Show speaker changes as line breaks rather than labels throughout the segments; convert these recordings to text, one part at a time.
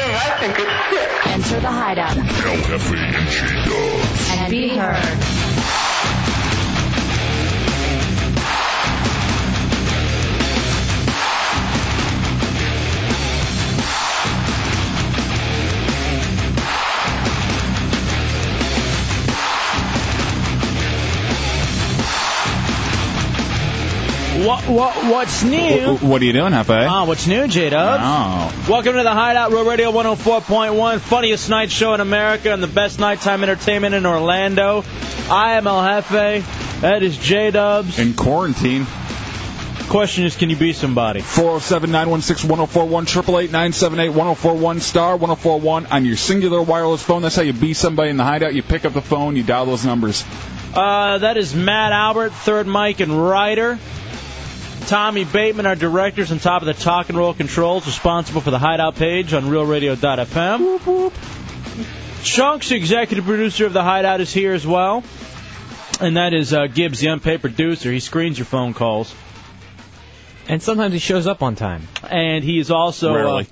Enter the hideout and be heard.
What, what, what's new?
What are you doing, oh. Hefe?
Ah, what's new, J Dubs? Welcome to the Hideout Road Radio 104.1, funniest night show in America and the best nighttime entertainment in Orlando. I am El Jefe. That is J Dubs.
In quarantine.
Question is, can you be somebody?
407 916 1041 888 978 1041 star 1041 on your singular wireless phone. That's how you be somebody in the hideout. You pick up the phone, you dial those numbers.
Uh, that is Matt Albert, third Mike and writer. Tommy Bateman, our directors on top of the Talk and Roll controls, responsible for the Hideout page on RealRadio.fm. Chunks, executive producer of the Hideout, is here as well, and that is uh, Gibbs, the unpaid producer. He screens your phone calls,
and sometimes he shows up on time.
and he is also uh,
Rarely.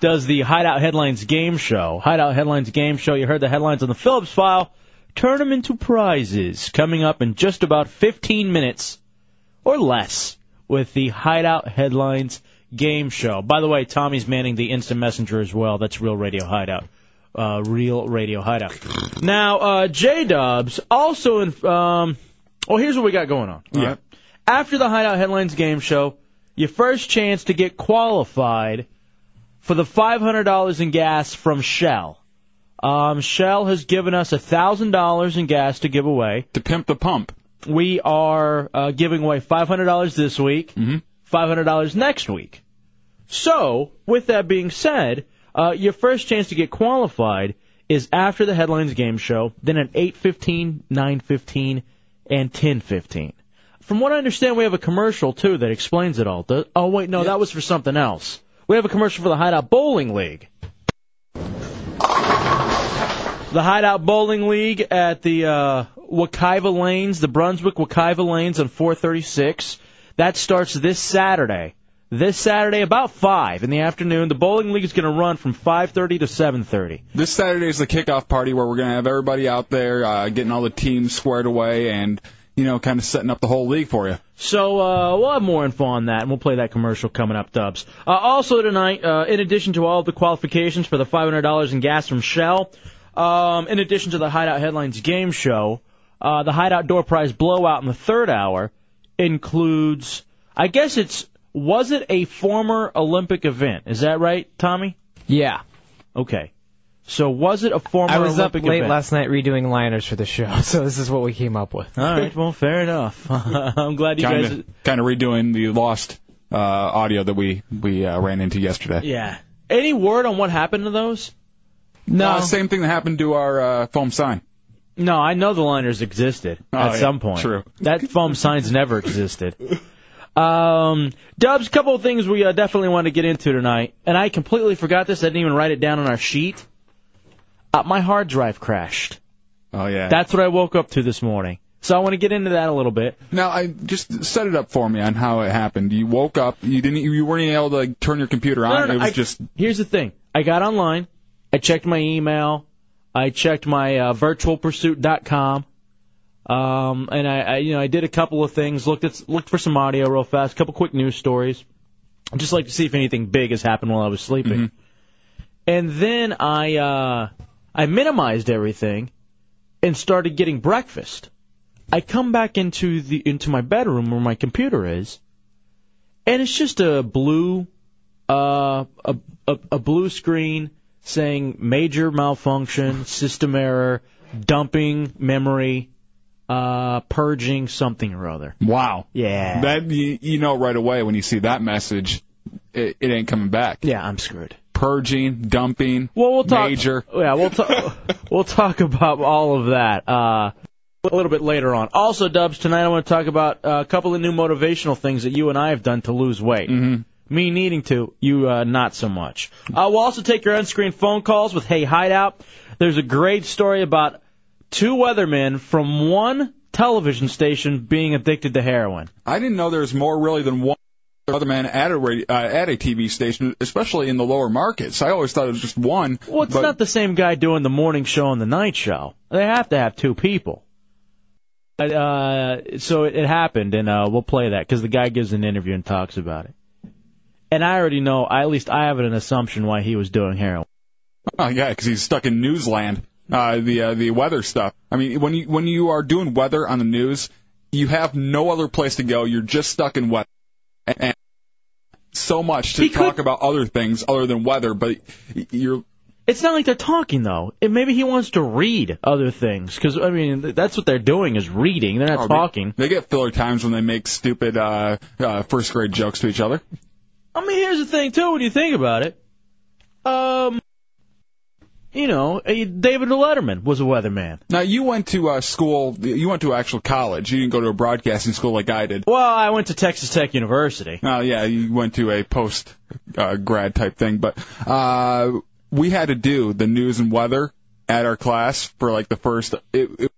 does the Hideout Headlines game show. Hideout Headlines game show. You heard the headlines on the Phillips file. Turn them into prizes coming up in just about 15 minutes or less with the Hideout Headlines game show. By the way, Tommy's manning the instant messenger as well. That's Real Radio Hideout. Uh, Real Radio Hideout. Now, uh, J Dubs also in. Um, well, here's what we got going on. Yeah. After the Hideout Headlines game show, your first chance to get qualified for the $500 in gas from Shell. Um, Shell has given us $1,000 in gas to give away.
To pimp the pump.
We are uh, giving away $500 this week,
Mm-hmm.
$500 next week. So, with that being said, uh, your first chance to get qualified is after the headlines game show, then at 8:15, 9:15, and 10:15. From what I understand, we have a commercial too that explains it all. The- oh wait, no, that was for something else. We have a commercial for the Hideout Bowling League. The Hideout Bowling League at the uh, Wakiva Lanes, the Brunswick Wakiva Lanes on 436. That starts this Saturday. This Saturday, about five in the afternoon, the bowling league is going to run from 5:30 to 7:30.
This Saturday is the kickoff party where we're going to have everybody out there uh, getting all the teams squared away and, you know, kind of setting up the whole league for you.
So uh, we'll have more info on that, and we'll play that commercial coming up, Dubs. Uh, also tonight, uh, in addition to all of the qualifications for the $500 in gas from Shell, um, in addition to the Hideout Headlines game show, uh, the Hideout Door Prize blowout in the third hour includes, I guess it's, was it a former Olympic event? Is that right, Tommy?
Yeah.
Okay. So was it a former
I was
Olympic
up late
event?
last night redoing liners for the show, so this is what we came up with.
All right. Well, fair enough. I'm glad you
Kind
guys.
of kind of redoing the lost uh, audio that we, we uh, ran into yesterday.
Yeah. Any word on what happened to those?
No.
Uh, same thing that happened to our uh, foam sign.
No, I know the liners existed
Oh,
at
yeah,
some point.
true.
That foam signs never existed. Um, Dubs, couple of things we uh, definitely want to get into tonight, and I completely forgot this. I didn't even write it down on our sheet. Uh, my hard drive crashed.
Oh, yeah.
That's what I woke up to this morning. So I want to get into that a little bit.
Now, I just set it up for me on how it happened. You woke up, you didn't, you weren't even able to like, turn your computer on.
No, no, no,
it was
I-
just
Here's the thing. I got online. I checked my email. I checked my uh, virtualpursuit.com. Um, and I, I, you know, I did a couple of things. Looked at looked for some audio real fast. A couple quick news stories. I just like to see if anything big has happened while I was sleeping. And then I uh, I minimized everything and started getting breakfast. I come back into the into my bedroom where my computer is, and it's just a blue uh, a, a, a blue screen saying major malfunction, system error, dumping memory, uh, purging something or other.
wow.
Yeah.
That you, you know right away when you see that message, it, it ain't coming back.
yeah, I'm screwed.
purging, dumping,
well, we'll talk,
major.
Yeah, we'll talk. we'll talk about all of that uh, a little bit later on. Also, Dubs, tonight I want to talk about uh, a couple of new motivational things that you and I have done to lose weight. Me needing to, you uh, not so much. Uh, we'll also take your unscreened phone calls with Hey Hideout. There's a great story about two weathermen from one television station being addicted to heroin.
I didn't know there's more really than one other man at a radio, uh, at a TV station, especially in the lower markets. I always thought it was just one.
Well, it's
but
not the same guy doing the morning show and the night show. They have to have two people. But, uh, so it, it happened, and uh, we'll play that because the guy gives an interview and talks about it. And I already know, I- at least I have an assumption why he was doing heroin.
Oh, yeah, 'cause he's stuck in newsland. Uh, the uh, the weather stuff. I mean, when you when you are doing weather on the news, you have no other place to go. You're just stuck in weather. And, and so much to talk about other things other than weather, but y- you're
It's not like they're talking though. And maybe he wants to read other things because I mean th- that's what they're doing is reading. They're not
Oh, they-
talking.
They get filler times when they make stupid uh, uh, first grade jokes to each other.
I mean, here's the thing too. When you think about it, um, you know, eh, David Letterman was a weatherman.
Now you went to uh, school. You went to actual college. You didn't go to a broadcasting school like I did.
Well, I went to Texas Tech University.
Oh yeah, you went to a post uh, grad type thing. But uh, we had to do the news and weather at our class for like the first. It, it,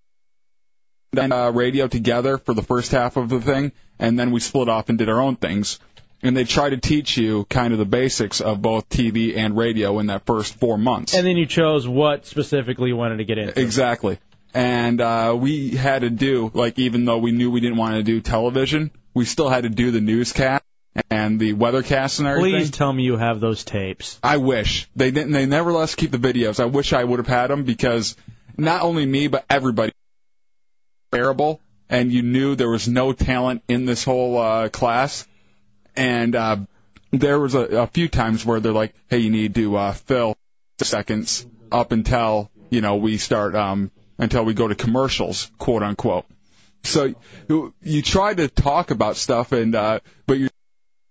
and, uh, radio together for the first half of the thing, and then we split off and did our own things. And they try to teach you kind of the basics of both TV and radio in that first four months.
And then you chose what specifically you wanted to get into.
Exactly. And uh, we had to do, like, even though we knew we didn't want to do television, we still had to do the newscast and the weathercast and everything.
Please tell me you have those tapes.
I wish they didn't. They never let us keep the videos. I wish I would have had them because not only me but everybody terrible. And you knew there was no talent in this whole uh, class. And uh, there was a, a few times where they're like, "Hey, you need to uh, fill seconds up until you know we start um, until we go to commercials, quote unquote." So you, you try to talk about stuff, and uh, but you're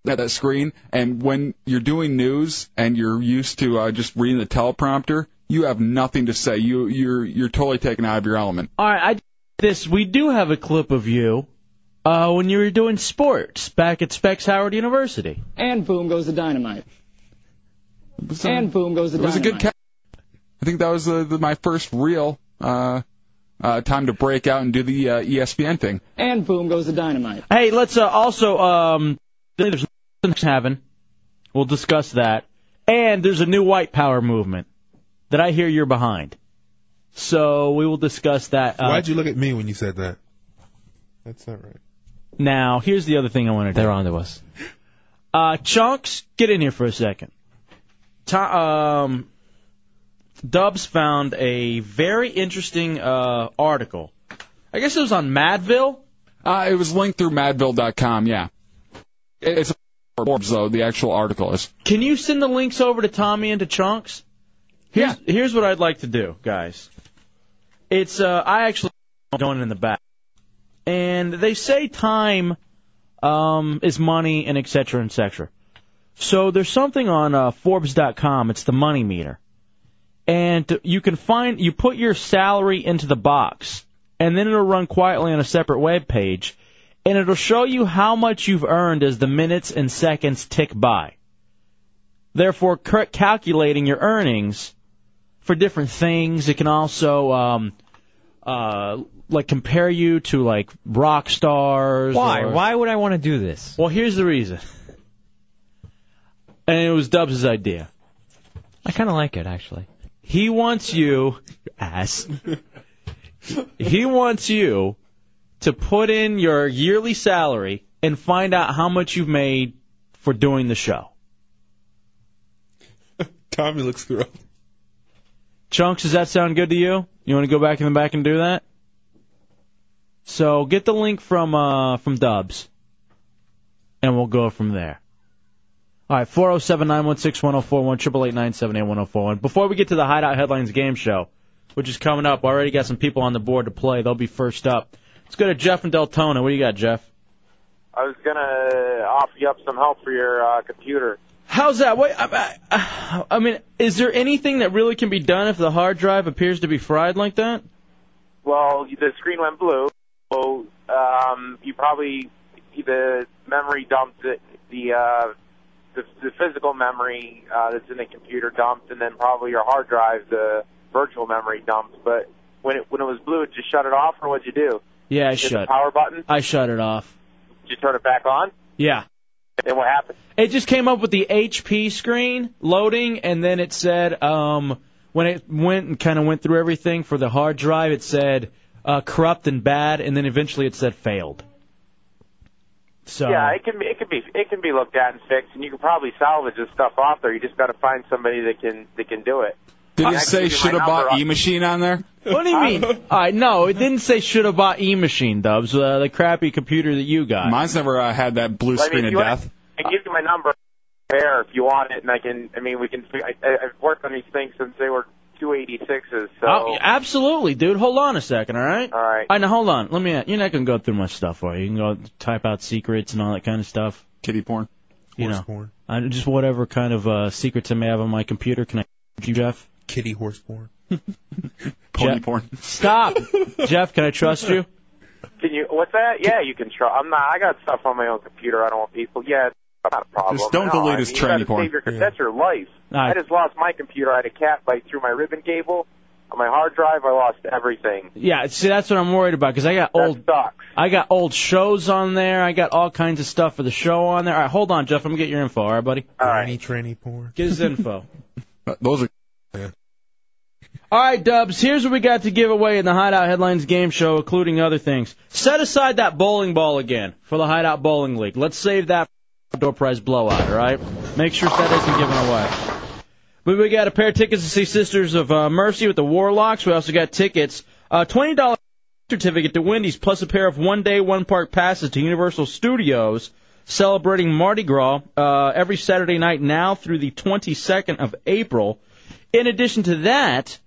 at that screen, and when you're doing news and you're used to uh, just reading the teleprompter, you have nothing to say. You you're you're totally taken out of your element.
All right, I this we do have a clip of you uh, when you were doing sports back at Specs Howard University.
And boom goes the dynamite. And boom goes the
It was
dynamite.
a good. Ca- I think that was the, the, my first real uh, uh, time to break out and do the uh, ESPN thing.
and boom goes the dynamite.
Hey, let's uh, also um, there's nothing having. We'll discuss that. And there's a new white power movement that I hear you're behind. So we will discuss that. Uh,
Why'd you look at me when you said that? That's not right.
Now, here's the other thing I wanted to.
They're onto us.
Uh, Chunks, get in here for a second. To- um, Dubs found a very interesting uh, article. I guess it was on Madville.
Uh, it was linked through Madville.com. Yeah, It- it's Forbes though. The actual article is.
Can you send the links over to Tommy and to Chunks? Here's, here's what I'd like to do, guys. It's uh, I actually going in the back, and they say time um, is money and et cetera and et cetera. So there's something on uh, Forbes.com. It's the money meter, and you can find you put your salary into the box, and then it'll run quietly on a separate web page, and it'll show you how much you've earned as the minutes and seconds tick by therefore cur- calculating your earnings for different things. It can also um, uh, like compare you to like rock stars.
Why?
or-
Why would I want to do this?
Well, here's the reason. And it was Dubs' idea.
I kind of like it actually.
He wants you, ass. he wants you to put in your yearly salary and find out how much you've made for doing the show.
Tommy looks through.
Chunks, does that sound good to you? You want to go back in the back and do that? So get the link from uh, from Dubs, and we'll go from there. All right, four zero seven nine one six one zero four one triple eight nine seven eight one zero four one. Before we get to the Hideout Headlines game show, which is coming up, already got some people on the board to play. They'll be first up. Let's go to Jeff and Deltona. What do you got, Jeff?
I was gonna offer you up some help for your uh, computer.
How's that? What, uh, I, I, I mean, is there anything that really can be done if the hard drive appears to be fried like that?
Well, the screen went blue, so um, you probably the memory dumped the the, uh, the, the physical memory uh, that's in the computer dumped, and then probably your hard drive, the virtual memory dumped. But when it when it was blue, did you shut it off, or what'd you do?
Yeah, I
Hit the
shut.
power button.
I shut it off.
Did you turn it back on?
Yeah.
Then what happened?
It just came up with the HP screen loading, and then it said um, when it went and kind of went through everything for the hard drive, it said uh, corrupt and bad, and then eventually it said failed. So
Yeah, it can be it can be it can be looked at and fixed, and you can probably salvage this stuff off there. You just got to find somebody that can that can do it.
Did
I'll
it
actually
say
give you
should
my
have
number.
bought E Machine on there?
what do you mean? All right, no, it didn't say should have bought E Machine Dubs, uh, the crappy computer that you got.
Mine's never uh, had that blue
Well, I
screen
mean,
of
if you want-
death.
I can give you my number there if you want it, and I can. I mean, we can. I, I- I've worked on these things since they were 286s. So
Oh, absolutely, dude. Hold on a second, all right?
all right,
I know. Hold on. Let me. You're not gonna go through my stuff, are you? You can go type out secrets and all that kind of stuff.
Kitty porn.
You
Horse
know.
porn.
I, just whatever kind of uh, secrets I may have on my computer. Can I, you, Jeff?
Kitty horse porn.
Pony
Jeff-
porn.
Stop, Jeff. Can I trust you?
can you? What's that? Yeah, you can try. I'm not. I got stuff on my own computer. I don't want people. Yeah, it's not a problem.
Just don't
No,
delete
I
his
mean, you gotta
tranny porn.
save your-
Yeah.
That's your life.
All
I
right.
just lost my computer. I had a cat bite through my ribbon cable. On my hard drive, I lost everything.
Yeah. See, that's what I'm worried about because I got old.
That sucks.
I got old shows on there. I got all kinds of stuff for the show on there. All right, hold on, Jeff. I'm gonna get your info. All right, buddy.
All
Tranny,
right.
tranny porn.
Get his info.
Uh, Those are.
All right, Dubs, here's what we got to give away in the Hideout Headlines game show, including other things. Set aside that bowling ball again for the Hideout Bowling League. Let's save that for door prize blowout, all right? Make sure that isn't given away. But we got a pair of tickets to see Sisters of uh, Mercy with the Warlocks. We also got tickets, uh, $20 certificate to Wendy's, plus a pair of one-day, one-park passes to Universal Studios, celebrating Mardi Gras uh, every Saturday night now through the 22nd of April. In addition to that,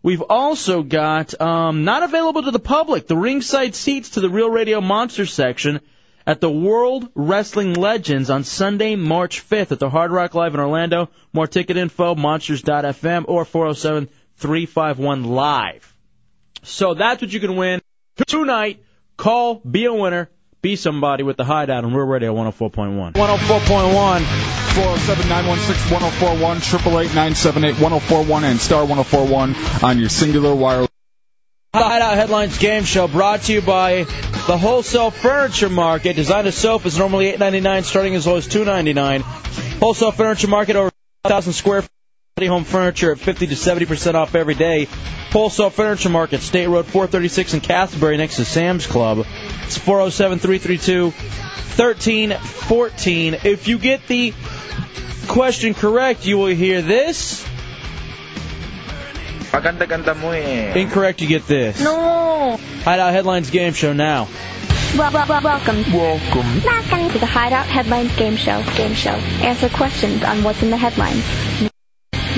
We've also got um, not available to the public the ringside seats to the Real Radio Monster section at the World Wrestling Legends on Sunday, March 5th at the Hard Rock Live in Orlando. More ticket info, monsters.fm or 407 351 live. So that's what you can win tonight. Call, be a winner, be somebody with the hideout on Real Radio 104.1.
104.1. 407-916-1041, 888-978-1041, and star 1041 on your singular wireless.
The Hideout Headlines Game Show brought to you by the Wholesale Furniture Market. Designer sofas normally eight ninety nine, starting as low as two ninety nine. Wholesale Furniture Market over thousand square feet quality home furniture at fifty to seventy percent off every day. Wholesale Furniture Market, State Road four thirty six in Castleberry, next to Sam's Club. It's 407-332-1314. If you get the question correct, you will hear this. Incorrect, you get this.
No.
Hideout Headlines Game Show now.
Well, well, well, welcome. Welcome. Welcome to the Hideout Headlines Game Show. Game Show. Answer questions on what's in the headlines.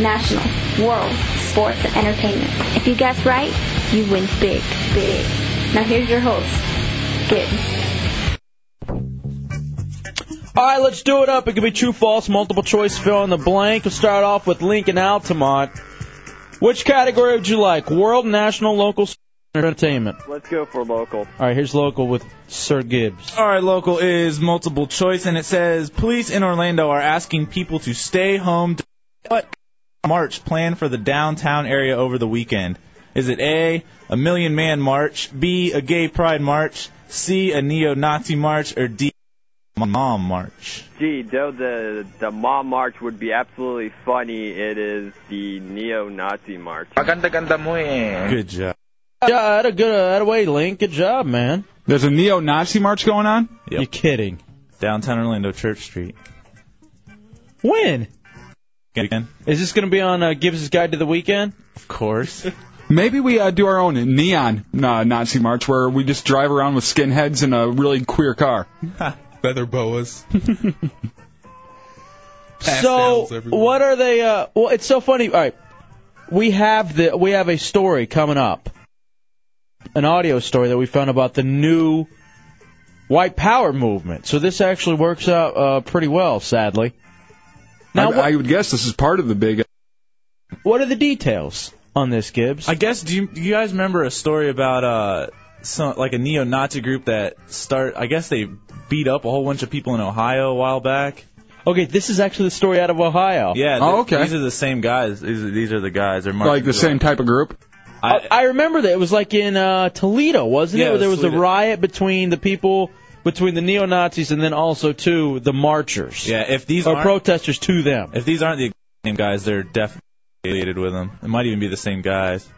National, world, sports, and entertainment. If you guess right, you win big, big. Now here's your host, Gibbs.
All right, let's do it up. It could be true, false, multiple choice, fill in the blank. We'll start off with Lincoln Altamont. Which category would you like? World, national, local, sports, or entertainment?
Let's go for local.
All right, here's local with Sir Gibbs.
All right, local is multiple choice, and it says police in Orlando are asking people to stay home. to- What march planned for the downtown area over the weekend? Is it A, a million man march, B, a gay pride march, C, a neo Nazi march, or D, mom march?
Gee, though the the mom march would be absolutely funny, it is the neo-Nazi march.
eh.
Good job.
Yeah, had a good uh, had a way, Link. Good job, man.
There's a neo-Nazi march going on?
Yep.
You're kidding.
Downtown Orlando, Church Street.
When?
Again,
Is this going to be on uh, Gibbs' Guide to the Weekend?
of course.
Maybe we uh, do our own neon uh, Nazi march where we just drive around with skinheads in a really queer car.
Feather boas. Pass
so
downs everywhere.
what are they uh well it's so funny all right we have the we have a story coming up an audio story that we found about the new white power movement so this actually works out uh pretty well sadly
Now, I, I would guess this is part of the big.
What are the details on this, Gibbs?
I guess do you, do you guys remember a story about uh some like a neo-Nazi group that start? I guess they beat up a whole bunch of people in Ohio a while back.
Okay, this is actually the story out of Ohio.
Yeah.
Oh,
th-
okay.
These are the same guys. These are, these are the guys. They're marching
Like the
through
same type of group.
I, I remember that it was like in uh, Toledo, wasn't
Yeah, it
it? Where there
was
was a
Toledo.
riot between the people, between the neo Nazis, and then also too the marchers.
Yeah, if these
Oh,
or
aren't-
protesters to them.
If these aren't the same guys, they're definitely affiliated with them. It might even be the same guys.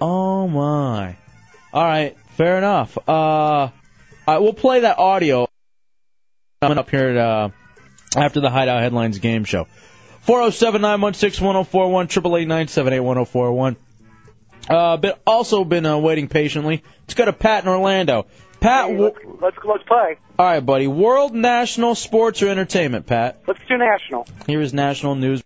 Oh my! All right, fair enough. Uh, all right, we'll play that audio coming up here at, uh, after the Hideout Headlines game show. 407-916-1041, 888 oh Uh, been, also been uh, waiting patiently. Let's go to Pat in Orlando. Pat, wo-
Let's let's play.
all right, buddy. World, national, sports, or entertainment, Pat?
Let's do national.
Here is national news.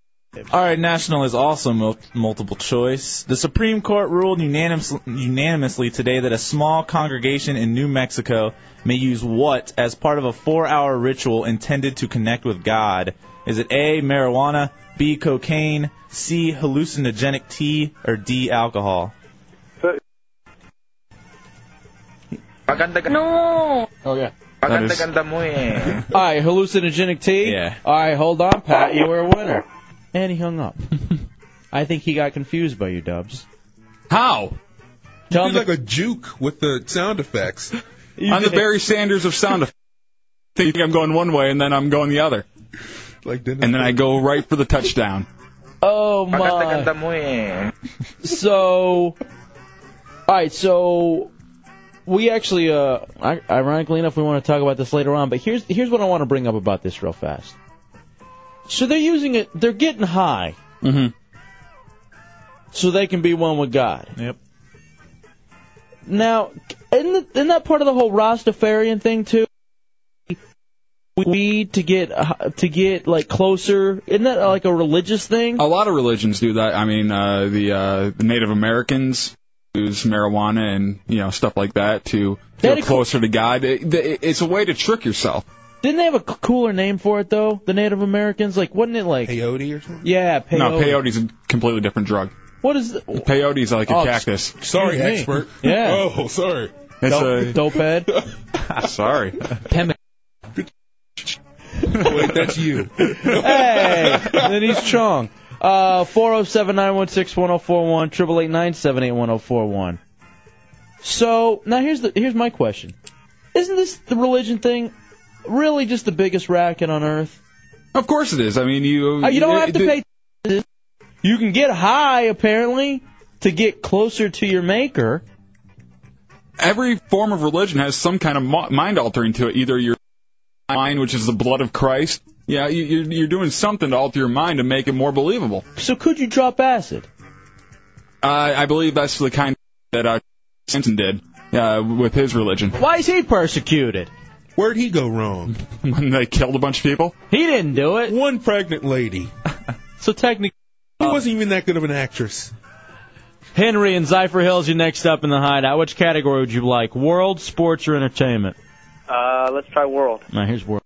All right, national is also mul- multiple choice. The Supreme Court ruled unanimous- unanimously today that a small congregation in New Mexico may use what as part of a four-hour ritual intended to connect with God? Is it A. marijuana, B. cocaine, C. hallucinogenic tea, or D. alcohol?
No. Oh yeah. All right, hallucinogenic tea. Yeah. All right, hold on, Pat. You were a winner. And he hung up. I think he got confused by you, Dubs. How? Tell
you did like a juke with the sound effects.
I'm the Barry Sanders of sound effects. Think I'm going one way and then I'm going the other.
Like
and then I go right for the touchdown.
Oh my. so, all right. So we actually, uh, i- ironically enough, we want to talk about this later on. But here's here's what I want to bring up about this real fast. So they're using it. They're getting high. Mm-hmm. So they can be one with God.
Yep.
Now, isn't, isn't that part of the whole Rastafarian thing too? Weed to get uh, to get like closer. Isn't that uh, like a religious thing?
A lot of religions do that. I mean, uh, the, uh, the Native Americans use marijuana and you know stuff like that to
That
feel
is-
closer to God. It- it- it's a way to trick yourself.
Didn't they have a c- cooler name for it though? The Native Americans, like, wasn't it like
peyote or something?
Yeah, peyote.
No, peyote's a completely different drug.
What is the,
Peyote's like a
Oh,
cactus.
Sorry, expert.
Yeah.
Oh, sorry.
It's a-
dope head?
Sorry.
Wait, that's you.
hey, then he's Chong. Uh, 407-916-1041, 888 oh So now here's the here's my question: Isn't this the religion thing really just the biggest racket on earth?
Of course it is. I mean, you
Uh, you don't have to
it-
pay. taxes. You can get high apparently to get closer to your maker.
every form of religion has some kind of mo- mind altering to it. Either your mind, which is the blood of Christ, yeah, you, you're, you're doing something to alter your mind to make it more believable.
So could you drop acid?
Uh, I believe that's the kind that uh, Simpson did uh, with his religion.
Why is he persecuted?
Where'd he go wrong?
when they killed a bunch of people.
He didn't do it.
One pregnant lady.
so technically,
he wasn't even that good of an actress.
Henry and Zypher Hills, you next up in the hideout. Which category would you like? World, sports, or entertainment?
Uh, let's try world.
Now here's world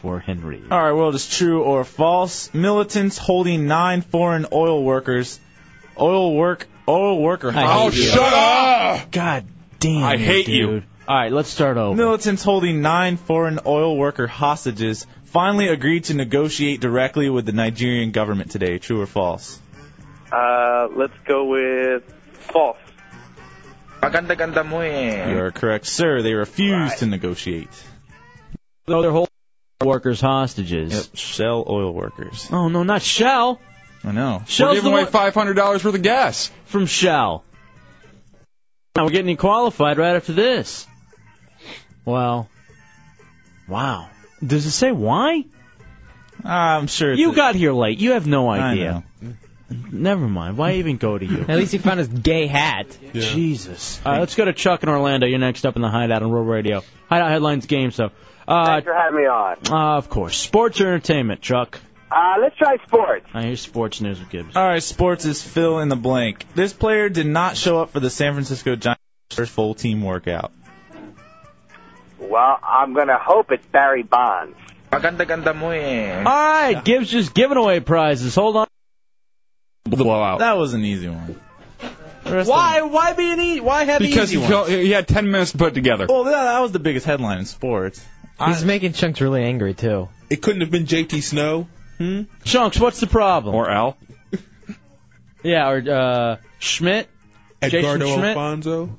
for Henry.
All right, world is true or false. Militants holding nine foreign oil workers, oil work, oil worker.
I hate you. Oh,
up!
God damn. I
hate
dude.
you. All right, let's start over.
Militants holding nine foreign oil worker hostages finally agreed to negotiate directly with the Nigerian government today. True or false?
Uh, let's go with false. eh.
You are correct, sir. They refused to negotiate.
Though they're holding workers hostages.
Yep, Shell oil workers.
Oh no, not Shell.
I know.
We're
Shell's the
giving away
one
five hundred dollars worth of gas.
from Shell. Now we're getting you qualified right after this. Well, wow. Does it say why?
I'm sure.
You got here late. You have no
I
idea. Never mind. Why even go to you?
At least he found his gay hat.
Jesus. All right, let's go to Chuck in Orlando. You're next up in the Hideout on Rural Radio. Hideout Headlines game, so. Uh,
Thanks for having me on.
uh, of course. Sports or entertainment, Chuck?
Uh, let's try sports.
I hear sports news with Gibbs.
All right, sports is fill in the blank. This player did not show up for the San Francisco Giants' first full team workout.
Well, I'm gonna hope it's Barry Bonds. Maganda ganda mo eh.
All right, Gibbs just giving away prizes. Hold on.
Blowout.
That was an easy one.
Why? Why be an easy? Why have
Because
easy
you felt-
ones?
He had 10 minutes to put together.
Well, that, that was the biggest headline in sports.
He's making Chunks really angry too.
It couldn't have been JT Snow.
Hmm? Chunks, what's the problem?
Or Al?
yeah, or uh, Schmidt.
Edgardo
Jason Schmidt.
Alfonso.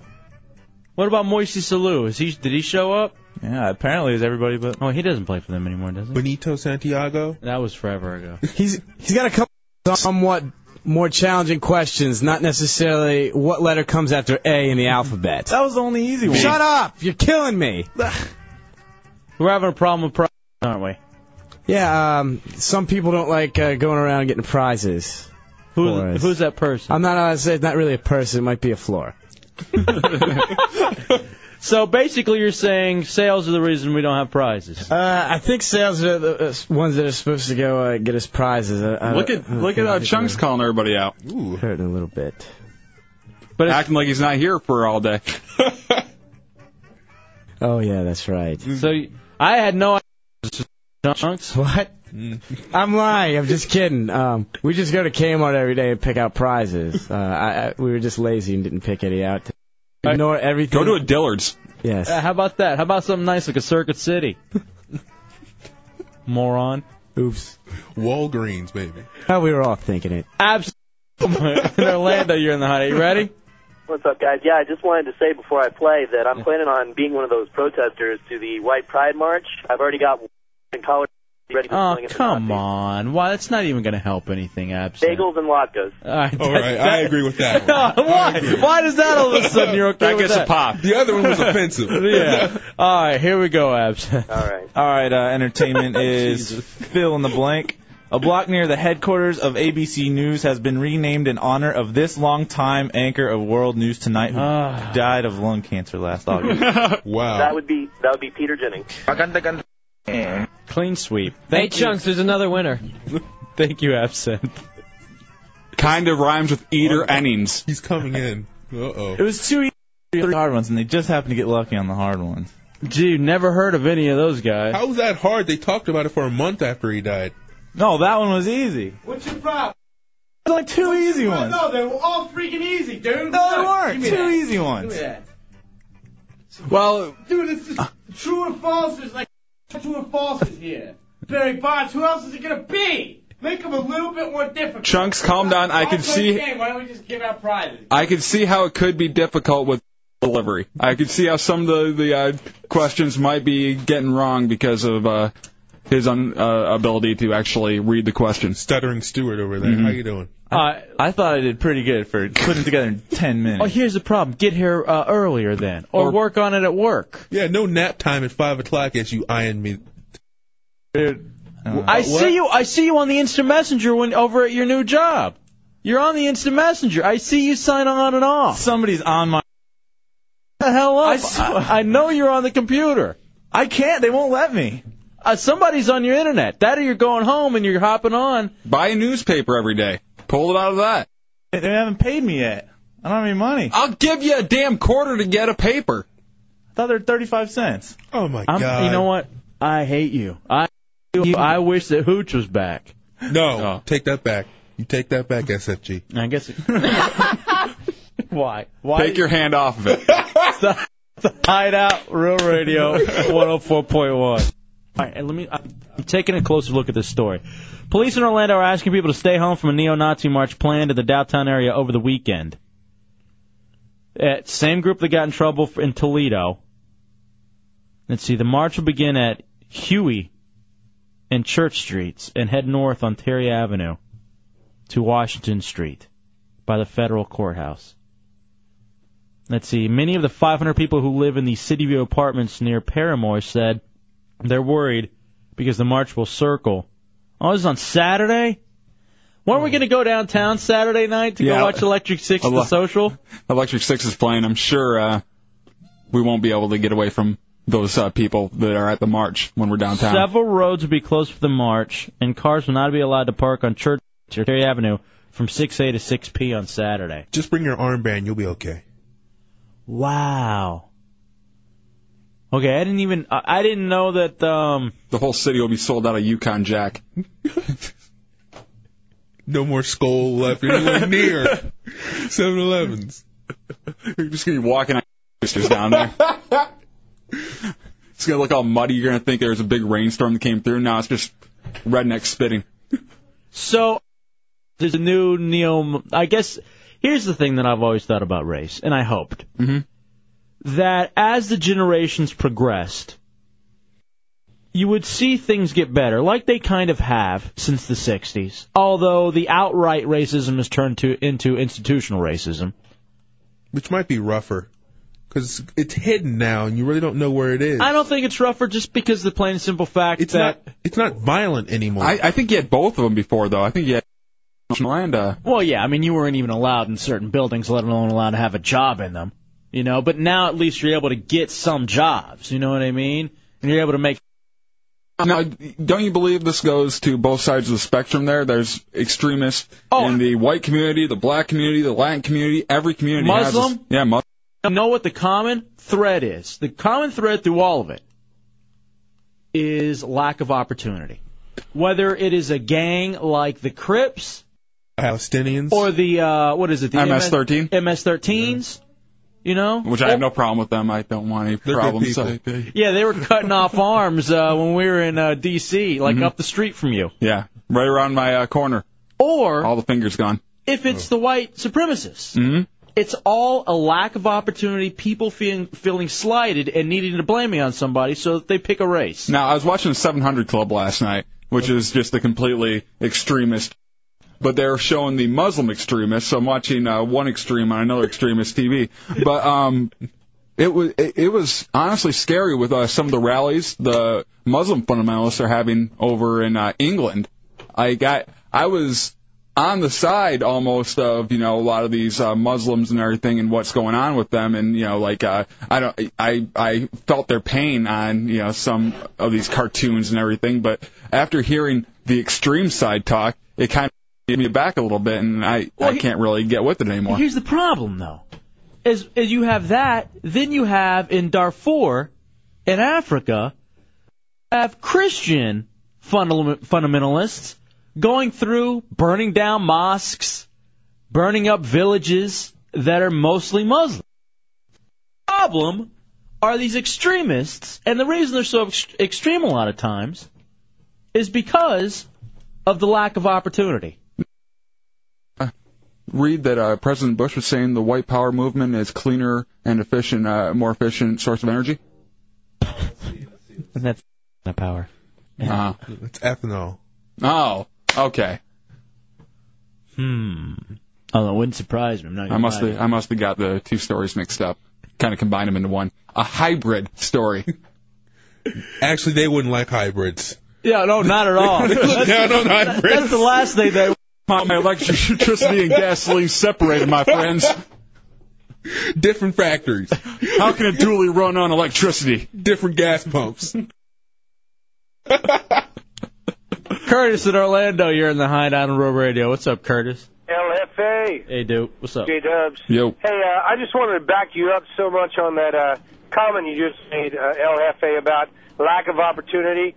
What about Moisey Salou? Is he? Did he show up?
Yeah, apparently it's everybody but.
Oh, he doesn't play for them anymore, does he?
Benito Santiago.
That was forever ago.
He's he's got a couple somewhat more challenging questions. Not necessarily what letter comes after A in the alphabet.
That was the only easy one.
Shut up! You're killing me.
We're having a problem with pride, aren't we?
Yeah, um, some people don't like uh, going around and getting prizes.
Who, who's that person?
I'm not. Uh, it's not really a person. It might be a floor.
So basically, you're saying sales are the reason we don't have prizes.
Uh, I think sales are the uh, ones that are supposed to go uh, get us prizes. I, I,
Look at look at uh, Chunks calling everybody out.
Ooh. Hurting a little bit.
But acting like he's not here for all day.
Oh yeah, that's right.
So I had no idea. Uh, Chunks.
What?
Mm.
I'm lying. I'm just kidding. Um, we just go to Kmart every day and pick out prizes. Uh, I, I, we were just lazy and didn't pick any out. Ignore everything.
Go to a Dillard's.
Yes.
Uh, how about that? How about something nice like a Circuit City? uh, Moron.
Oops.
Walgreens, maybe.
Oh, we were all thinking it.
Absolutely. in Orlando, you're in the hot. You ready?
What's up, guys? Yeah, I just wanted to say before I play that I'm planning on being one of those protesters to the White Pride March. I've already got one in college ready to
Oh,
swing it.
come on. Why? That's not even going to help anything, Abs.
Bagels and latkes.
All right,
All right, I agree with that.
No, why? Why does that all of a sudden you're okay
That
with
gets
that?
a pop.
The other one was offensive.
yeah. All right, here we go, Abs. All
right.
All right, uh, entertainment is fill in the blank. A block near the headquarters of ABC News has been renamed in honor of this longtime anchor of World News Tonight who
Ah.
died of lung cancer last August.
That would be that would be Peter Jennings.
Maganda ganda eh.
Clean sweep.
Hey
Thank you.
Chunks, there's another winner.
Thank you, Absinthe.
Kind of rhymes with Eater Ennings.
Oh. He's coming in. Uh oh.
it was two easy three hard ones, and they just happened to get lucky on the hard ones.
Gee, never heard of any of those guys.
How was that hard? They talked about it for a month after he died.
No, that one was easy.
What's your problem? Oh,
There's like two easy ones.
No, they were all freaking easy, dude.
No, they
Look,
weren't.
give me
Two
that.
easy
Give me
ones.
that. Oh,
Well,
Dude, it's just true or false. There's like true or false is here. Barry Bonds, who else is it going to be? Make them a little bit more difficult.
Chunks, calm down. I can
Also,
see-
Game. Why don't we just give out prizes?
I could see how it could be difficult with delivery. I could see how some of the, the uh, questions might be getting wrong because of uh, his un- uh, ability to actually read the questions.
Stuttering Stewart over there.
Mhm.
How you doing?
I,
I thought I did pretty good for putting Mm-hmm. it together in ten minutes.
Oh, here's the problem. Get here uh, earlier then, or, work on it at work.
Yeah, no nap time at five o'clock as you iron me.
I see you. I see you on the instant messenger when over at your new job. You're on the instant messenger. I see you sign on and off.
Somebody's on my.
the hell up. I,
saw-
I know you're on the computer.
I can't. They won't let me.
Uh, somebody's on your internet. That or you're going home and you're hopping on.
Buy a newspaper every day. Pull it out of that.
They they haven't paid me yet. I don't have any money. I
I'll give you a damn quarter to get a paper.
thought they were thirty-five cents.
Oh my
I'm,
god.
You know what? I hate you. I I wish that Hooch was back.
No, take that back. You take that back, SFG.
Oh. I guess. It, why? Why?
Take your hand off of it.
Hideout Real Radio 104.1. All right, and let me. I'm I'm taking a closer look at this story. Police in Orlando are asking people to stay home from a neo-Nazi march planned in the downtown area over the weekend. Uh, same group that got in trouble for, in Toledo. Let's see. The march will begin at Huey and Church Streets and head north on Terry Avenue to Washington Street by the federal courthouse. Let's see. Many of the 500 people who live in the City View apartments near Paramore said they're worried because the march will circle. Oh, this is on Saturday? Weren't we going to go downtown Saturday night to
Yeah.
go watch Electric Six,
Ele-
the social?
Electric Six is playing. I'm sure uh, we won't be able to get away from those uh, people that are at the march when we're downtown.
Several roads will be closed for the march, and cars will not be allowed to park on Church or Terry Avenue from 6A to 6P on Saturday.
Just bring your armband. You'll be okay.
Wow. Okay, I didn't even I I didn't know that. Um,
the whole city will be sold out of Yukon Jack.
No more skull left anywhere near 7-Elevens.
You're just gonna be walking on coasters down there. It's gonna look all muddy. You're gonna think there was a big rainstorm that came through. No, it's just redneck spitting.
So there's a new neo. I guess here's the thing that I've always thought about race, and I hoped
Mm-hmm.
that as the generations progressed, you would see things get better, like they kind of have since the '60s. Although the outright racism has turned to into institutional racism.
Which might be rougher. Because it's hidden now, and you really don't know where it is.
I don't think it's rougher just because of the plain and simple fact
It's
that
not. It's not violent anymore.
I, I think you had both of them before, though. I think you had and uh,
Well, yeah, I mean, you weren't even allowed in certain buildings, let alone allowed to have a job in them, you know. But now at least you're able to get some jobs, you know what I mean? And you're able to make.
Now, don't you believe this goes to both sides of the spectrum there? There's extremists
Oh.
in the white community, the black community, the Latin community, every community. has
Muslim?
this- yeah, Muslim.
You know what the common thread is? The common thread through all of it is lack of opportunity. Whether it is a gang like the Crips
Palestinians.
or the uh, what is it? The
MS-13?
MS-13s, you know.
Which I have
Oh.
no problem with them. I don't want any
good
problems.
people.
so-
Yeah, they were cutting off arms uh, when we were in uh, D.C., like up the street from you.
Mm-hmm. yeah, right around my uh, corner.
Or
All the Oh. fingers gone.
if it's the white supremacists.
hmm
It's all a lack of opportunity, people feeling feeling slighted and needing to blame me on somebody so that they pick a race.
Now, I was watching the 700 Club last night, which is just a completely extremist. But they're showing the Muslim extremists, so I'm watching uh, one extreme on another extremist TV. But um, it was it, it was honestly scary with uh, some of the rallies the Muslim fundamentalists are having over in uh, England. I got I was on the side almost of you know a lot of these uh, Muslims and everything and what's going on with them and you know like uh, I don't I I felt their pain on you know some of these cartoons and everything but after hearing the extreme side talk it kind of gave me back a little bit and I I can't really get with it anymore.
Here's the problem, though. As, as you have that, then you have in Darfur, in Africa, have Christian fundam- fundamentalists going through burning down mosques, burning up villages that are mostly Muslim. Problem are these extremists, and the reason they're so ext- extreme a lot of times is because of the lack of opportunity.
read that uh, President Bush was saying the white power movement is cleaner and efficient, uh, more efficient source of energy?
And that's the power.
Uh,
It's ethanol.
oh, okay.
Hmm. Although it wouldn't surprise me. I'm not
I
gonna
must
lie to
have I must have got the two stories mixed up. Kind of combined them into one. A hybrid story.
Actually, they wouldn't like hybrids.
Yeah, no, not at all.
They look down on hybrids.
That's the last thing they.
My, my electricity and gasoline separated, my friends.
Different factories,
How can a dually run on electricity?
different gas pumps.
Curtis in Orlando, you're in the hideout on Row Radio. What's up, Curtis?
LFA.
Hey, dude. What's up?
J Dubs.
Yo.
Hey, uh, I just wanted to back you up so much on that uh, comment you just made, uh, LFA, about lack of opportunity.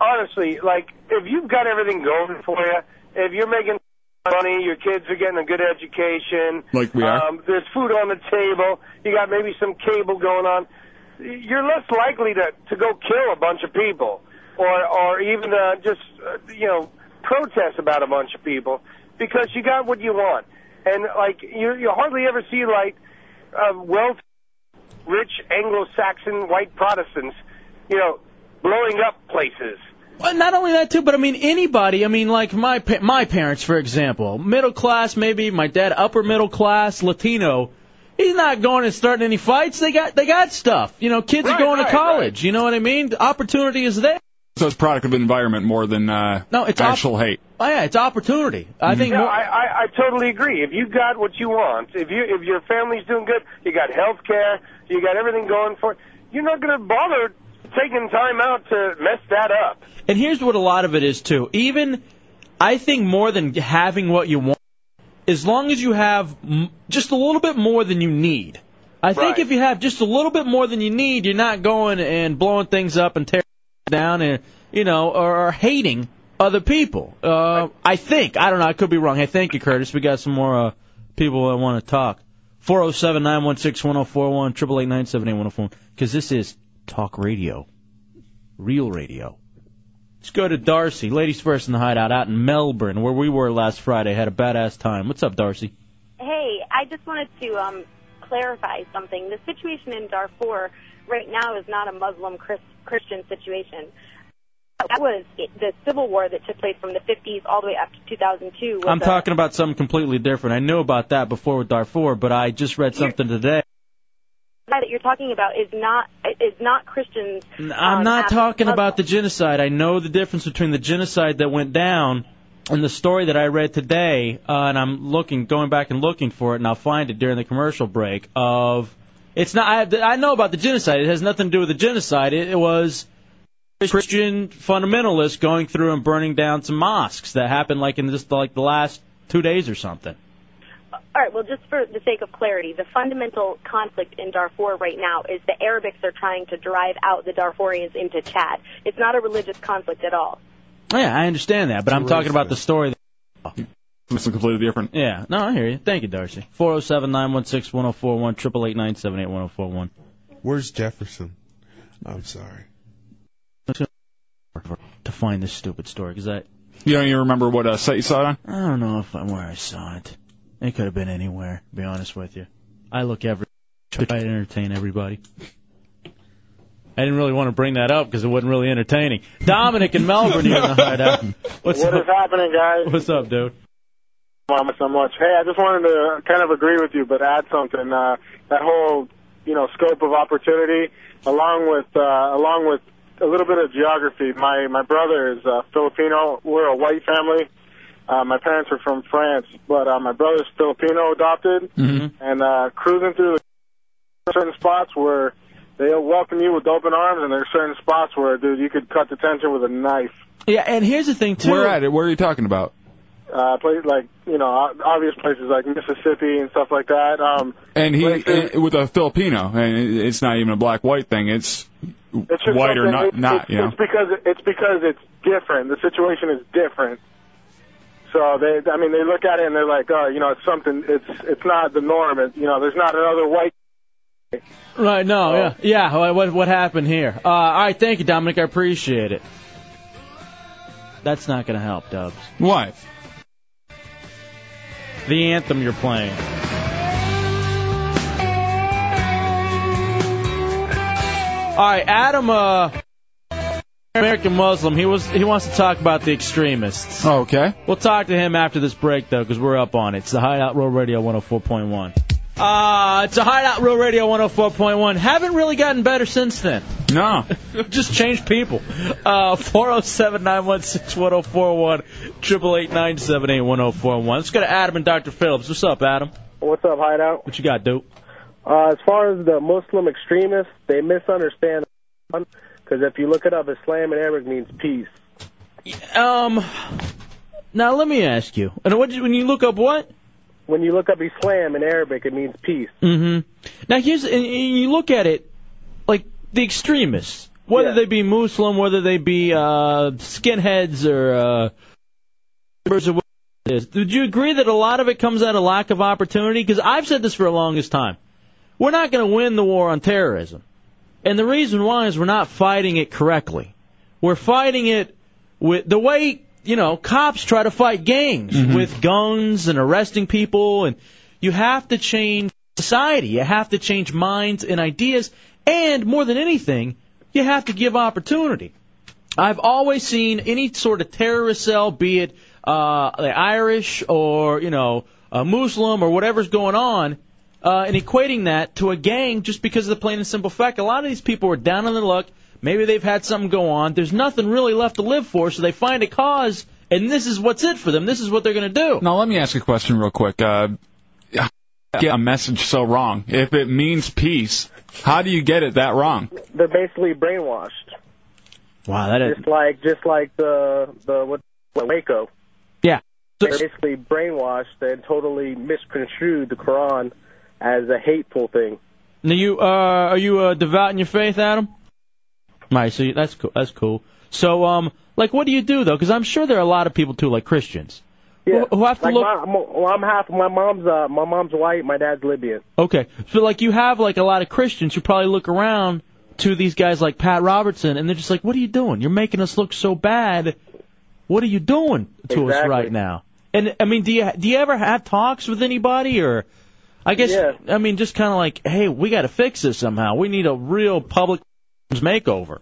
Honestly, like if you've got everything going for you, if you're making money, your kids are getting a good education,
Like we are.
um, there's food on the table, you got maybe some cable going on, you're less likely to to go kill a bunch of people, or or even uh, just uh, you know protest about a bunch of people because you got what you want, and like you you hardly ever see like uh, wealth, rich Anglo-Saxon white Protestants, you know, blowing up places.
Well, not only that too, but I mean anybody. I mean like my pa- my parents, for example, middle class, maybe my dad, upper middle class, Latino. He's not going and starting any fights. They got they got stuff. You know, kids are
Right,
going
right,
to college. You know what I mean? The opportunity is there.
So it's product of environment more than uh,
No, it's op-
actual hate. Mm-hmm.
Oh, yeah, it's opportunity. I think
No,
more,
I, I, I totally agree. If you got what you want, if you if your family's doing good, you got health care, you got everything going for it, you're not going to bother taking time out to mess that up.
And here's what a lot of it is too. Even I think more than having what you want, as long as you have m- just a little bit more than you need, I think if you have just a little bit more than you need, you're not going and blowing things up and tearing down and you know or, or hating other people. Uh, I think I don't know. I could be wrong. Hey, thank you, Curtis. We got some more uh, people that want to talk. Four zero seven nine one six one zero four one triple eight nine seven eight one zero four. Because this is talk radio, real radio. Let's go to Darcy, ladies first in the hideout out in Melbourne, where we were last Friday. Had a badass time. What's up, Darcy?
Hey, I just wanted to um, clarify something. The situation in Darfur right now is not a Muslim Chris- Christian situation. That was the civil war that took place from the 50s all the way up to 2002. was
I'm
a-
talking about something completely different. I knew about that before with Darfur, but I just read something today.
that you're talking about is not is not Christians.
I'm not talking about the genocide. I know the difference between the genocide that went down and the story that I read today, uh, and I'm looking, going back and looking for it, and I'll find it during the commercial break. Of it's not. I, I know about the genocide. It has nothing to do with the genocide. It, it was Christian fundamentalists going through and burning down some mosques that happened like in just like the last two days or something.
All right, well, just for the sake of clarity, the fundamental conflict in Darfur right now is the Arabics are trying to drive out the Darfurians into Chad. It's not a religious conflict at all.
Yeah, I understand that, but I'm talking about the story.
Something completely different.
Yeah, no, I hear you. Thank you, Darcy. Four zero seven nine one six one zero four one triple eight nine seven eight one zero four one.
Where's Jefferson? I'm sorry.
To find this stupid story, because I
You don't even remember what uh, site you saw it on?
I don't know if I, where I saw it. It could have been anywhere. To be honest with you, I look every try to entertain everybody. I didn't really want to bring that up because it wasn't really entertaining. Dominic in Melbourne, you're in the hideout. What's
What
up?
is happening, guys?
What's up, dude?
Mama, so much. Hey, I just wanted to kind of agree with you, but add something. Uh, that whole, you know, scope of opportunity, along with, uh, along with a little bit of geography. My my brother is uh, Filipino. We're a white family. Uh, my parents are from France, but uh, my brother's Filipino adopted,
Mm-hmm.
and uh, cruising through the certain spots where they'll welcome you with open arms, and there are certain spots where, dude, you could cut the tension with a knife.
Yeah, and here's the thing too.
Where at it? Where are you talking about?
uh, places like you know o- obvious places like Mississippi and stuff like that. Um,
And he and- with a Filipino, and it- it's not even a black-white thing. It's,
it's just
white or
something-
not,
it's,
not
it's,
you know.
it's because it's because it's different. The situation is different. So they, I mean, they look at it and they're like, oh, you know, it's something. It's it's not the norm. It, you know, there's not another white.
Right, no, yeah. Yeah, what- what, what happened here? Uh, all right, thank you, Dominic. I appreciate it. That's not going to help, Dubs.
What?
The anthem you're playing. All right, Adam, uh, American Muslim, he was he wants to talk about the extremists.
Okay.
We'll talk to him after this break, though, because we're up on it. It's the Hideout Roll Radio 104.1. Uh, it's a Hideout Real Radio 104.1. Haven't really gotten better since then.
No.
Just changed people. Uh, 407 916 1041, 888 978 1041. Let's go to Adam and Dr. Phillips. What's up, Adam?
What's up, Hideout?
What you got, dude?
Uh, as far as the Muslim extremists, they misunderstand because if you look it up, Islam in Arabic means peace.
Um, now let me ask you. And what when you look up what?
When you look up Islam in Arabic, it means peace.
hmm Now here's and and you look at it, like the extremists, whether they be Muslim, whether they be uh, skinheads or uh, members of what it is. Would you agree that a lot of it comes out of lack of opportunity? Because I've said this for the longest time. We're not going to win the war on terrorism, and the reason why is we're not fighting it correctly. We're fighting it with the way you know cops try to fight gangs with guns and arresting people and you have to change society you have to change minds and ideas and more than anything you have to give opportunity i've always seen any sort of terrorist cell be it uh the irish or you know a muslim or whatever's going on uh, and equating that to a gang just because of the plain and simple fact a lot of these people are down on their luck. Maybe they've had something go on. There's nothing really left to live for, so they find a cause, and this is what's it for them. This is what they're going to do.
Now let me ask a question real quick. Uh, how do you get a message so wrong. If it means peace, how do you get it that wrong?
They're basically brainwashed,
Wow, that
just like just like the the what Waco.
Yeah.
They're basically brainwashed and totally misconstrued the Quran as a hateful thing.
Now you uh, are you uh, devout in your faith, Adam? All right, so you, that's cool. That's cool. So um, like, what do you do though? Because I'm sure there are a lot of people too, like Christians.
Yeah.
Who have to
like
look-
My, I'm, well, I'm half. My mom's uh, my mom's white. My dad's Libyan.
Okay, so like you have like a lot of Christians who probably look around to these guys like Pat Robertson, and they're just like, "What are you doing? You're making us look so bad. What are you doing to us
Exactly.
right now?" And I mean, do you do you ever have talks with anybody, or I guess
Yeah.
I mean, just kind of like, "Hey, we got to fix this somehow. We need a real public makeover."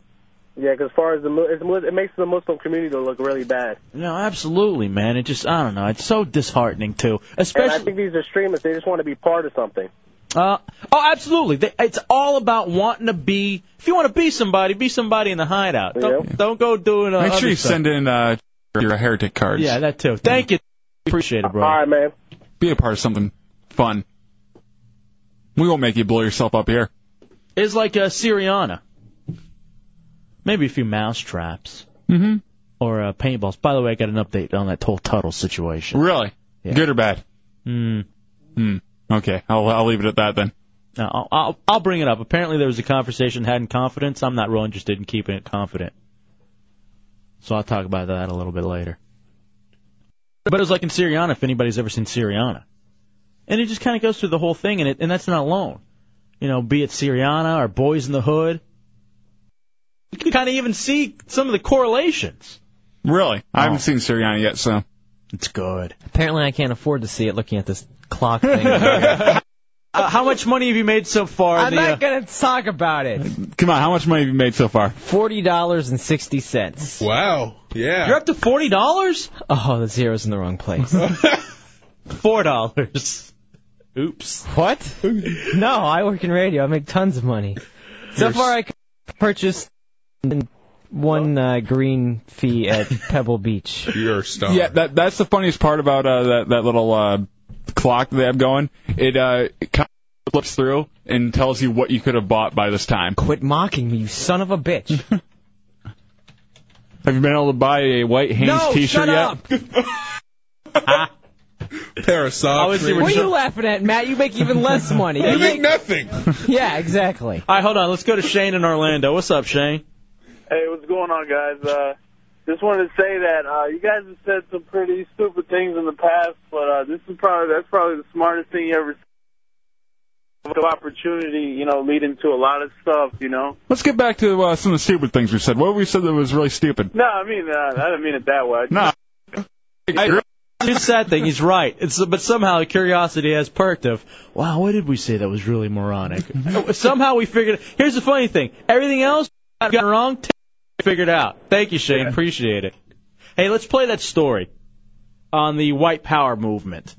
Yeah, 'cause as far as the Mu- it's, Mu- it makes the Muslim community look really bad.
No, absolutely, man. It just I don't know. It's so disheartening too,
and I
especially.
think these extremists they just want to be part of something.
Uh, oh, absolutely. They- It's all about wanting to be. If you want to be somebody, be somebody in the hideout. Don't don't go doing. Uh,
Make
other
sure you
stuff.
send in uh, your heretic cards.
Yeah, that too. Thank you. Appreciate it, bro. All
right, man.
Be a part of something fun. We won't make you blow yourself up here.
It's like uh, Syriana. Maybe a few mouse traps.
Mm-hmm.
Or uh, paintballs. By the way, I got an update on that whole Tuttle situation.
Really? Good or bad?
Hmm.
Hmm. Okay, I'll I'll leave it at that then.
No, I'll, I'll I'll bring it up. Apparently, there was a conversation had in confidence. I'm not real interested in keeping it confident. So I'll talk about that a little bit later. But it was like in Syriana, if anybody's ever seen Syriana. And it just kind of goes through the whole thing, and it, and that's not alone. You know, be it Syriana or Boys in the Hood. You can kind of even see some of the correlations.
Really? I
Oh.
haven't seen Sirianni yet, so.
It's good.
Apparently, I can't afford to see it looking at this clock thing.
Uh, how much money have you made so far?
I'm
The, uh,
not going to talk about it.
Come on, how much money have you made so far?
Forty dollars and sixty cents.
Wow. Yeah.
You're up to forty dollars?
Oh, the zero's in the wrong place.
Four dollars. Oops.
What? no, I work in radio. I make tons of money. So
You're
far, I purchased one uh, green fee at Pebble Beach.
You're star.
Yeah, that that's the funniest part about uh, that that little uh, clock that they have going. It uh it kind of flips through and tells you what you could have bought by this time.
Quit mocking me, you son of a bitch.
have you been able to buy a white Hanes
No,
T-shirt
shut
yet?
up.
Pair of
What
socks.
are you laughing at, Matt? You make even less money.
You
make
nothing.
Yeah, exactly.
All right, hold on. Let's go to Shane in Orlando. What's up, Shane?
Hey, what's going on, guys? Uh, just wanted to say that uh, you guys have said some pretty stupid things in the past, but uh, this is probably that's probably the smartest thing you ever. said. The opportunity, you know, leading to a lot of stuff, you know.
Let's get back to uh, some of the stupid things we said. What we said that was really stupid.
No, I mean, uh, I didn't mean it that way.
No.
It's sad thing. He's right. It's but somehow curiosity has perked of. Wow, what did we say that was really moronic? somehow we figured. Here's the funny thing. Everything else I got wrong. T- figured out. Thank you, Shane. Appreciate it. Hey, let's play that story on the white power movement.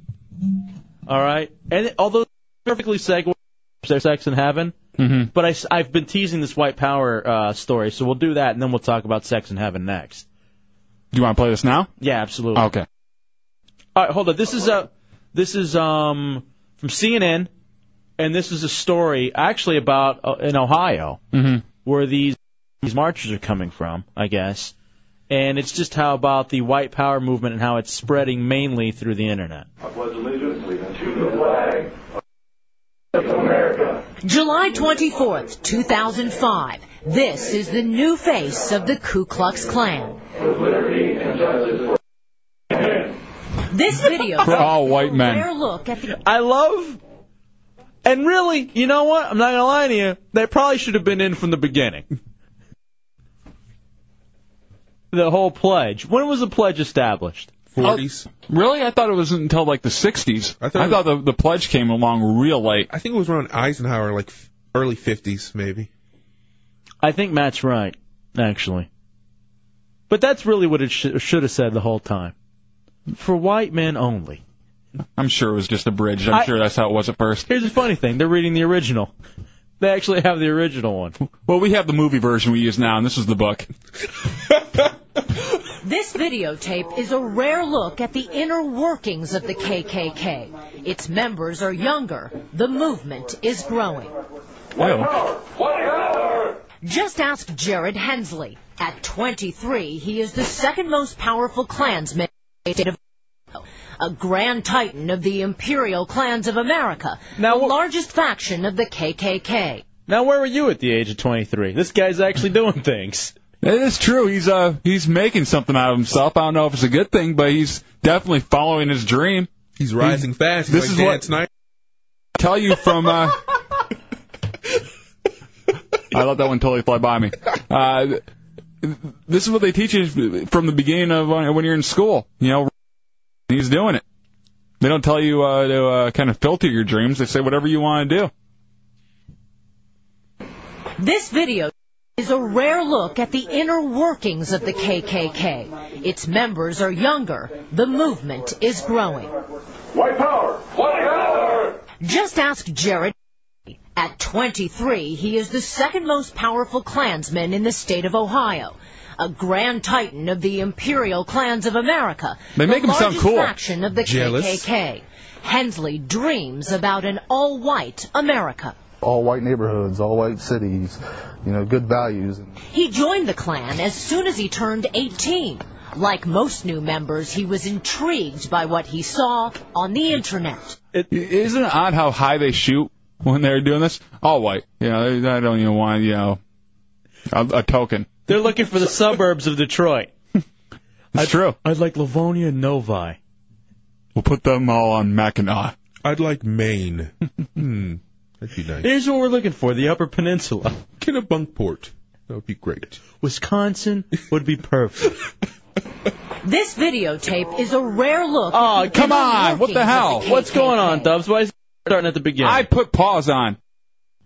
All right. And it- although it's perfectly segues their sex in heaven.
Mm-hmm.
But I, s- I've been teasing this white power uh, story, so we'll do that, and then we'll talk about sex in heaven next.
Do you want to play this now?
Yeah, absolutely.
Okay.
All right, hold on. This is a this is um from CNN, and this is a story actually about uh, in Ohio
Mm-hmm.
where these these marchers are coming from, I guess, and it's just how about the white power movement and how it's spreading mainly through the internet.
July 24th, 2005. This is the new face of the Ku Klux Klan. This video
For all white men.
rare look at the
I love. And really, you know what? I'm not gonna lie to you. They probably should have been in from the beginning. the whole pledge. When was the pledge established?
40s.
Oh, Really? I thought it was until like the 60s. I thought,
thought it was-
the, the pledge came along real late.
I think it was around Eisenhower, like f- early 50s, maybe.
I think Matt's right, actually. But that's really what it sh- should have said the whole time. For white men only.
I'm sure it was just a bridge. I'm
I-
sure that's how it was at first.
Here's the funny thing they're reading the original. They actually have the original one.
Well, we have the movie version we use now, and this is the book.
This videotape is a rare look at the inner workings of the KKK. Its members are younger. The movement is growing. Just ask Jared Hensley. At 23, he is the second most powerful Klansman in the state of Ohio. a grand titan of the imperial clans of America, the largest faction of the KKK.
Now, where were you at the age of 23? This guy's actually doing things.
It is true. He's uh he's making something out of himself. I don't know if it's a good thing, but he's definitely following his dream.
He's rising fast. He's
this
like
is
Dan
what
Snyder.
tell you from. Uh, I let that one totally fly by me. Uh, this is what they teach you from the beginning of when when you're in school. You know, he's doing it. They don't tell you uh, to uh, kind of filter your dreams. They say whatever you want to do.
This video is a rare look at the inner workings of the KKK. Its members are younger. The movement is growing.
White power! White power!
Just ask Jared. At 23, he is the second most powerful Klansman in the state of Ohio, a grand titan of the imperial clans of America.
They make
the
him sound
largest
cool.
faction of the
Jealous.
KKK. Hensley dreams about an all-white America.
all white neighborhoods, all white cities, you know, good values.
He joined the Klan as soon as he turned 18. Like most new members, he was intrigued by what he saw on the internet.
It, isn't it odd how high they shoot when they're doing this? All white. You know, they- I don't even want you know a, a token.
They're looking for the suburbs of Detroit.
It's true.
I'd like Livonia and Novi.
We'll put them all on Mackinac.
I'd like Maine. hmm. That'd be nice.
Here's what we're looking for: the Upper Peninsula.
Kennebunkport. That would be great.
Wisconsin would be perfect.
This videotape is a rare look. at
Oh,
the
come
inner
on! What
workings
the
of
hell? What's going on, Dubs? Why is it starting at the beginning? I
put pause on.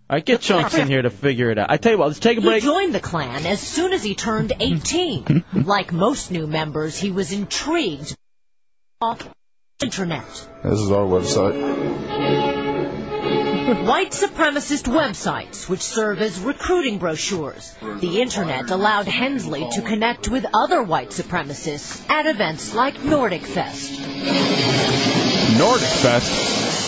I get chunks in here to figure it out. I tell you what, let's take a
He
break.
joined the Klan as soon as he turned 18. like most new members, he was intrigued by the internet.
This is our website.
White supremacist websites, which serve as recruiting brochures. The internet allowed Hensley to connect with other white supremacists at events like Nordic Fest.
Nordic Fest.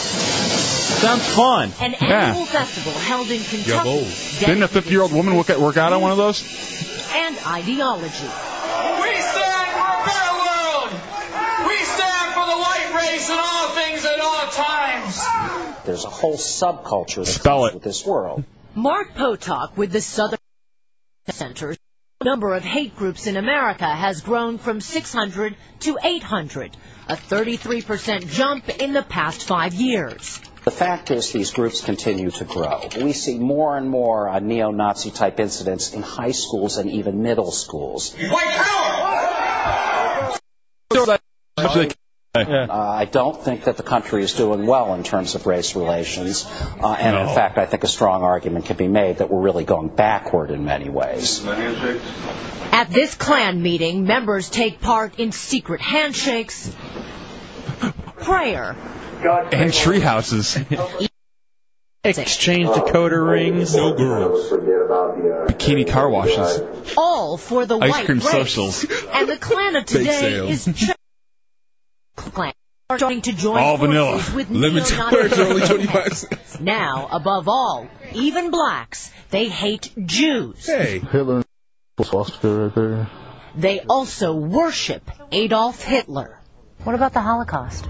Sounds fun.
An annual
Yeah.
festival held in Kentucky.
Didn't a 50 year old woman work, at, work out on one of those?
and ideology.
We stand for a better world! We stand for the white race in all things at all times!
There's a whole subculture that comes with this world.
Mark Potok with the Southern Center. The number of hate groups in America has grown from 600 to 800, a 33% jump in the past five years.
The fact is, these groups continue to grow. We see more and more uh, neo-Nazi type incidents in high schools and even middle schools. Uh, I don't think that the country is doing well in terms of race relations, uh, and in fact, I think a strong argument can be made that we're really going backward in many ways.
At this Klan meeting, members take part in secret handshakes, prayer,
And tree houses.
Exchange decoder rings.
No girls. Bikini car washes.
all for the
Ice
white
cream
race.
socials.
And the Klan of
Bake
today
sales.
is just Klan are starting to join
All vanilla.
forces with
Lemon
neo-Nazis
squares are only
and
25
heads. Now, above all, even blacks, they hate Jews.
Hitler and swastika right there.
They also worship Adolf Hitler. What about the Holocaust?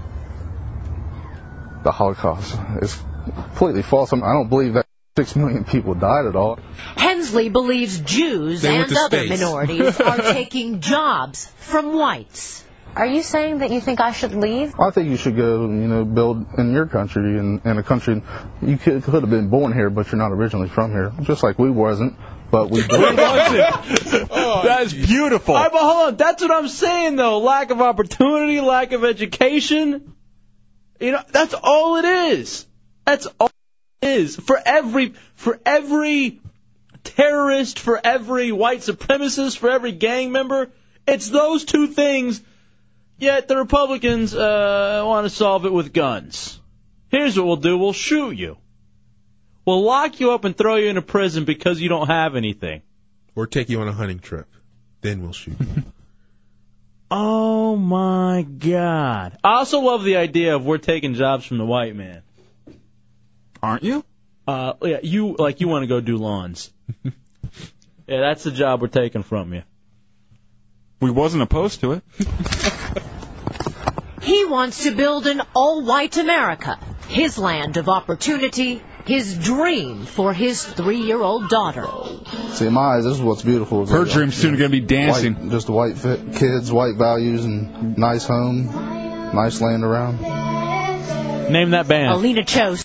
The Holocaust is completely false. I mean, I don't believe that six million people died at all.
Hensley believes Jews
They went
and
to
other
space.
minorities are taking jobs from whites. Are you saying that you think I should leave?
I think you should go, you know, build in your country and in a country you could, could have been born here, but you're not originally from here. Just like we wasn't, but we.
Oh,
that is beautiful.
I, but hold on, that's what I'm saying though. Lack of opportunity, lack of education. You know, that's all it is. That's all it is. For every for every terrorist, for every white supremacist, for every gang member, it's those two things. Yet the Republicans uh, want to solve it with guns. Here's what we'll do: we'll shoot you. We'll lock you up and throw you into prison because you don't have anything.
Or take you on a hunting trip. Then we'll shoot.
Oh my God! I also love the idea of we're taking jobs from the white man.
Aren't you?
Uh, yeah, you like you want to go do lawns. yeah, that's the job we're taking from you.
We wasn't opposed to it.
He wants to build an all-white America, his land of opportunity, his dream for his three-year-old daughter.
See, in my eyes, this is what's beautiful. is
Her
that,
dream's soon gonna be dancing.
White, just the white fit, kids, white values, and nice home, nice land around.
Name that band.
Alina Cho,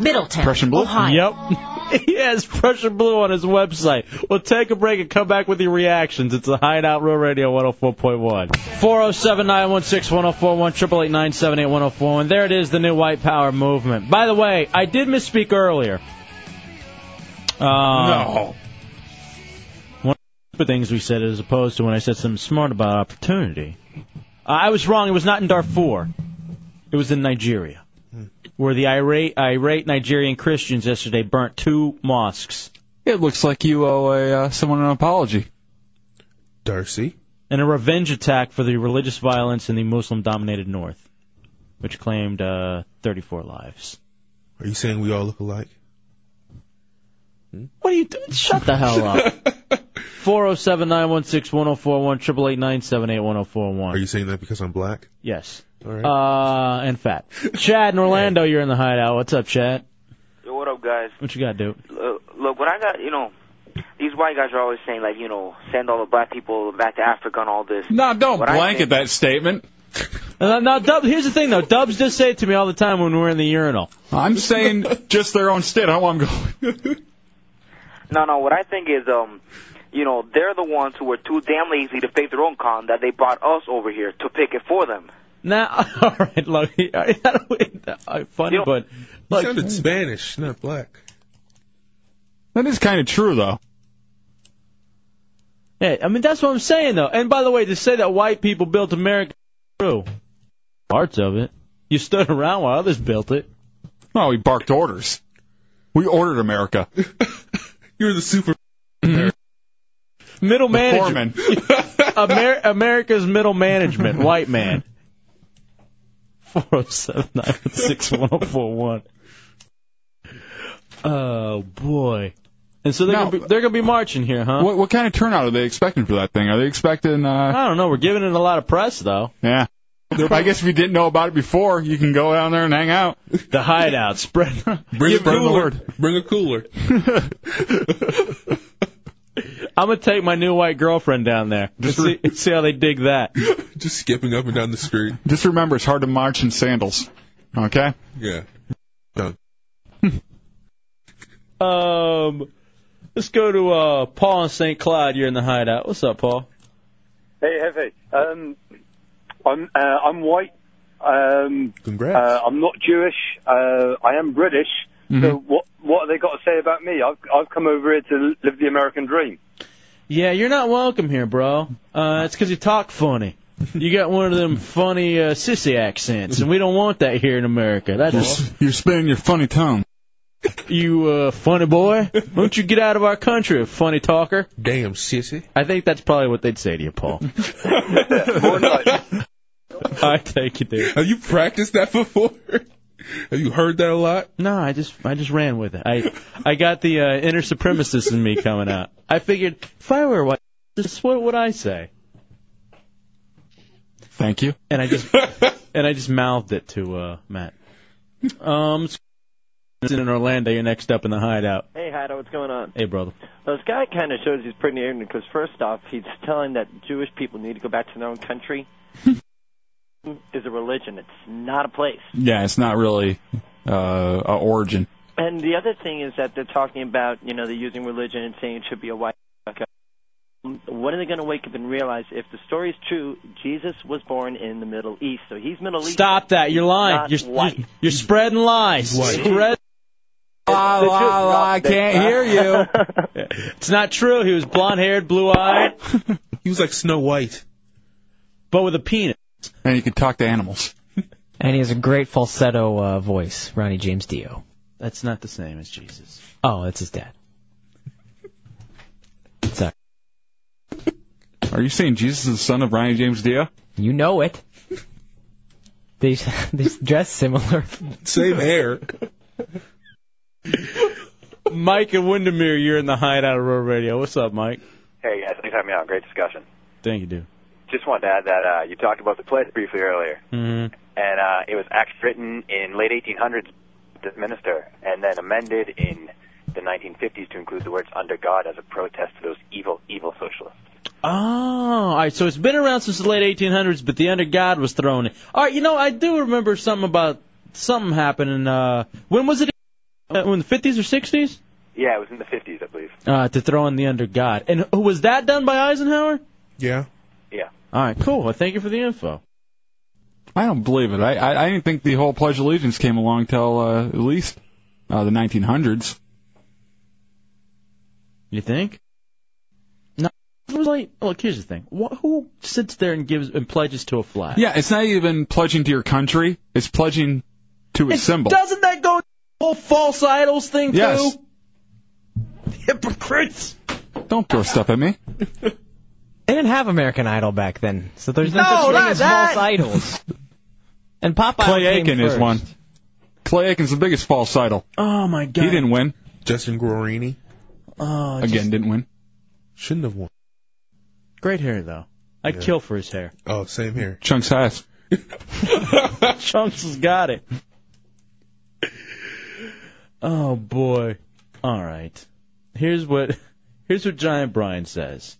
Middletown, Ohio.
Yep. he has Pressure Blue on his website. We'll take a break and come back with your reactions. It's a Hideout Real Radio 104.1. 407 916 1041, 888 978 1041. There it is, the new white power movement. By the way, I did misspeak earlier. Uh,
No.
One of the stupid things we said as opposed to when I said something smart about opportunity. I was wrong. It was not in Darfur. It was in Nigeria, where the irate, irate Nigerian Christians yesterday burnt two mosques.
It looks like you owe a, uh, someone an apology.
Darcy.
In a revenge attack for the religious violence in the Muslim-dominated North, which claimed uh, 34 lives.
Are you saying we all look alike?
What are you doing? Shut the hell up. 407 916 1041, 888 978 1041. Are
you saying that because I'm black?
Yes.
All right.
Uh, and fat. Chad in Orlando, you're in the hideout. What's up, Chad?
Yo, what up, guys?
What you got, dude?
L- Look, when I got, you know, these white guys are always saying, like, you know, send all the black people back to Africa and all this.
No, don't
What I
blanket that statement.
Now, now, Dub, here's the thing, though. Dubs does say it to me all the time when we're in the urinal.
I'm saying just their own state. How I'm going.
No, no, what I think is, um, you know, they're the ones who were too damn lazy to face their own con that they brought us over here to pick it for them.
Now, all right, look, I don't- uh, funny, but
You sounded Spanish, not black.
That is kind of true, though.
Yeah, I mean that's what I'm saying, though. And by the way, to say that white people built America, is true. Parts of it. You stood around while others built it.
Well, we barked orders. We ordered America. Mm-hmm.
You're the super.
Middle
The
management. Amer- America's middle management, white man. 407 Oh boy. And so they're
Now-
gonna be, they're gonna be marching here, huh?
What, what kind of turnout are they expecting for that thing? Are they expecting? Uh,
I don't know. We're giving it a lot of press, though.
Yeah. I guess if you didn't know about it before, you can go down there and hang out.
The hideout spread.
Bring,
Give
bring the
cooler.
word.
Bring a cooler.
I'm gonna take my new white girlfriend down there. Just see, see how they dig that.
Just skipping up and down the street.
Just remember, it's hard to march in sandals. Okay.
Yeah.
Um, let's go to uh, Paul in St. Cloud. You're in the hideout. What's up, Paul?
Hey, Heavy. Um, I'm uh, I'm white. Um,
Congrats.
Uh, I'm not Jewish. Uh, I am British. So what what have they got to say about me? I've I've come over here to live the American dream.
Yeah, you're not welcome here, bro. Uh, it's 'cause you talk funny. You got one of them funny uh, sissy accents, and we don't want that here in America. That's
You're spinning your funny tongue.
you uh, funny boy. Why don't you get out of our country, funny talker?
Damn sissy.
I think that's probably what they'd say to you, Paul. I take you, dude.
Have you practiced that before? Have you heard that a lot?
No, I just I just ran with it. I I got the uh, inner supremacist in me coming out. I figured if I were white, this what would I say?
Thank you.
And I just and I just mouthed it to uh, Matt. Um, it's in Orlando. You're next up in the hideout.
Hey, Hida, what's going on?
Hey, brother.
Now, this guy kind of shows he's pretty ignorant because, first off, he's telling that Jewish people need to go back to their own country. is a religion. It's not a place.
Yeah, it's not really uh, a origin.
And the other thing is that they're talking about, you know, they're using religion and saying it should be a white America. When are they going to wake up and realize if the story's true, Jesus was born in the Middle East, so he's Middle East.
Stop that! You're lying.
Not
You're you're, you're spreading lies. Spread. La
They're just
la la! Ah, Oh, I
not- they're
can't hear you. it's not true. He was blonde-haired, blue-eyed.
he was like Snow White,
but with a penis.
And you can talk to animals.
And he has a great falsetto uh, voice, Ronnie James Dio.
That's not the same as Jesus.
Oh, that's his dad. Sorry.
Are you saying Jesus is the son of Ryan James Dio?
You know it. They they dress similar.
same hair.
Mike and Windermere, you're in the hideout of Road Radio. What's up, Mike?
Hey guys, thanks for having me on. Great discussion.
Thank you, dude.
just wanted to add that uh, you talked about the pledge briefly earlier,
Mm-hmm.
and uh, it was actually written in late 1800s, by this minister, and then amended in the 1950s to include the words "under God" as a protest to those evil, evil socialists.
Oh, all right. So it's been around since the late 1800s, but the under God was thrown in. All right, you know, I do remember something about something happening. Uh, when was it? Uh, in the 50s or 60s?
Yeah, it was in the 50s, I believe.
Uh, to throw in the under God. And who- was that done by Eisenhower?
Yeah.
Yeah.
All right, cool. Well, thank you for the info.
I don't believe it. I I, I didn't think the whole Pledge of Allegiance came along till uh, at least uh, the 1900s.
You think? No, it was like, look, here's the thing. Wh- who sits there and gives and pledges to a flag?
Yeah, it's not even pledging to your country. It's pledging to a symbol.
Doesn't that go whole false idols thing
Yes.
too? Hypocrites.
Don't throw stuff at me.
They didn't have American Idol back then, so there's no,
No,
such
not
thing as
that.
false idols. and Popeye
Clay
came
Aiken is
first.
one. Clay Aiken's the biggest false idol.
Oh my
He didn't win.
Justin Guarini
Oh,
Again, didn't win.
shouldn't have won.
Great hair though. I'd
Yeah.
kill for his hair.
Oh, same here.
Chunks has.
Chunks has got it. Oh boy. All right. Here's what here's what Giant Brian says.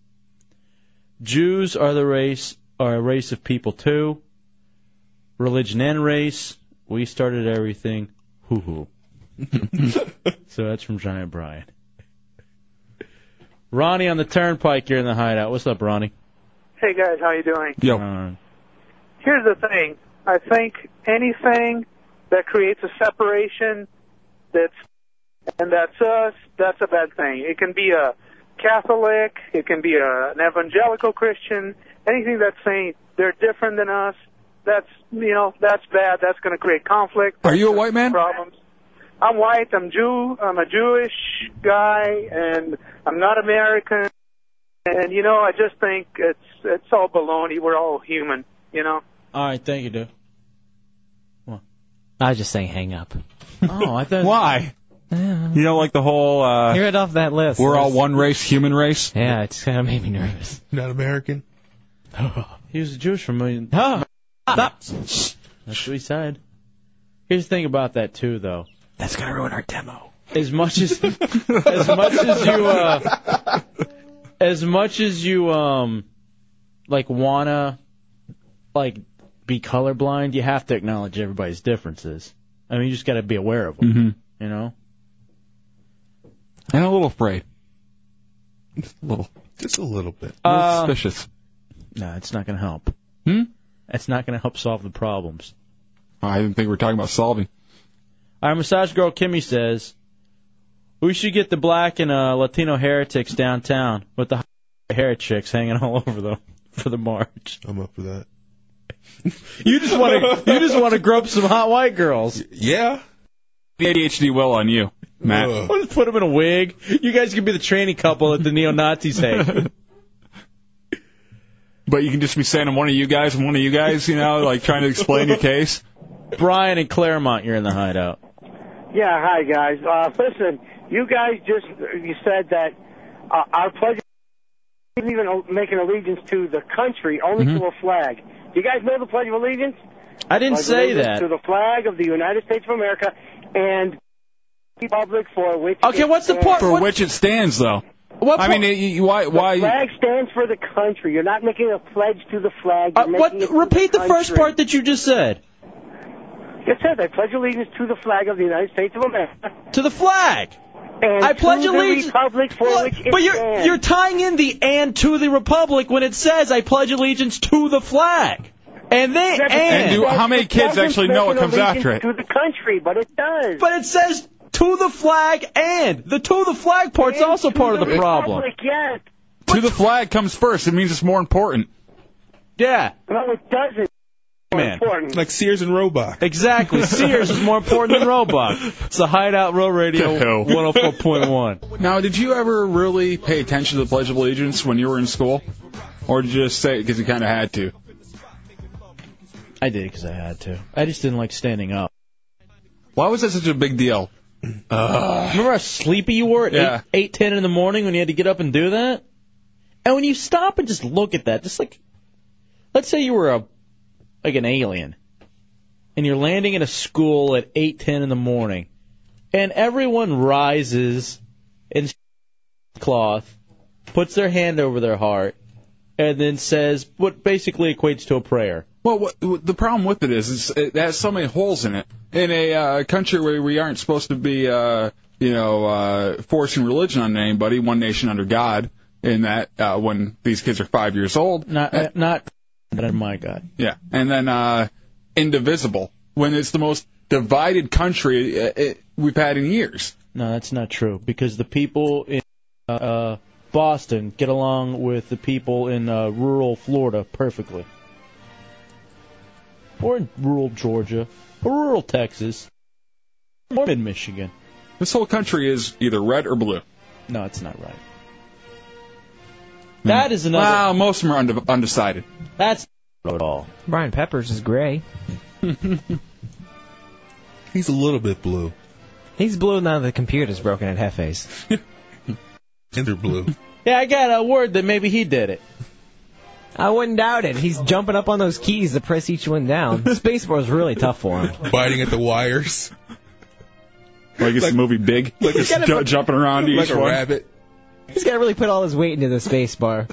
Jews are the race are a race of people too. Religion and race. We started everything. Hoo hoo. so that's from Giant Brian. Ronnie on the turnpike here in the hideout. What's up, Ronnie?
Hey guys, how you doing?
Yo.
Here's the thing. I think anything that creates a separation that's and that's us, that's a bad thing. It can be a Catholic, it can be a, an evangelical Christian, anything that's saying they're different than us, that's you know, that's bad, that's gonna create conflict.
Are you a white man?
Problems. I'm white, I'm Jew, I'm a Jewish guy and I'm not American. And you know, I just think it's it's all baloney. We're all human, you know.
All right, thank you, dude.
I was just saying, hang up.
Oh, I thought.
Why? You know, like the whole. Uh,
You're it off that list.
We're all one race, human race.
Yeah, it's kind of made me nervous.
Not American.
He was a Jewish for a million.
Stop.
That's what he said. Here's the thing about that too, though. That's gonna ruin our demo. As much as, as much as you, uh, as much as you, um, like wanna, like, be colorblind, you have to acknowledge everybody's differences. I mean, you just gotta be aware of them.
Mm-hmm.
You know.
And a little afraid. Just a little.
Just a little bit.
A little
Uh,
suspicious.
No, it's not gonna help.
Hmm?
It's not gonna help solve the problems.
Oh, I didn't think we were talking about solving.
Our massage girl Kimmy says, "We should get the black and uh, Latino heretics downtown with the hair chicks hanging all over them for the march."
I'm up for that.
you just want to you just want to grope some hot white girls.
Yeah.
The ADHD will on you, Matt.
Or just put them in a wig. You guys could be the training couple that the neo Nazis hate.
But you can just be saying one of you guys and one of you guys, you know, like trying to explain your case.
Brian and Claremont, you're in the hideout.
Yeah, hi guys. Uh, listen, you guys just you said that uh, our pledge isn't even make an allegiance to the country, only to a flag. Do you guys know the Pledge of Allegiance?
Mm-hmm. I didn't
Pledge of
say
Allegiance
that.
To the flag of the United States of America and the Republic for which.
Okay,
it
what's
stands.
for which it stands though? I mean, it- you- why? Why?
The flag stands for the country. You're not making a pledge to the flag.
Uh,
You're
what?
making it to
Repeat the first
country.
part that you just said.
It says I pledge allegiance to the flag of the United States of America.
To the flag.
And
I
to
pledge
the
allegiance-
Republic for
Look,
which it
but you're
stands.
you're tying in the and to the republic when it says I pledge allegiance to the flag. And they and,
And do- how many kids actually know what comes after it?
to the country, but it does.
But it says to the flag and the to the flag part's also part of the problem.
Republic, yes.
To the flag comes first. It means it's more important.
Yeah.
No, it doesn't.
Man.
Important.
Like Sears and Roebuck.
Exactly. Sears is more important than Roebuck. It's a Hideout Row Radio
hell.
104.1.
Now, did you ever really pay attention to the Pledge of Allegiance when you were in school, or did you just say it because you kind of had to?
I did because I had to. I just didn't like standing up.
Why was that such a big deal?
Remember how sleepy you were at
Yeah.
eight eight ten in the morning when you had to get up and do that? And when you stop and just look at that, just like let's say you were a like an alien, and you're landing in a school at eight ten in the morning, and everyone rises in cloth, puts their hand over their heart, and then says what basically equates to a prayer.
Well, what, what, the problem with it is, is it has so many holes in it. In a uh, country where we aren't supposed to be, uh, you know, uh, forcing religion on anybody, one nation under God, in that uh, when these kids are five years old.
Not, uh, not, but my God.
Yeah, and then uh, indivisible when it's the most divided country uh, it, we've had in years.
No, that's not true because the people in uh, uh, Boston get along with the people in uh, rural Florida perfectly, or in rural Georgia, or rural Texas, or in Michigan.
This whole country is either red or blue.
No, it's not right. That is another.
Hmm. Well, most of them are unde- undecided.
That's not at all.
Brian Peppers is gray.
He's a little bit blue.
He's blue now the computer's broken at Hefe's.
Tinder blue.
Yeah, I got a word that maybe he did it.
I wouldn't doubt it. He's jumping up on those keys to press each one down. Spaceboar is really tough for him.
Biting at the wires.
Like it's the movie Big.
Like
It's
gotta
ju-
put-
jumping around to
Like
each
a
one.
rabbit.
He's got to really put all his weight into the spacebar.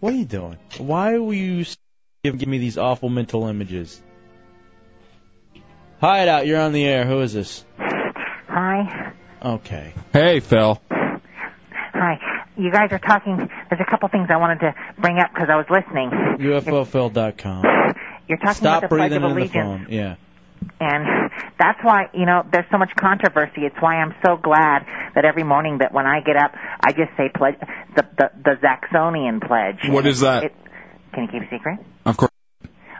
What are you doing? Why will you s- give, give me these awful mental images? Hideout, you're on the air. Who is this?
Hi.
Okay.
Hey, Phil.
Hi. You guys are talking. There's a couple things I wanted to bring up because I was listening.
UFOphil.com.
You're talking
Stop
about the Pledge
breathing in
of
the
Allegiance,
phone. Yeah.
and that's why you know there's so much controversy. It's why I'm so glad that every morning that when I get up, I just say pledge the the, the Zaxonian pledge.
What is that?
It, can you keep a secret?
Of course.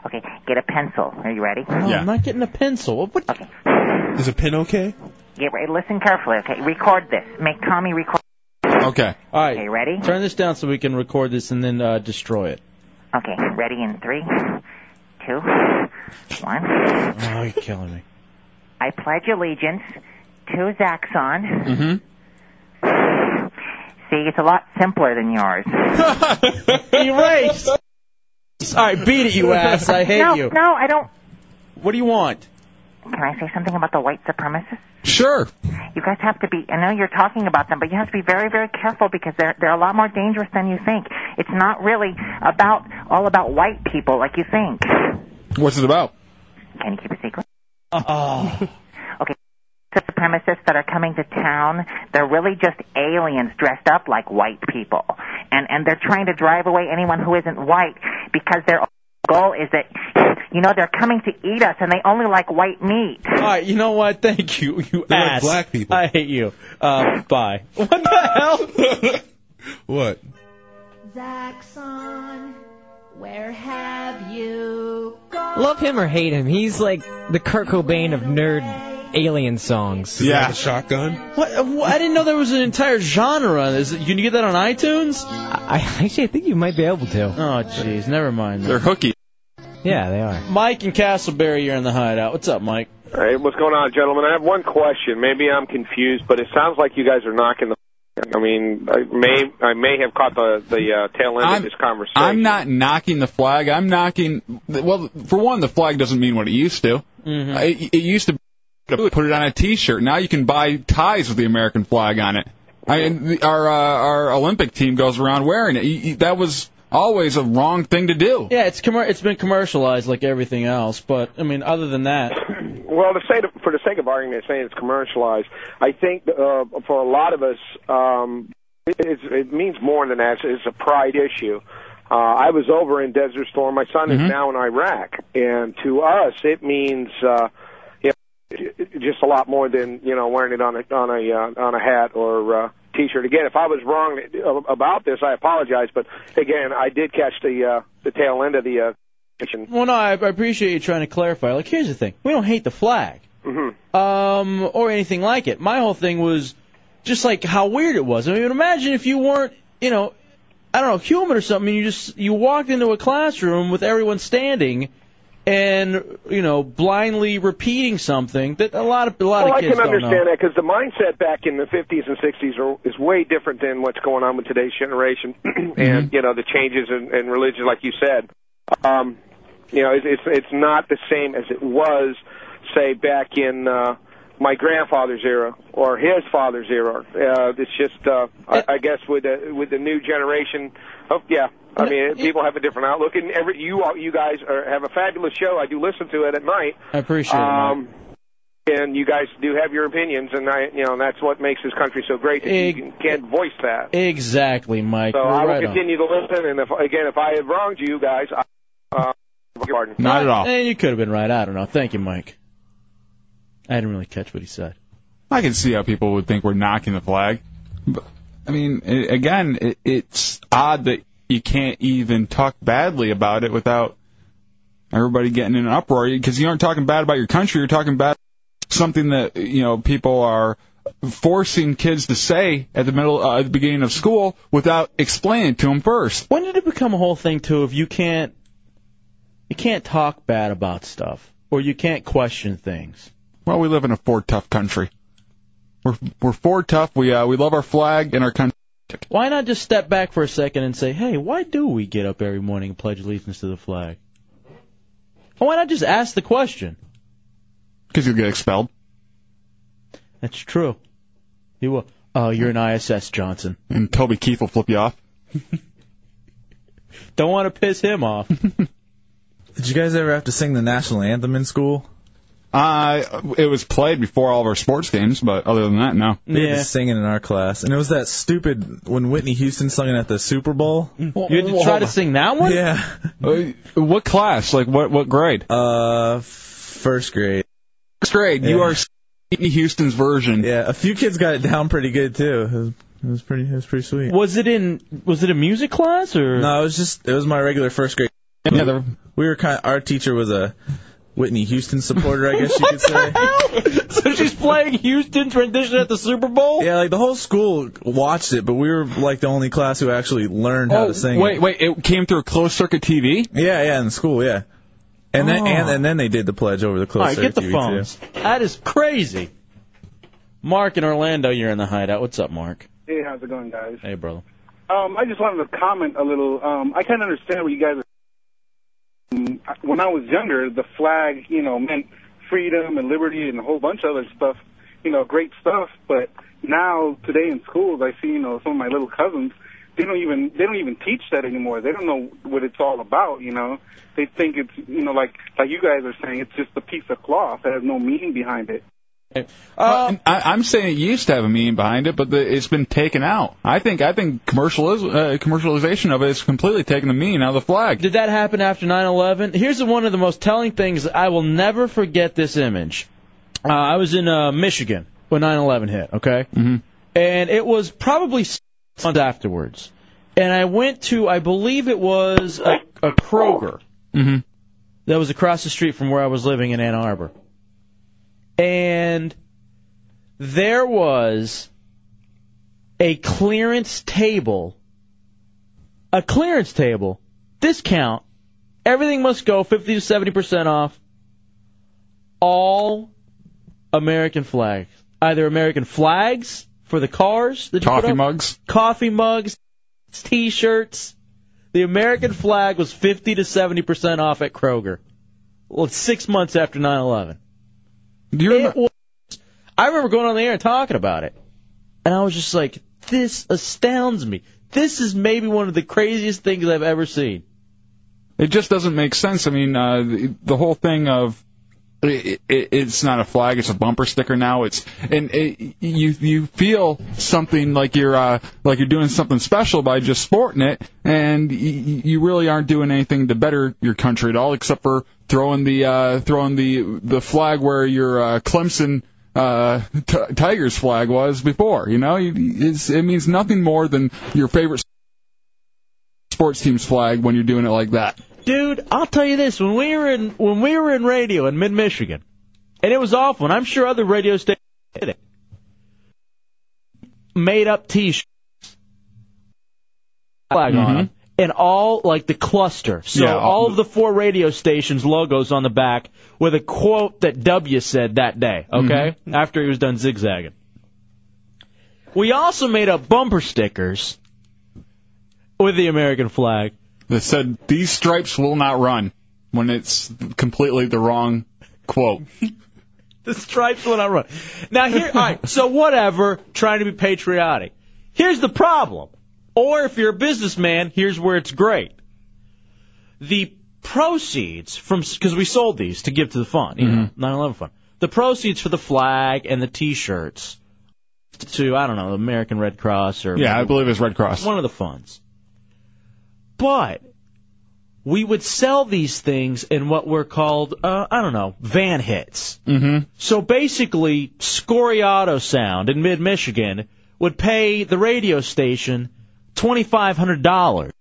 Okay, get a pencil. Are you ready?
No, I'm not getting a pencil. What? what-
Is a pin okay?
Get ready. Listen carefully. Okay, record this. Make Tommy record.
Okay.
All right.
Okay, ready?
Turn this down so we can record this and then uh, destroy it.
Okay, ready in three, two, one.
Oh, you're killing me.
I pledge allegiance to Zaxxon.
Mm-hmm.
Mm-hmm.
See, it's a lot simpler than yours.
Erased. All right, beat it, you ass. I hate
no,
you.
No, I don't.
What do you want?
Can I say something about the white supremacists?
Sure.
You guys have to be. I know you're talking about them, but you have to be very, very careful because they're they're a lot more dangerous than you think. It's not really about all about white people like you think.
What's it about?
Can you keep a secret?
Oh.
Okay. The supremacists that are coming to town, they're really just aliens dressed up like white people. And and they're trying to drive away anyone who isn't white because their goal is that you know they're coming to eat us and they only like white meat.
All right, you know what? Thank you, you
They're like
ass.
black people.
I hate you. Uh, bye. What the hell?
What?
Zaxxon, where have you gone?
Love him or hate him, he's like the Kurt Cobain of nerd alien songs.
Does he have a shotgun?
What? what- I didn't know there was an entire genre. Is it, can you get that on iTunes?
I actually I think you might be able to.
Oh, jeez, never mind.
They're hooky.
Yeah, they are.
Mike and Castleberry, you're in the hideout. What's up, Mike?
All right, what's going on, gentlemen? I have one question. Maybe I'm confused, but it sounds like you guys are knocking the. I mean, I may I may have caught the the uh, tail end
I'm-
of this conversation.
I'm not knocking the flag. I'm knocking. Well, for one, the flag doesn't mean what it used to.
Mm-hmm.
Uh, It, it used to be to put it on a T-shirt. Now you can buy ties with the American flag on it. I mean, the- our uh, our Olympic team goes around wearing it. You- you- That was always a wrong thing to do.
Yeah, it's commer- it's been commercialized like everything else, but I mean, other than that,
Well, to say for the sake of argument, saying it's commercialized, I think uh, for a lot of us, um, it, it's, it means more than that. It's a pride issue. Uh, I was over in Desert Storm. My son
Mhm.
is now in Iraq, and to us, it means uh, you know, just a lot more than you know wearing it on a on a uh, on a hat or. Uh, T-shirt again. If I was wrong about this, I apologize. But again, I did catch the uh, the tail end of the. Uh,
well, no, I, I appreciate you trying to clarify. Like, here's the thing: we don't hate the flag,
hmm
Mm-hmm.
um, or anything like it. My whole thing was just like how weird it was. I mean, imagine if you weren't, you know, I don't know, human or something. And you just you walked into a classroom with everyone standing, and you know blindly repeating something that a lot of a lot
well,
of
I
kids
can
don't know.
understand that 'cause that because the mindset back in the 50s and 60s are, is way different than what's going on with today's generation,
Mm-hmm.
and you know the changes in, in religion, like you said, um, you know, it's, it's it's not the same as it was, say, back in uh, my grandfather's era or his father's era. Uh, it's just, uh, I, I guess, with the, with the new generation, oh yeah. I mean, people have a different outlook, and every you all, you guys are, have a fabulous show. I do listen to it at night,
I appreciate it. man.
um, and you guys do have your opinions, and I, you know, and that's what makes this country so great that you can, can't voice that.
Exactly, Mike.
So
You're
I will
right on.
continue to listen, and if again, if I have wronged you guys, I, uh, beg your pardon.
And you could have been right. I don't know. Thank you, Mike. I didn't really catch what he said.
I can see how people would think we're knocking the flag. But, I mean, i again, it, it's odd that you can't even talk badly about it without everybody getting in an uproar because you aren't talking bad about your country. You're talking bad something that you know people are forcing kids to say at the middle uh, at the beginning of school without explaining to them first.
When did it become a whole thing too? If you can't, you can't talk bad about stuff, or you can't question things.
Well, we live in a four tough country. We're we're four tough. We uh, we love our flag and our country.
Why not just step back for a second and say, hey, why do we get up every morning and pledge allegiance to the flag? Why not just ask the question?
Because you'll get expelled.
That's true. You will. Oh, you're an ISS, Johnson.
And Toby Keith will flip you off.
Don't want to piss him off.
Did you guys ever have to sing the national anthem in school?
Uh, it was played before all of our sports games, but other than that, no.
We had to sing it in our class, and it was that stupid when Whitney Houston sung it at the Super Bowl.
Mm. You had to try to sing that one?
Yeah.
Uh, What class? Like what? What grade?
Uh, first grade.
First grade. You are Whitney Houston's version.
Yeah. A few kids got it down pretty good too. It was, it was pretty. It was pretty sweet.
Was it in? Was it a music class or?
No, it was just. It was my regular first grade. we were kind. our teacher was a Whitney Houston supporter, I guess you could say.
so she's playing Houston rendition at the Super Bowl.
Yeah, like the whole school watched it, but we were like the only class who actually learned
Oh,
how to sing.
Oh, Wait, wait. It came through closed circuit TV.
Yeah, yeah, in school, yeah. And then
Oh.
and, and then they did the pledge over the
All
closed
right, get
circuit
the
TV
phones.
too.
That is crazy. Mark in Orlando, you're in the hideout. What's up, Mark?
Hey, how's it going, guys?
Hey, brother.
Um, I just wanted to comment a little. Um, I kind of understand what you guys are. Um, I- When I was younger, the flag, you know, meant freedom and liberty and a whole bunch of other stuff, you know, great stuff. But now, today in schools, I see, you know, some of my little cousins. They don't even they don't even teach that anymore. They don't know what it's all about. You know, they think it's you know like like you guys are saying it's just a piece of cloth that has no meaning behind it.
Oh.
Uh,
I, I'm saying it used to have a meaning behind it, but the, it's been taken out. I think I think commercializ- uh, commercialization of it has completely taken the meaning out of the flag.
Did that happen after 9/11? Here's one of the most telling things. I will never forget this image. Uh, I was in uh, Michigan when 9/11 hit. Okay, mm-hmm. and it was probably six months afterwards. And I went to, I believe it was a, a Kroger.
Mm-hmm.
that was across the street from where I was living in Ann Arbor. And there was a clearance table. A clearance table. Discount. Everything must go 50 to 70% off. All American flags. Either American flags for the cars. That you put
Coffee
up,
mugs.
Coffee mugs. T-shirts. The American flag was 50 to 70% off at Kroger. Well, it's six months after 9 11.
Do you
remember? I remember going on the air and talking about it. And I was just like, this astounds me. This is maybe one of the craziest things I've ever seen.
It just doesn't make sense. I mean, uh, the, the whole thing of it, it, it's not a flag; it's a bumper sticker now. It's and it, you you feel something like you're uh, like you're doing something special by just sporting it, and y- y- you really aren't doing anything to better your country at all, except for throwing the uh, throwing the the flag where your uh, Clemson uh, t- Tigers flag was before. You know, You- it's, it means nothing more than your favorite sports team's flag when you're doing it like that.
Dude, I'll tell you this: when we were in when we were in radio in Mid Michigan, and it was awful, and I'm sure other radio stations did it. Made up T-shirts, flag on
Mhm.
'em, and all like the cluster. So
Yeah.
Mm-hmm. all of the four radio stations logos on the back with a quote that W said that day. Okay, after he was done zigzagging. We also made up bumper stickers with the American flag.
That said, these stripes will not run when it's completely the wrong quote.
The stripes will not run. Now here, all right. So whatever, trying to be patriotic. Here's the problem. Or if you're a businessman, here's where it's great. The proceeds from because we sold these to give to the fund,
Mm-hmm.
you know, 9/11 fund. The proceeds for the flag and the T-shirts to I don't know, the American Red Cross or
Yeah, I believe it's Red Cross.
One of the funds. But we would sell these things in what were called uh, I don't know van hits.
Mm-hmm.
So basically, Scoriato Sound in mid Michigan would pay the radio station $2,500.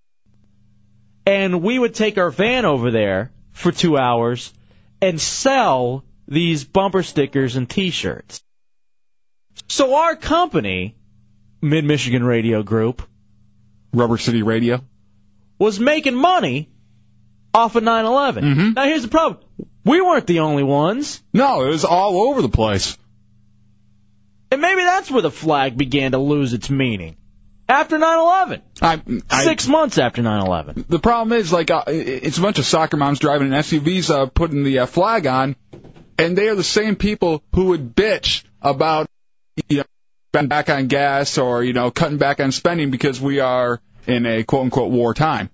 And we would take our van over there for two hours and sell these bumper stickers and t shirts. So our company, Mid Michigan Radio Group,
Rubber City Radio,
was making money off of 9 11. Now here's the problem we weren't the only ones.
Mm-hmm. No, it was all over the place.
And maybe that's where the flag began to lose its meaning. After 9/11. Six months after 9/11.
The problem is, like, uh, i- it's a bunch of soccer moms driving in SUVs, uh, putting the uh, flag on, and they are the same people who would bitch about, you know, cutting back on gas or you know, cutting back on spending because we are in a quote unquote war time.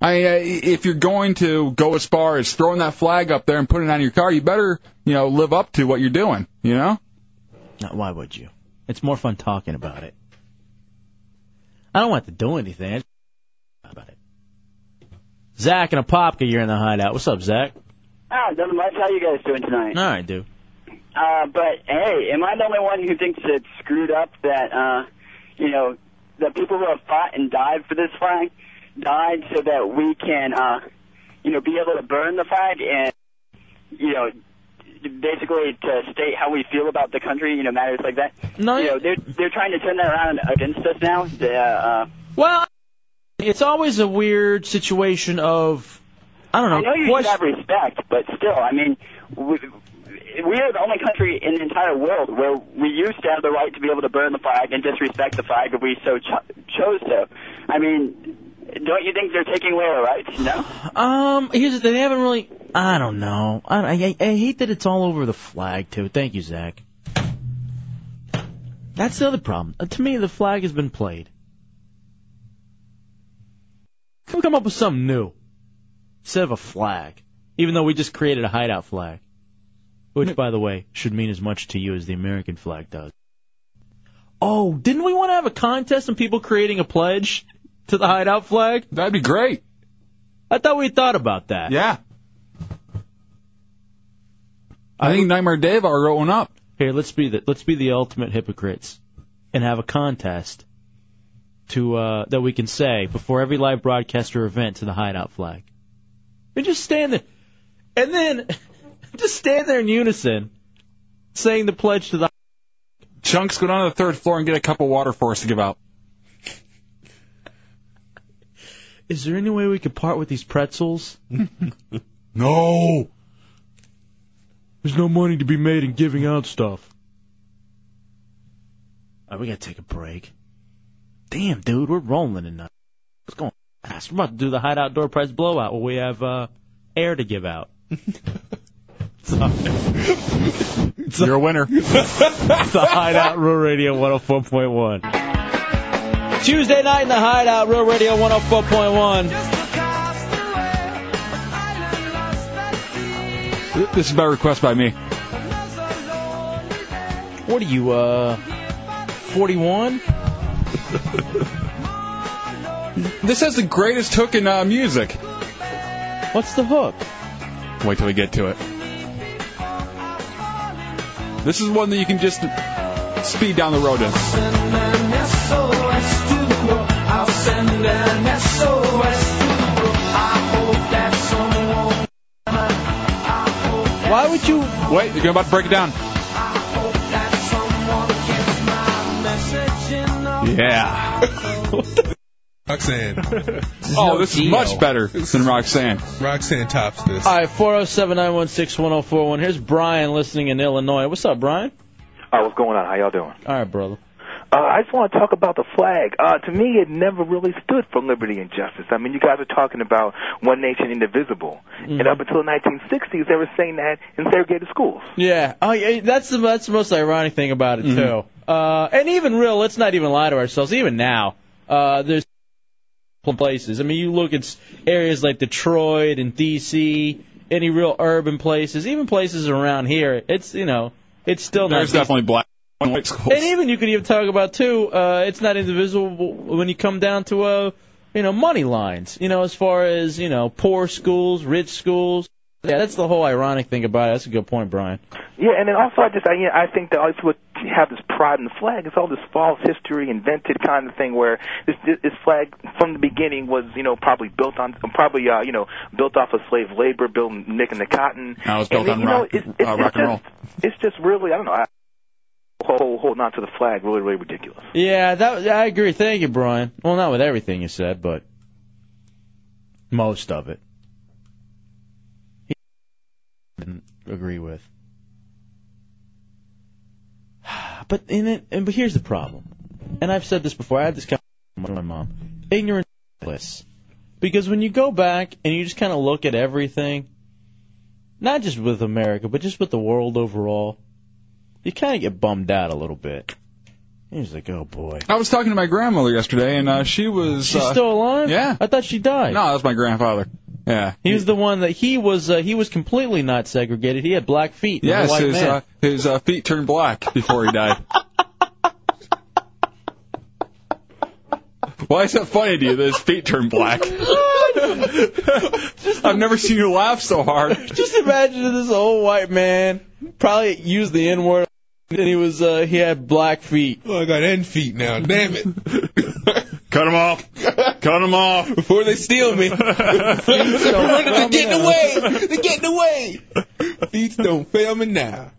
I mean, uh, if you're going to go as far as throwing that flag up there and putting it on your car, you better, you know, live up to what you're doing. You know?
No, why would you? It's more fun talking about it. I don't want to do anything. I just about it. Zach and Apopka, you're in the hideout. What's up, Zach?
Ah, nothing much. How you guys doing
All
tonight?
right, dude.
Uh, but hey, am I the only one who thinks it's screwed up that uh, you know, the people who have fought and died for this flag died so that we can, uh, you know, be able to burn the flag and, you know, basically to state how we feel about the country, you know, matters like that.
No,
you know, they're they're trying to turn that around against us now. The, uh,
Well, it's always a weird situation of I don't know.
I know you should have respect, but still, I mean, we, we are the only country in the entire world where we used to have the right to be able to burn the flag and disrespect the flag if we so cho- chose to. I mean, don't you think they're taking away our rights? No.
Um, here's the thing. They haven't really. I don't know. I, I, I hate that it's all over the flag too. Thank you, Zach. That's the other problem. Uh, To me, the flag has been played. Can we come up with something new instead of a flag? Even though we just created a hideout flag, which, by the way, should mean as much to you as the American flag does. Oh, didn't we want to have a contest on people creating a pledge to the hideout flag?
That'd be great.
I thought we thought about that.
Yeah. I think Nightmare Dave are growing up.
Here, let's be the let's be the ultimate hypocrites and have a contest to uh, that we can say before every live broadcast or event to the hideout flag. We just stand there, and then just stand there in unison, saying the pledge to the.
Chunks go down to the third floor and get a cup of water for us to give out.
Is there any way we could part with these pretzels?
no.
There's no money to be made in giving out stuff. All right, we gotta take a break. Damn, dude, we're rolling tonight. What's going fast? We're about to do the hideout door prize blowout where we have uh, air to give out.
You're a winner.
the Hideout Real Radio 104.1. Tuesday night in the Hideout Real Radio 104.1.
This is by request by me.
What are you, uh, 41?
This has the greatest hook in uh, music.
What's the hook?
Wait till we get to it. This is one that you can just speed down the road in.
Why would you?
Wait, you're about to break it down. Yeah.
Roxanne.
Oh, this is much better than Roxanne.
Roxanne tops this.
All right, 407 916 1041. Here's Brian listening in Illinois. What's up, Brian?
Uh, what's going on? How y'all doing?
All right, brother.
Uh, I just want to talk about the flag. Uh, to me, it never really stood for liberty and justice. I mean, you guys are talking about one nation indivisible,
Mm-hmm.
and up until the 1960s, they were saying that in segregated schools.
Yeah. Oh, yeah, that's the that's the most ironic thing about it
Mm-hmm.
too. Uh, and even real, let's not even lie to ourselves. Even now, uh, there's places. I mean, you look at s- areas like Detroit and D.C. Any real urban places, even places around here, it's you know, it's still
There's
not.
definitely black and white schools.
And even you could even talk about too. Uh, it's not indivisible when you come down to uh, you know money lines. You know, as far as you know, poor schools, rich schools. Yeah, that's the whole ironic thing about it. That's a good point, Brian.
Yeah, and then also I just I, you know, I think that all these people have this pride in the flag. It's all this false history, invented kind of thing where this this this flag from the beginning was you know probably built on probably uh, you know built off of slave labor, built nicking the cotton.
Now it's built
and,
on
you know,
rock,
it's, it's,
uh, rock and
it's just,
roll.
It's just really I don't know. I, hold holding on to the flag really really ridiculous.
Yeah, that I agree. Thank you, Brian. Well, not with everything you said, but most of it. He didn't agree with. But in it, and but here's the problem. And I've said this before. I had this conversation with my mom. Ignorance is bliss. Because when you go back and you just kind of look at everything, not just with America, but just with the world overall, you kind of get bummed out a little bit. You're just like, oh boy.
I was talking to my grandmother yesterday, and uh, she was.
She's
uh,
still alive?
Yeah.
I thought she died.
No, that was my grandfather. Yeah.
He was the one that he was uh, he was completely not segregated. He had black feet. He was a
Yes,
white
his
man.
uh, his uh, feet turned black before he died. Why is that funny to you? That his feet turned black. I've never seen you laugh so hard.
Just imagine this old white man probably used the N word, and he was uh, he had black feet.
Oh, I got N feet now. Damn it!
Cut them off. Cut them off
before they steal me. They're getting away. They're getting away. Feet don't fail me now.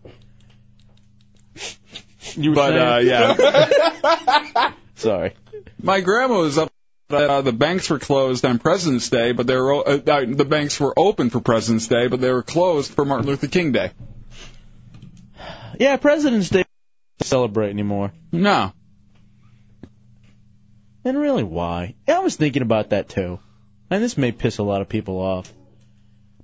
You but uh, yeah,
sorry.
My grandma was up. Uh, the banks were closed on President's Day, but they were o- uh, uh, the banks were open for President's Day, but they were closed for Martin Luther King Day.
Yeah, President's Day doesn't celebrate anymore.
No.
And really, why? I was thinking about that too, and this may piss a lot of people off.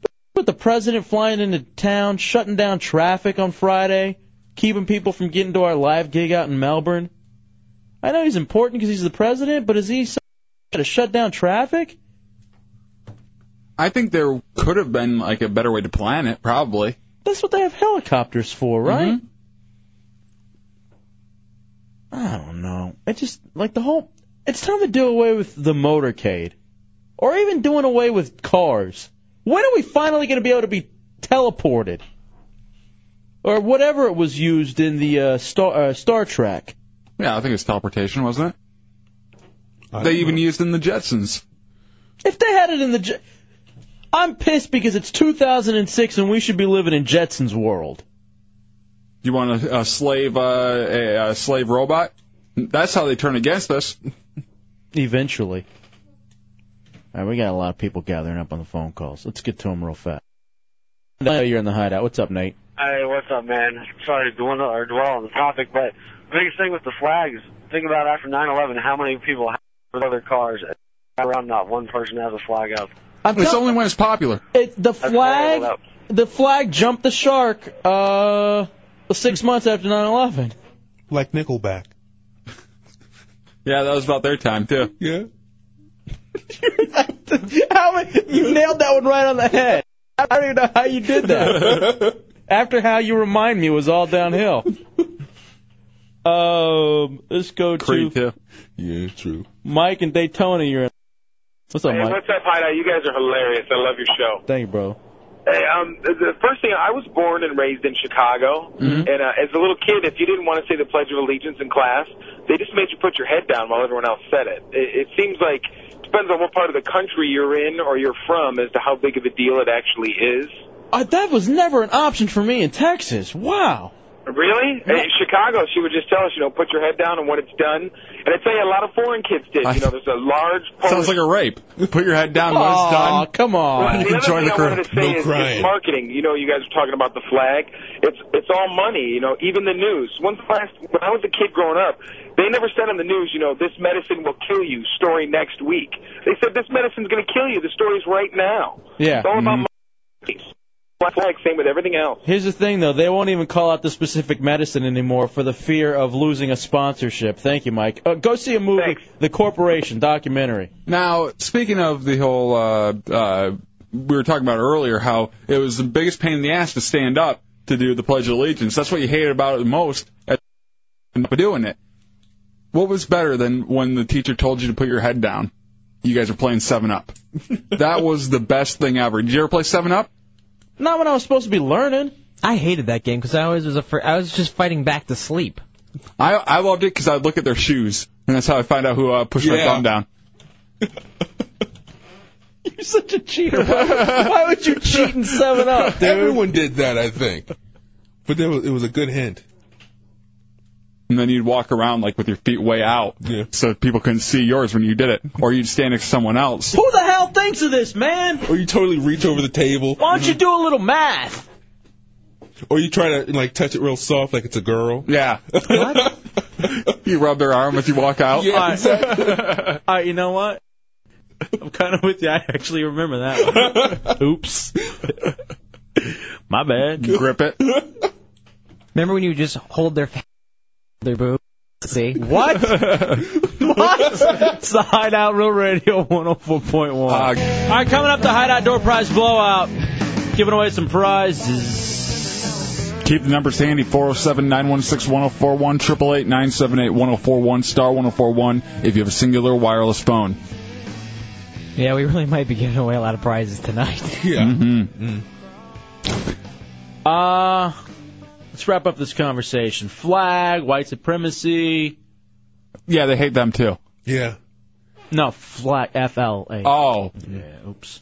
But with the president flying into town, shutting down traffic on Friday, keeping people from getting to our live gig out in Melbourne. I know he's important because he's the president, but is he so to shut down traffic?
I think there could have been like a better way to plan it, probably.
That's what they have helicopters for, right?
Mm-hmm.
I don't know. It just like the whole. It's time to do away with the motorcade, or even doing away with cars. When are we finally going to be able to be teleported, or whatever it was used in the uh, Star uh, Star Trek?
Yeah, I think it's teleportation, wasn't it? They even used in the Jetsons.
If they had it in the, Je- I'm pissed because it's 2006 and we should be living in Jetsons world.
You want a, a slave, uh, a, a slave robot? That's how they turn against us.
Eventually. All right, we got a lot of people gathering up on the phone calls. Let's get to them real fast. I know you're in the hideout. What's up, Nate?
Hey, what's up, man? Sorry to dwindle or dwell on the topic, but the biggest thing with the flags, think about after 9/11, how many people have with other cars around? Not one person has a flag up.
it's only when it's popular.
It, the
hold
flag,
up.
the flag jumped the shark uh, six months after 9/11.
Like Nickelback.
Yeah, that was about their time too.
Yeah.
how many, you nailed that one right on the head. I don't even know how you did that. After how you remind me was all downhill. Um, let's go
Creed
to
too.
Yeah, true.
Mike and Daytona. You're in. What's up,
Hey,
Mike?
what's up, Hideout? You guys are hilarious. I love your show.
Thank you, bro.
Hey, um, the- the first thing I was born and raised in Chicago,
Mm-hmm.
Mhm.
and uh, as a little kid, if you didn't want to say the Pledge of Allegiance in class, they just made you put your head down while everyone else said it. It, it seems like depends on what part of the country you're in or you're from as to how big of a deal it actually is.
Uh, that was never an option for me in Texas. Wow.
Really? In Chicago, she would just tell us, you know, put your head down, and when it's done, and I tell you, a lot of foreign kids did. You know, there's a large
Sounds like a rape. Put your head down when it's done.
Aw,
come
Well,
You can
the other
join the
thing I
crew.
wanted to say is, is marketing. You know, you guys are talking about the flag. It's it's all money. You know, even the news. Once last when I was a kid growing up, they never said on the news, you know, this medicine will kill you. Story next week. They said this medicine's going to kill you. The story's right now.
Yeah. Mm-hmm.
It's all about money. Black flag. Same with everything else.
Here's the thing, though. They won't even call out the specific medicine anymore for the fear of losing a sponsorship. Thank you, Mike. Uh, go see a movie, The Corporation documentary.
Now, speaking of the whole, uh, uh, we were talking about earlier how it was the biggest pain in the ass to stand up to do the Pledge of Allegiance. That's what you hated about it the most. At doing it. What was better than when the teacher told you to put your head down? You guys were playing Seven Up. that was the best thing ever. Did you ever play Seven Up?
Not when I was supposed to be learning.
I hated that game because I always was afraid. I was just fighting back to sleep.
I I loved it because I'd look at their shoes, and that's how I find out who uh, pushed my
Yeah.
thumb down.
You're such a cheater. Why, why would you cheat in Seven Up, dude?
Everyone did that, I think. But there was, it was a good hint.
and then you'd walk around like with your feet way out, so people couldn't see yours when you did it, or you'd stand next to someone else.
Who the hell thinks of this, man?
Or you totally reach over the table.
Why don't you do a little math?
Or you try to like touch it real soft, like it's a girl.
Yeah. you rub their arm as you walk out.
All right. All right, you know what? I'm kind of with you. I actually remember
Uh,
that. One. Oops. My bad.
Grip it.
Remember when you would just hold their f- their boob? See
what? what? It's the Hideout Real Radio
oh.
104.1. All right, coming up the Hideout Door Prize Blowout. Giving away some prizes.
Keep the numbers handy 407 916 1041, 888 978 1041, star 1041 if you have a singular wireless phone.
Yeah, we really might be giving away a lot of prizes tonight.
Yeah.
Mm-hmm.
Uh, let's wrap up this conversation. Flag, white supremacy.
Yeah, they hate them too.
Yeah.
No, flag, F L A.
Oh.
Yeah, oops.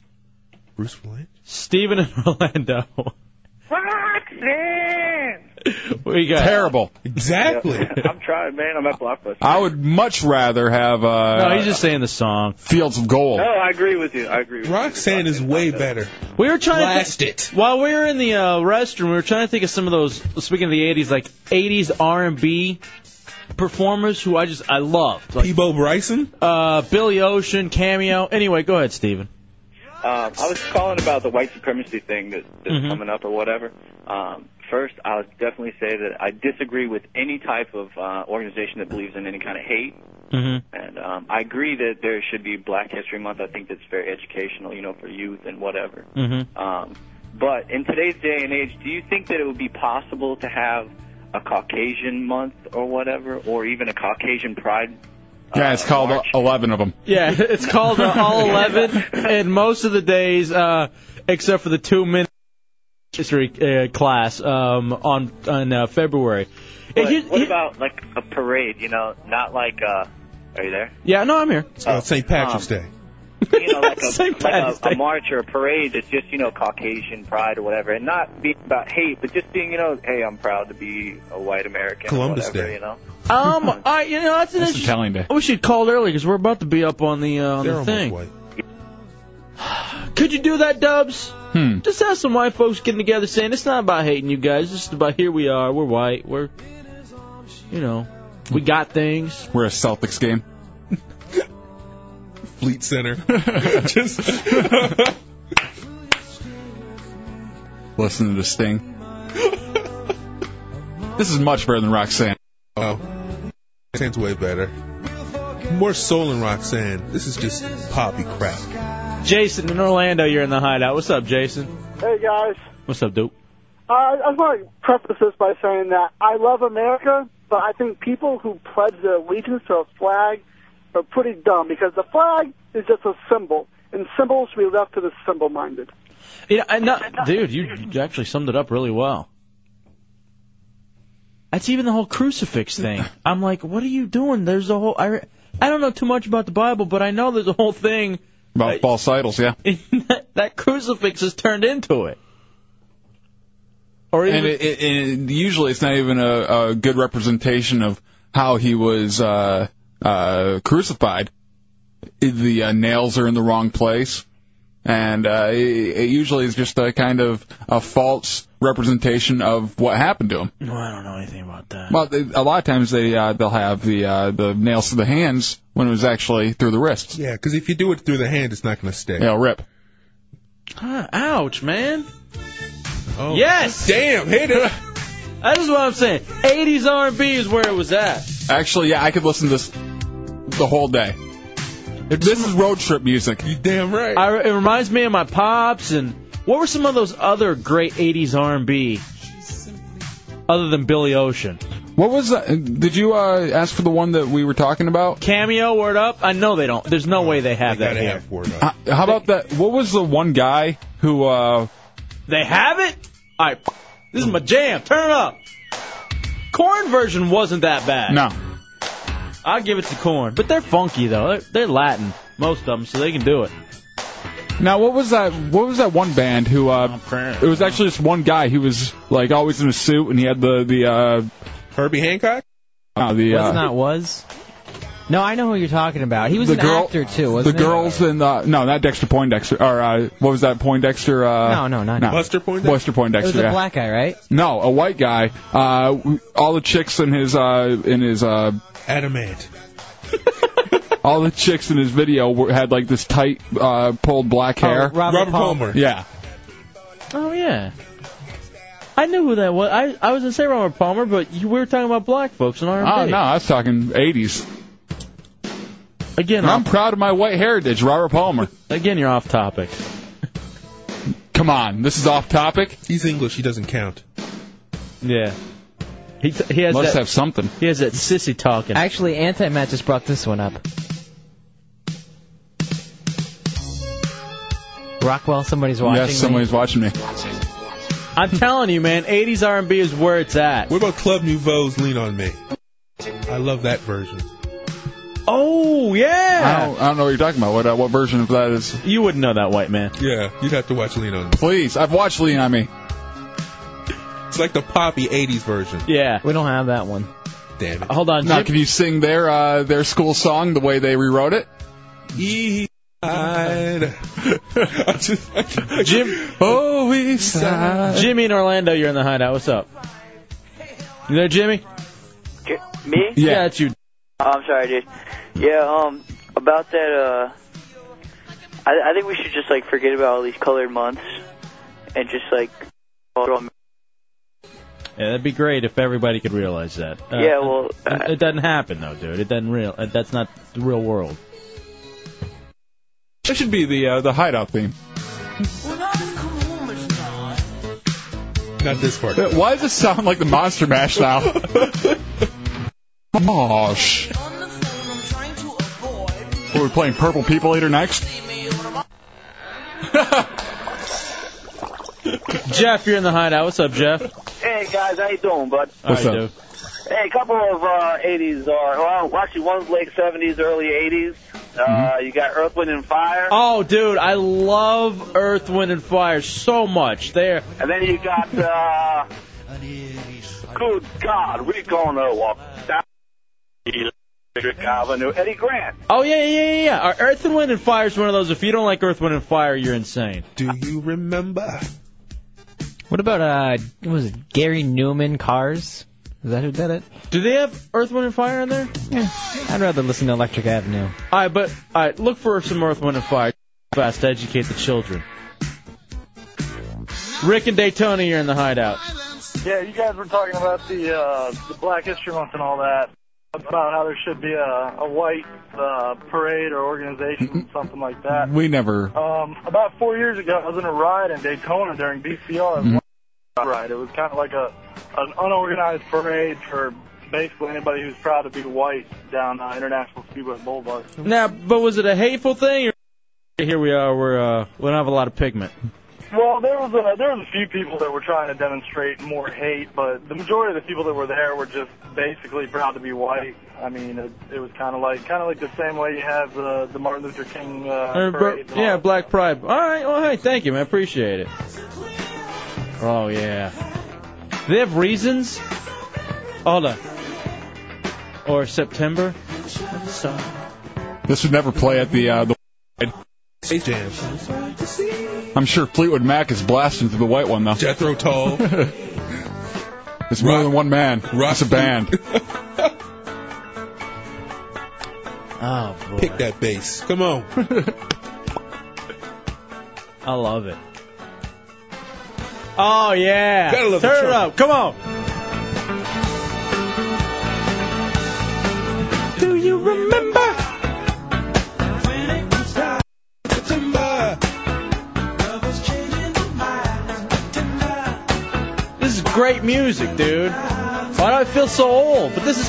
Bruce Blaine?
Steven in Orlando. What you got?
Terrible.
Exactly.
I'm trying, man. I'm at Blockbuster.
I would much rather have. Uh,
No, he's just saying the song.
Fields of Gold.
No, I agree with you. I agree with
Roxanne is way better.
We were trying
Blast
to it. while we were in the uh, restroom. We were trying to think of some of those. Speaking of the '80s, like '80s R&B performers who I just I loved. Like,
Peebo Bryson,
uh, Billy Ocean, cameo. Anyway, go ahead, Steven.
Um, I was calling about the white supremacy thing that, that's
Mhm.
coming up or whatever. Um, first, I'll definitely say that I disagree with any type of uh, organization that believes in any kind of hate.
Mm-hmm.
And um, I agree that there should be Black History Month. I think that's very educational, you know, for youth and whatever.
Mm-hmm.
Um, but in today's day and age, do you think that it would be possible to have a Caucasian month or whatever, or even a Caucasian Pride?
Yeah, it's called 11 of them.
Yeah, it's called uh, All Eleven, and most of the days, uh, except for the two minute history uh, class um, on on uh, February.
But what about like a parade? You know, not like. Uh, are you there?
Yeah, no, I'm here. Um,
It's called St. Oh, Patrick's Day.
you know, like a,
St. Patty's
like a, a march or a parade that's just, you know, Caucasian pride or whatever, and not being about hate, but just being, you know, hey, I'm proud to be a white American. or
Columbus
whatever,
Day.
You know,
Um, I you know that's an interesting.
telling day.
I wish you'd called early because we're about to be up on the uh, on
They're
the
almost
thing. Could you do that, Dubs?
Hmm.
Just have some white folks getting together saying it's not about hating you guys. It's just about here we are. We're white. We're you know we got things.
We're a Celtics game.
Fleet Center. Just
Listen to this thing. this is much better than Roxanne.
Oh. Roxanne's way better. More soul than Roxanne. This is just poppy crap.
Jason in Orlando, you're in the hideout. What's up, Jason?
Hey guys,
What's up, dope?
uh, I just want to preface this by saying that I love America, but I think people who pledge their allegiance to a flag are pretty dumb because the flag is just a symbol, and symbols should be left to the symbol-minded.
You know, and not, dude, you you actually summed it up really well. That's even the whole crucifix thing. I'm like, what are you doing? There's a whole. I, re- I don't know too much about the Bible, but I know there's a whole thing
About false idols, yeah.
that crucifix has turned into it. Or
and it, it, and it, usually it's not even a, a good representation of how he was uh, uh, crucified. The uh, nails are in the wrong place, and uh, it, it usually is just a kind of a false representation of what happened to him.
No, I don't know anything about that.
Well, they, a lot of times they uh, they'll have the uh, the nails to the hands when it was actually through the wrists.
Yeah, because if you do it through the hand, it's not going to stay.
It'll rip.
Ah, ouch, man.
Oh.
Yes.
Damn, hit it.
That is what I'm saying. 80s R&B is where it was at.
Actually, yeah, I could listen to this the whole day. This is road trip music. You
damn right.
I, it reminds me of my pops and what were some of those other great 80s R&B other than Billy Ocean?
What was that? Did you uh, ask for the one that we were talking about?
Cameo, Word Up. I know they don't. There's no way they have that here.
Uh, how about that? What was the one guy who? Uh,
They have it. All right, this is my jam. Turn it up. Corn version wasn't that bad.
No.
I'll give it to Corn, but they're funky though. They're, they're Latin, most of them, so they can do it.
Now, what was that? What was that one band who? Uh, it was actually just one guy. He was like always in a suit, and he had the the. Uh,
Herbie Hancock.
Uh, the
was
uh,
not was. No, I know who you're talking about. He was
the
an
girl,
actor too, wasn't
the
he?
girls in the no, not Dexter Poindexter. Or uh, what was that Poindexter? Uh,
No, no, not him. Buster Poindexter?
Buster
It
Poindexter.
was a
yeah.
black guy, right?
No, a white guy. Uh, w- all the chicks in his uh, in his uh,
Adamant.
all the chicks in his video were, had like this tight uh, pulled black hair.
Oh, Robert Robert Palmer. Palmer.
Yeah.
Oh yeah. I knew who that was. I I was gonna say Robert Palmer, but you, we were talking about black folks in R&B.
Oh no, I was talking 80s.
Again,
I'm proud of my white heritage, Robert Palmer.
Again, you're off topic.
Come on, this is off topic.
He's English. He doesn't count.
Yeah. He he has
Must
that,
have something.
He has that sissy talking.
Actually, Anti Matt just brought this one up. Rockwell, somebody's watching.
yes, somebody's watching me.
I'm telling you, man, 80s R&B is where it's at.
What about Club Nouveau's "Lean on Me"? I love that version.
Oh
I
yeah.
don't, I don't know what you're talking about. What uh, what version of that is?
You wouldn't know that, white man.
Yeah, you'd have to watch "Lean on Me."
Please, I've watched Lean on Me.
It's like the poppy '80s version.
Yeah.
We don't have that one.
Damn it.
Hold on.
Now, can you sing their uh, their school song the way they rewrote it?
E
Side. I just,
Jim.
Oh, East Side.
Jimmy in Orlando, you're in the hideout. What's up? You there, Jimmy?
J- me?
Yeah, it's you.
Oh, I'm sorry, dude. Yeah, um, about that, uh, I, I think we should just, like, forget about all these colored months and just, like, hold
oh,
on.
Yeah, that'd be great if everybody could realize that. Uh,
Yeah, well,
it, it doesn't happen though, dude. It doesn't real. uh, That's not the real world.
That should be the uh, the hideout theme.
Not this part.
Why does it sound like the Monster Mash now? Mosh. Are we playing Purple People Eater next?
Jeff, you're in the hideout. What's up, Jeff?
Hey guys, how you doing, bud?
What's
All right,
up?
dude.
Hey, a couple of uh, 80s are well, actually one's late 70s, early 80s. Uh, You got Earth, Wind and Fire,
Mm-hmm. Oh, dude, I love Earth, Wind, and Fire so much. They're
and then you got. Uh, good God, we're gonna walk down Electric Avenue. Eddie Grant.
Oh yeah, yeah, yeah, yeah. Our Earth and Wind and Fire is one of those. If you don't like Earth, Wind and Fire, you're insane.
Do you remember?
What about uh, what was it Gary Newman Cars? Is that who did it?
Do they have Earth, Wind and Fire in there?
Yeah. I'd rather listen to Electric Avenue.
All right, but all right, look for some Earth, Wind and Fire fast to educate the children. Rick and Daytona, you're in the hideout.
Yeah, you guys were talking about the uh, the Black History Month and all that, about how there should be a, a white uh, parade or organization, something like that.
We never.
Um, about four years ago, I was in a ride in Daytona during DCR. It was a ride. It was kind of like a an unorganized parade for basically anybody who's proud to be white down uh, International Speedway Boulevard.
Now, but was it a hateful thing? Or here we are. We're uh, we don't have a lot of pigment.
Well, there was a, there was a few people that were trying to demonstrate more hate, but the majority of the people that were there were just basically proud to be white. I mean, it, it was kind of like kind of like the same way you have the the Martin Luther King uh,
Uh,
parade.
bro- yeah, Black Pride. All right. Well, hey, thank you, man. Appreciate it. Oh yeah. They have reasons. Ola. Or September. So,
This would never play at the. Uh, the
Space Jam.
I'm sure Fleetwood Mac is blasting through the white one though. Jethro Tull. it's more than one man. It's a band.
oh boy.
Pick that bass. Come on.
I love it. Oh yeah.
Gotta love the
Turn it
trumpet.
up. Oh, Come on.
Do you remember?
This is great music, dude. Why do I feel so old? But this is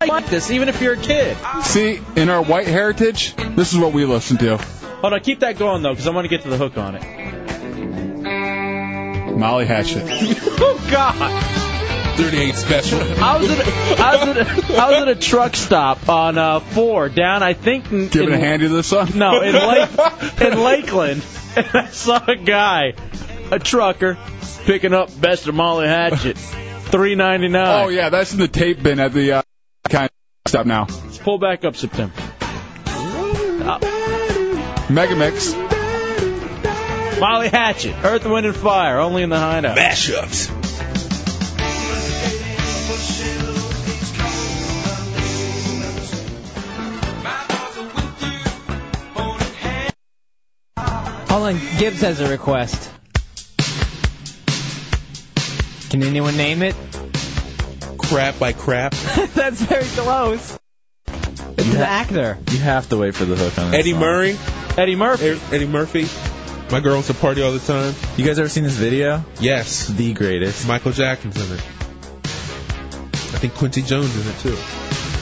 I like this, even if you're a kid.
See, in our white heritage, this is what we listen to.
Hold on, keep that going though, because I want to get to the hook on it.
Molly Hatchet.
oh God!
38 special.
I was at a, I was at a, I was at a truck stop on uh, four down. I think in,
Giving
in,
a handy to this song?
No, in Lake in Lakeland, and I saw a guy, a trucker, picking up Best of Molly Hatchet, three ninety nine.
Oh yeah, that's in the tape bin at the uh, kind of stop now.
Let's pull back up September.
Megamix.
Molly Hatchet, Earth, Wind, and Fire, only in the hideout.
Mashups.
Hold on, Gibbs has a request. Can anyone name it?
Crap by crap.
That's very close. It's an actor.
You have to wait for the hook on that
Eddie
song.
Murray.
Eddie Murphy.
Eddie Murphy. My girl wants to party all the time.
You guys ever seen this video?
Yes.
The greatest.
Michael Jackson's in it. I think Quincy Jones in it too.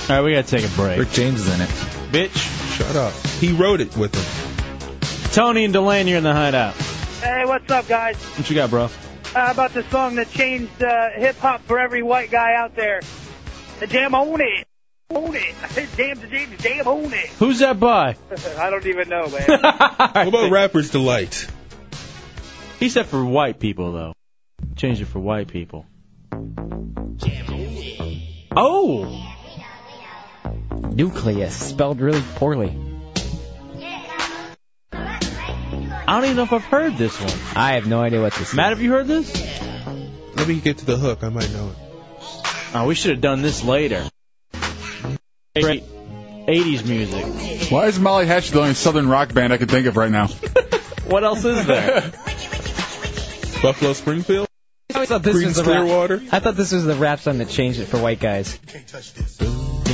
All right, we gotta take a break.
Rick James is in it.
Bitch.
Shut up. He wrote it with him.
Tony and Delaney are in the hideout.
Hey, what's up, guys?
What you got, bro?
Uh, about the song that changed uh, hip hop for every white guy out there. The Damn own it, own it. I said damn the James, damn own it.
Who's that by?
I don't even know, man.
What about Rapper's Delight?
He said for white people though. Change it for white people. Oh!
Nucleus, spelled really poorly.
I don't even know if I've heard this one.
I have no idea what this
Matt, have you heard this?
Let me get to the hook. I might know it.
Oh, we should have done this later. Great 80s music.
Why is Molly Hatchet the only southern rock band I can think of right now?
What else is there?
Buffalo Springfield?
I thought this
Creedence
was the rap-
Clearwater?
I thought this was the rap song that changed it for white guys.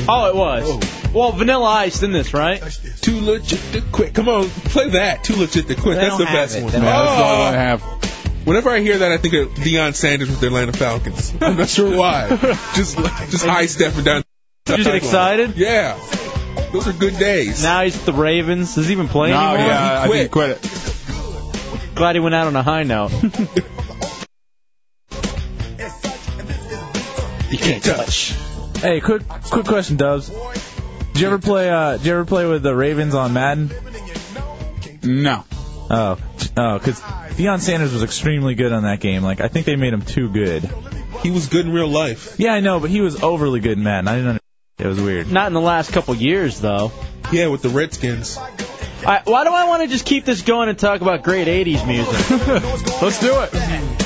Oh, it was. Well, Vanilla Ice in this, right?
Too legit to quit. Come on, play that. Too legit to quit.
They
That's
don't
the
have
best
it.
one.
They don't have
That's all I
Oh.
have.
Whenever I hear that, I think of Deion Sanders with the Atlanta Falcons. I'm not sure why. just just high stepping down.
You just get excited?
Yeah. Those are good days.
Now he's at the Ravens. Does he even play
No,
anymore?
yeah, I
He
think he quit it.
Glad he went out on a high note.
You can't touch.
Hey, quick quick question, Dubs. Did you ever play uh did you ever play with the Ravens on Madden?
No.
Oh, oh, because Deion Sanders was extremely good on that game. Like I think they made him too good.
He was good in real life.
Yeah, I know, but he was overly good in Madden. I didn't. Under- it was weird.
Not in the last couple years, though.
Yeah, with the Redskins.
I, why do I want to just keep this going and talk about great 80s music?
Let's do it.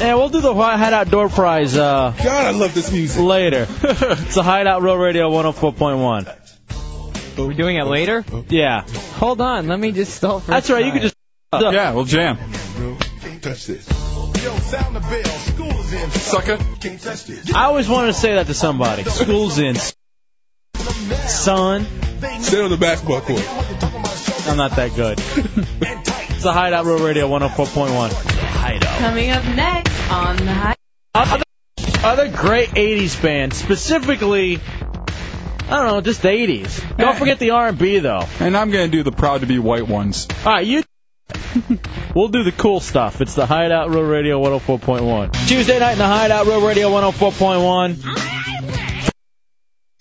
Yeah, we'll do the Why Hideout Door Prize uh,
God, I love this music.
later. it's a Hideout Real Radio 104.1. Oh.
We're doing it later?
Yeah.
Hold on, let me just stall for a
That's right, you
time.
could just.
Uh, Yeah, we'll jam.
Touch this.
Sucker.
I always wanted to say that to somebody. School's in. Son,
Sit on the basketball court.
I'm not that good. it's a Hideout Real Radio 104.1. Hideout.
Coming up next on the high.
Other, other great 80s bands, specifically, I don't know, just the 80s. Don't forget the R&B, though. All
Eh. And I'm gonna do the proud to be white ones.
right, you... We'll do the cool stuff. It's the Hideout Real Radio 104.1. Tuesday night in the Hideout Real Radio 104.1.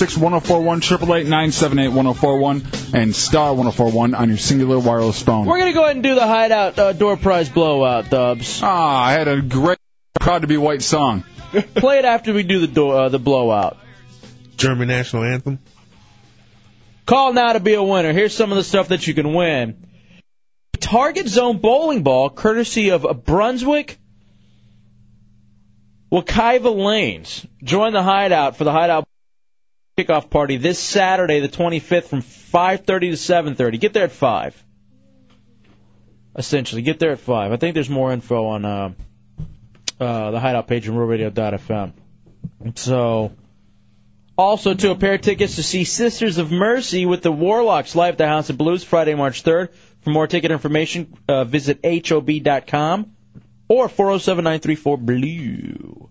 Six one zero four one triple eight nine seven eight one zero four one and star one zero four one on your singular wireless phone.
We're going to go ahead and do the Hideout uh, Door Prize Blowout, Dubs.
Ah, I had a great Proud to be white song.
Play it after we do the do- uh, the blowout.
German national anthem.
Call now to be a winner. Here's some of the stuff that you can win. Target zone bowling ball, courtesy of Brunswick Wakiva Lanes. Join the hideout for the hideout kickoff party this Saturday, the 25th, from 5:30 to 7:30. Get there at five. Essentially, get there at five. I think there's more info on uh, uh, the hideout page on RealRadio.fm. So, also to a pair of tickets to see Sisters of Mercy with the Warlocks live at the House of Blues Friday, March 3rd. For more ticket information, uh, visit hob.com or 407-934-BLUE.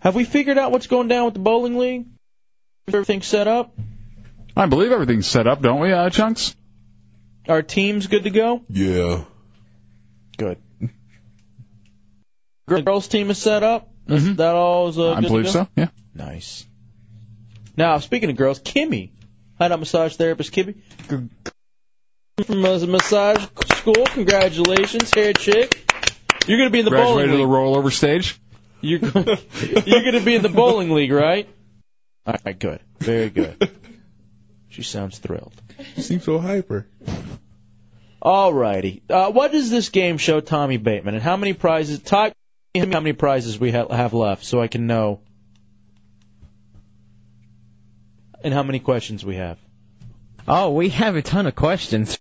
Have we figured out what's going down with the bowling league? Is everything set up?
I believe everything's set up, don't we, uh, Chunks?
Our team's good to go?
Yeah.
Good. The girls' team is set up? That's- That all is uh,
Mm-hmm. I
good to
believe
go?
so. Yeah.
Nice. Now, speaking of girls, Kimmy, had a massage therapist, Kimmy, g- g- from a massage school. Congratulations, hair chick. You're gonna be in the
Graduated to
bowling
the
league.
rollover stage.
You're, go- you're gonna be in the bowling league, right? All right, good, very good. She sounds thrilled.
Seems so hyper.
All righty. Uh, what does this game show, Tommy Bateman, and how many prizes? Ty, how many prizes we ha- have left, so I can know, and how many questions we have.
Oh, we have a ton of questions.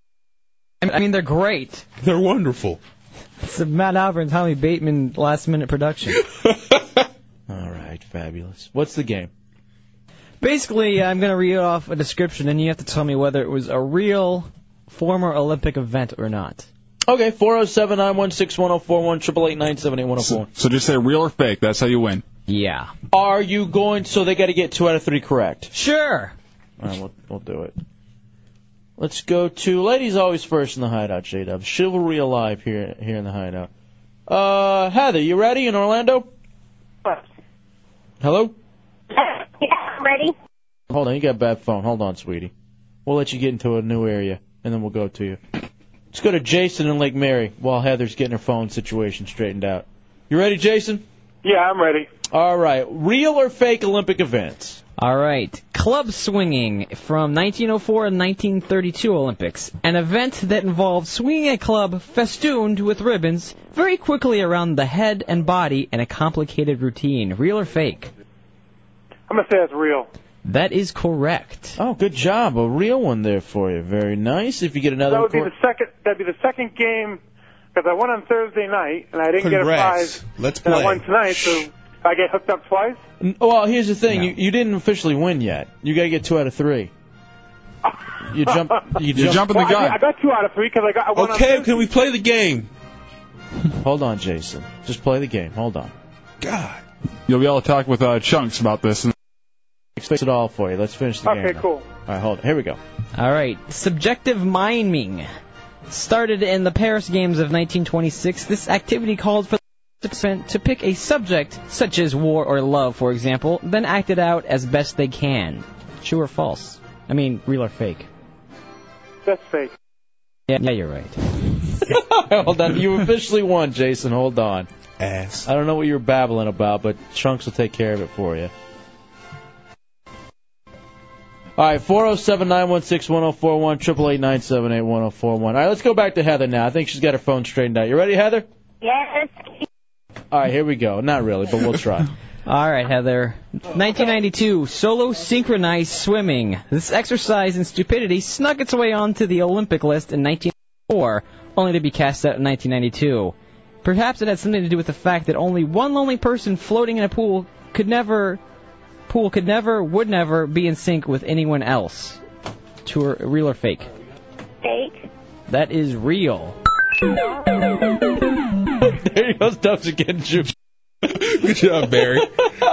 I mean, I mean, they're great.
They're wonderful.
It's the Matt Albert and Tommy Bateman last minute production.
All right, fabulous. What's the game?
Basically, uh, I'm going to read off a description, and you have to tell me whether it was a real former Olympic event or not.
Okay, four zero seven nine one six one zero four one triple eight nine seven eight one zero four.
So just say real or fake. That's how you win.
Yeah.
Are you going? So they got to get two out of three correct.
Sure.
All right, we'll, we'll do it. Let's go to ladies always first in the hideout. J Dub chivalry alive here here in the hideout. Uh, Heather, you ready in Orlando? Hello.
ready?
Hold on, you got a bad phone. Hold on, sweetie. We'll let you get into a new area, and then we'll go to you. Let's go to Jason in Lake Mary while Heather's getting her phone situation straightened out. You ready, Jason?
Yeah, I'm ready.
All right. Real or fake Olympic events?
All right. Club swinging from 1904 and 1932 Olympics, an event that involved swinging a club festooned with ribbons very quickly around the head and body in a complicated routine. Real or fake?
I'm gonna say that's real.
That is correct.
Oh, good job. A real one there for you. Very nice. If you get another
That would be
cor-
the second. That'd be the second game because I won on Thursday night and I didn't get a
Congrats.
prize.
Let's
and
play.
I won tonight, so I get hooked up twice.
N- Well, here's the thing. You, you didn't officially win yet. You got to get two out of three. You jump. You jump.
well, I, did- I got two out of three because I got. I won on
Okay, can we play the game?
Hold on, Jason. Just play the game. Hold on.
God.
You'll be able to talk with uh, Chunks about this. And
Fix it all for you. Let's finish the game.
Okay,
now.
cool.
All right, hold it. Here we go.
All right, subjective miming started in the Paris Games of 1926. This activity called for the participant to pick a subject, such as war or love, for example, then act it out as best they can. True or false? I mean, real or fake?
That's fake.
Yeah, yeah you're right.
hold on. You officially won, Jason. Hold on.
Ass.
I don't know what you were babbling about, but Chunks will take care of it for you. All right, four zero seven nine one six one zero four one triple eight nine seven eight one zero four one. All right, let's go back to Heather now. I think she's got her phone straightened out. You ready, Heather?
Yes.
All right, here we go. Not really, but we'll try.
All right, Heather. 1992, solo synchronized swimming. This exercise in stupidity snuck its way onto the Olympic list in 1904, only to be cast out in 1992. Perhaps it had something to do with the fact that only one lonely person floating in a pool could never, pool could never, would never be in sync with anyone else. True, or- real or fake?
Fake.
That is real.
there he goes, Dubs again. Good
job, Barry.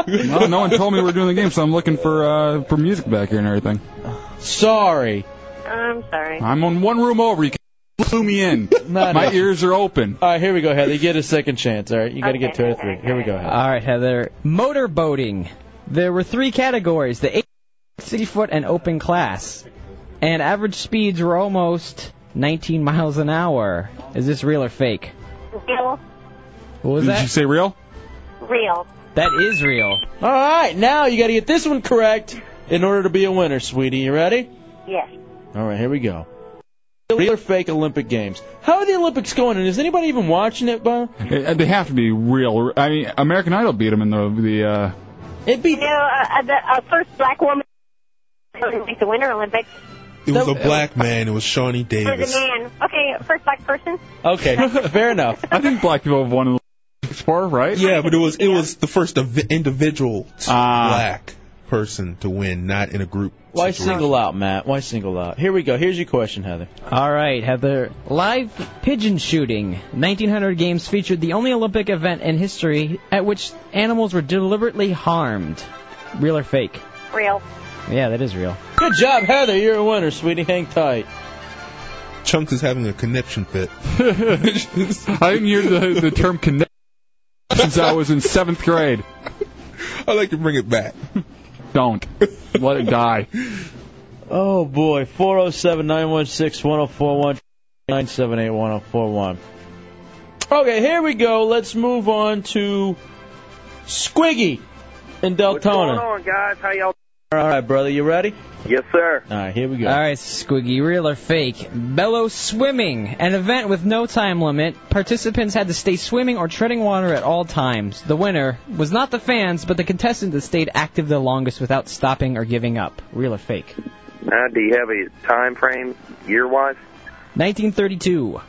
well, no one told me we were doing the game, so I'm looking for uh, for music back here and everything.
Sorry.
I'm sorry.
I'm on one room over. You can blew me in.
Not
My
enough.
ears are open.
All right, here we go, Heather. You get a second chance. All right, you got to get two out of three. Here we go, Heather.
All right, Heather. Motor boating. There were three categories: the 8, 60 foot, and open class. And average speeds were almost 19 miles an hour. Is this real or fake?
Real.
What was
Did
that?
you say real?
Real.
That is real.
All right, now you got to get this one correct in order to be a winner, sweetie. You ready?
Yes.
All right, here we go. Real or fake Olympic Games? How are the Olympics going? And is anybody even watching it, Bob?
Eh, They have to be real. I mean, American Idol beat them in the the. Uh,
It be
you know, uh, uh, the uh, first black woman to make the Winter Olympics
It was a black man. It was Shawnee
for the
Davis.
man. Okay, first black person.
Okay, fair enough.
I think black people have won before, right?
Yeah, but it was it was the first ev- individual
Ah.
black person to win, not in a group.
Why single out, Matt? Why single out? Here we go. Here's your question, Heather.
All right, Heather. Live pigeon shooting. 1900 Games featured the only Olympic event in history at which animals were deliberately harmed. Real or fake?
Real.
Yeah, that is real.
Good job, Heather. You're a winner, sweetie. Hang tight.
Chunks is having a connection fit.
I didn't hear the, the term connect since I was in seventh grade.
I like to bring it back.
Don't let it die.
Oh boy, 407 916 1041 978 1041. Okay, here we go. Let's move on to Squiggy in Deltona.
on, guys? How y'all?
All right, brother, you ready?
Yes, sir.
All right, here we go.
All right, Squiggy, real or fake? Bellow swimming, an event with no time limit. Participants had to stay swimming or treading water at all times. The winner was not the fans, but the contestant that stayed active the longest without stopping or giving up. Real or fake?
Now, do you have a time frame year wise?
1932.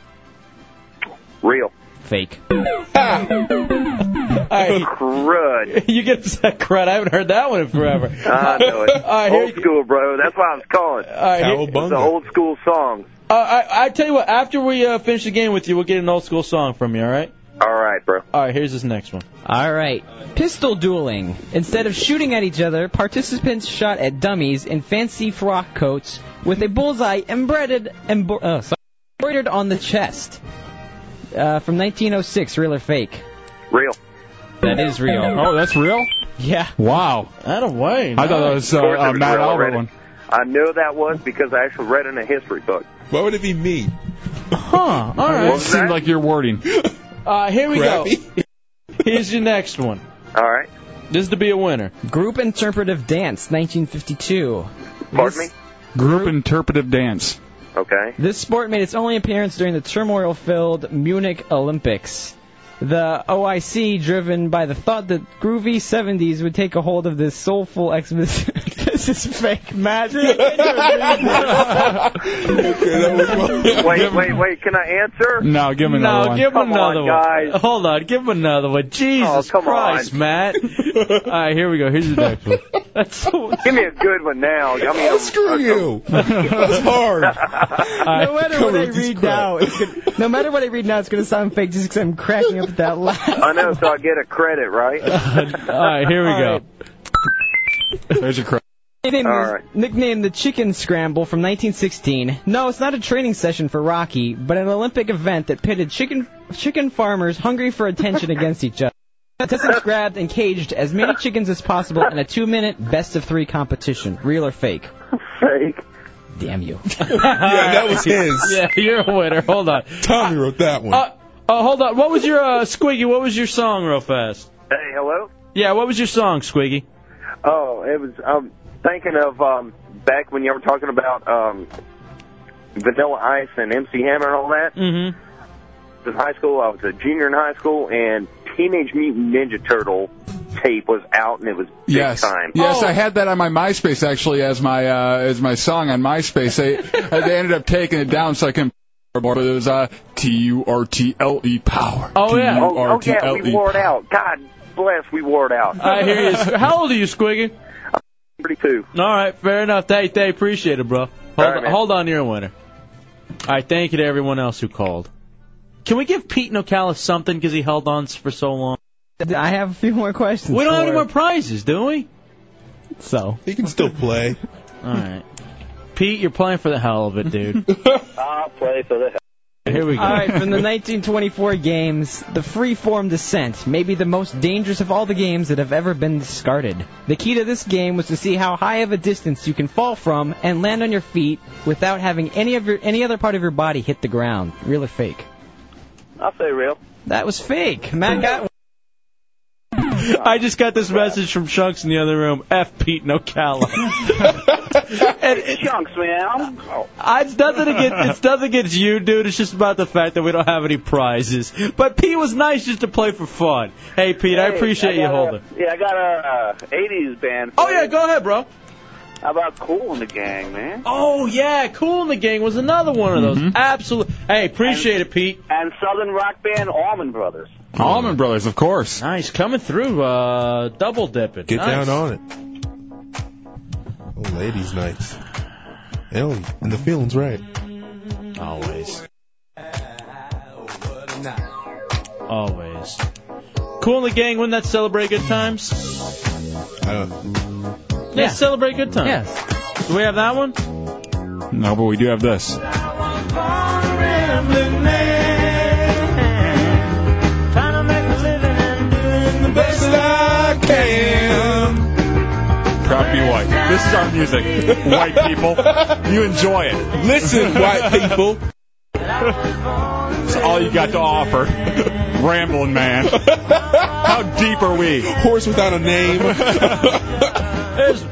Real.
Fake.
Crud.
you get that crud. I haven't heard that one in forever.
I know
All
it.
right, here
old school, bro. That's why I was calling.
right, here-
it's an old school song.
Uh, I, I tell you what, after we uh, finish the game with you, we'll get an old school song from you, all right?
All right, bro.
All right, here's this next one.
All right. Pistol dueling. Instead of shooting at each other, participants shot at dummies in fancy frock coats with a bullseye embroidered, embro- uh, sorry, embroidered on the chest. Uh, from 1906, real or fake?
Real.
That is real.
Oh, that's real?
Yeah.
Wow.
Out of way.
I thought that was uh,
Of course it
uh,
was
Matt
real. I
Albert
read it.
one.
I know that was because I actually read it in a history book.
Why would it be me?
Huh. All right.
It seemed like your wording.
Uh, here we go. Here's your next one.
All right.
This is to be a winner.
Group interpretive dance, 1952.
Pardon me?
Group interpretive dance.
Okay.
This sport made its only appearance during the turmoil-filled Munich Olympics. The OIC, driven by the thought that groovy 70s would take a hold of this soulful exhibition. this is fake magic.
wait, wait, wait. Can I answer?
No, give
him
another
no,
one.
give him
Come
another
on,
one.
guys. Oh,
Hold on, give him another one. Jesus
come
Christ,
on.
Matt. All right, here we go. Here's your next one. That's so...
Give me a good one now. I mean, I'm-
Screw you. That's
Uh,
hard.
no matter what I read now, it's gonna, no matter what I read now, it's gonna sound fake just 'cause I'm cracking up at that laugh.
I know, so I get a credit, right?
All right, here we go.
There's your credit.
Nicknamed,
All right.
nicknamed the Chicken Scramble from 1916. No, it's not a training session for Rocky, but an Olympic event that pitted chicken chicken farmers hungry for attention against each other. Contestants grabbed and caged as many chickens as possible in a two-minute best-of-three competition. Real or fake?
Fake.
Damn you.
yeah, that was his.
Yeah, you're a winner. Hold on.
Tommy wrote that one.
Uh, uh, hold on. What was your uh, Squiggy? What was your song, real fast?
Hey, hello?
Yeah, what was your song, Squiggy?
Oh, it was. I'm thinking of um, back when you were talking about um, Vanilla Ice and MC Hammer and all that.
Mm-hmm.
In high school, I was a junior in high school, and Teenage Mutant Ninja Turtle tape was out, and it was big
Yes.
time.
Oh.
Yes, I had that on my MySpace actually as my uh, as my song on MySpace. They they ended up taking it down so I couldn't. But it was uh, T U R T L E power.
Oh, yeah.
Oh, oh yeah,
T-U-R-T-L-E.
we wore it out. God bless, we wore it out.
I hear you. How old are you, Squiggy?
32.
All right, fair enough. They, they appreciate it, bro. Hold,
All right,
on,
man.
hold on, you're a winner. All right, thank you to everyone else who called. Can we give Pete Nocalis something because he held on for so long?
I have a few more questions.
We don't have
for
any more prizes, do we?
it, So.
He can still play.
All right. Pete, you're playing for the hell of it, dude.
I play for the
Here we go.
All right, from the 1924 games, the freeform descent may be the most dangerous of all the games that have ever been discarded. The key to this game was to see how high of a distance you can fall from and land on your feet without having any of your any other part of your body hit the ground. Real or fake?
I'll say real.
That was fake. Matt got
I just got this message from Chunks in the other room. F Pete Nocala.
Chunks, man. I'm,
I- it's nothing against it's nothing against you, dude. It's just about the fact that we don't have any prizes. But Pete was nice just to play for fun. Hey, Pete, I
Hey,
appreciate you
got a-
holding.
Yeah, I got a uh, 80s band.
Oh yeah, go ahead, bro.
How about Cool in the Gang, man?
Oh yeah, Cool in the Gang was another one of those. Absolutely. Hey, appreciate it, Pete.
And Southern rock band Allman Brothers.
Almond Brothers, of course.
Nice, coming through, uh, double dipping.
Get
Nice.
down on it. Oh, ladies' nights. Ellie, and the feeling's right.
Always. Always. Cool in the Gang, wouldn't that celebrate good times?
I don't.
Let's celebrate good times. Yes. Do we have that one?
No, but we do have this.
best I can.
Crappy white. This is our music. White people, you enjoy it.
Listen, white people.
It's all you got to offer. Rambling man. How deep are we?
Horse without a name.
there's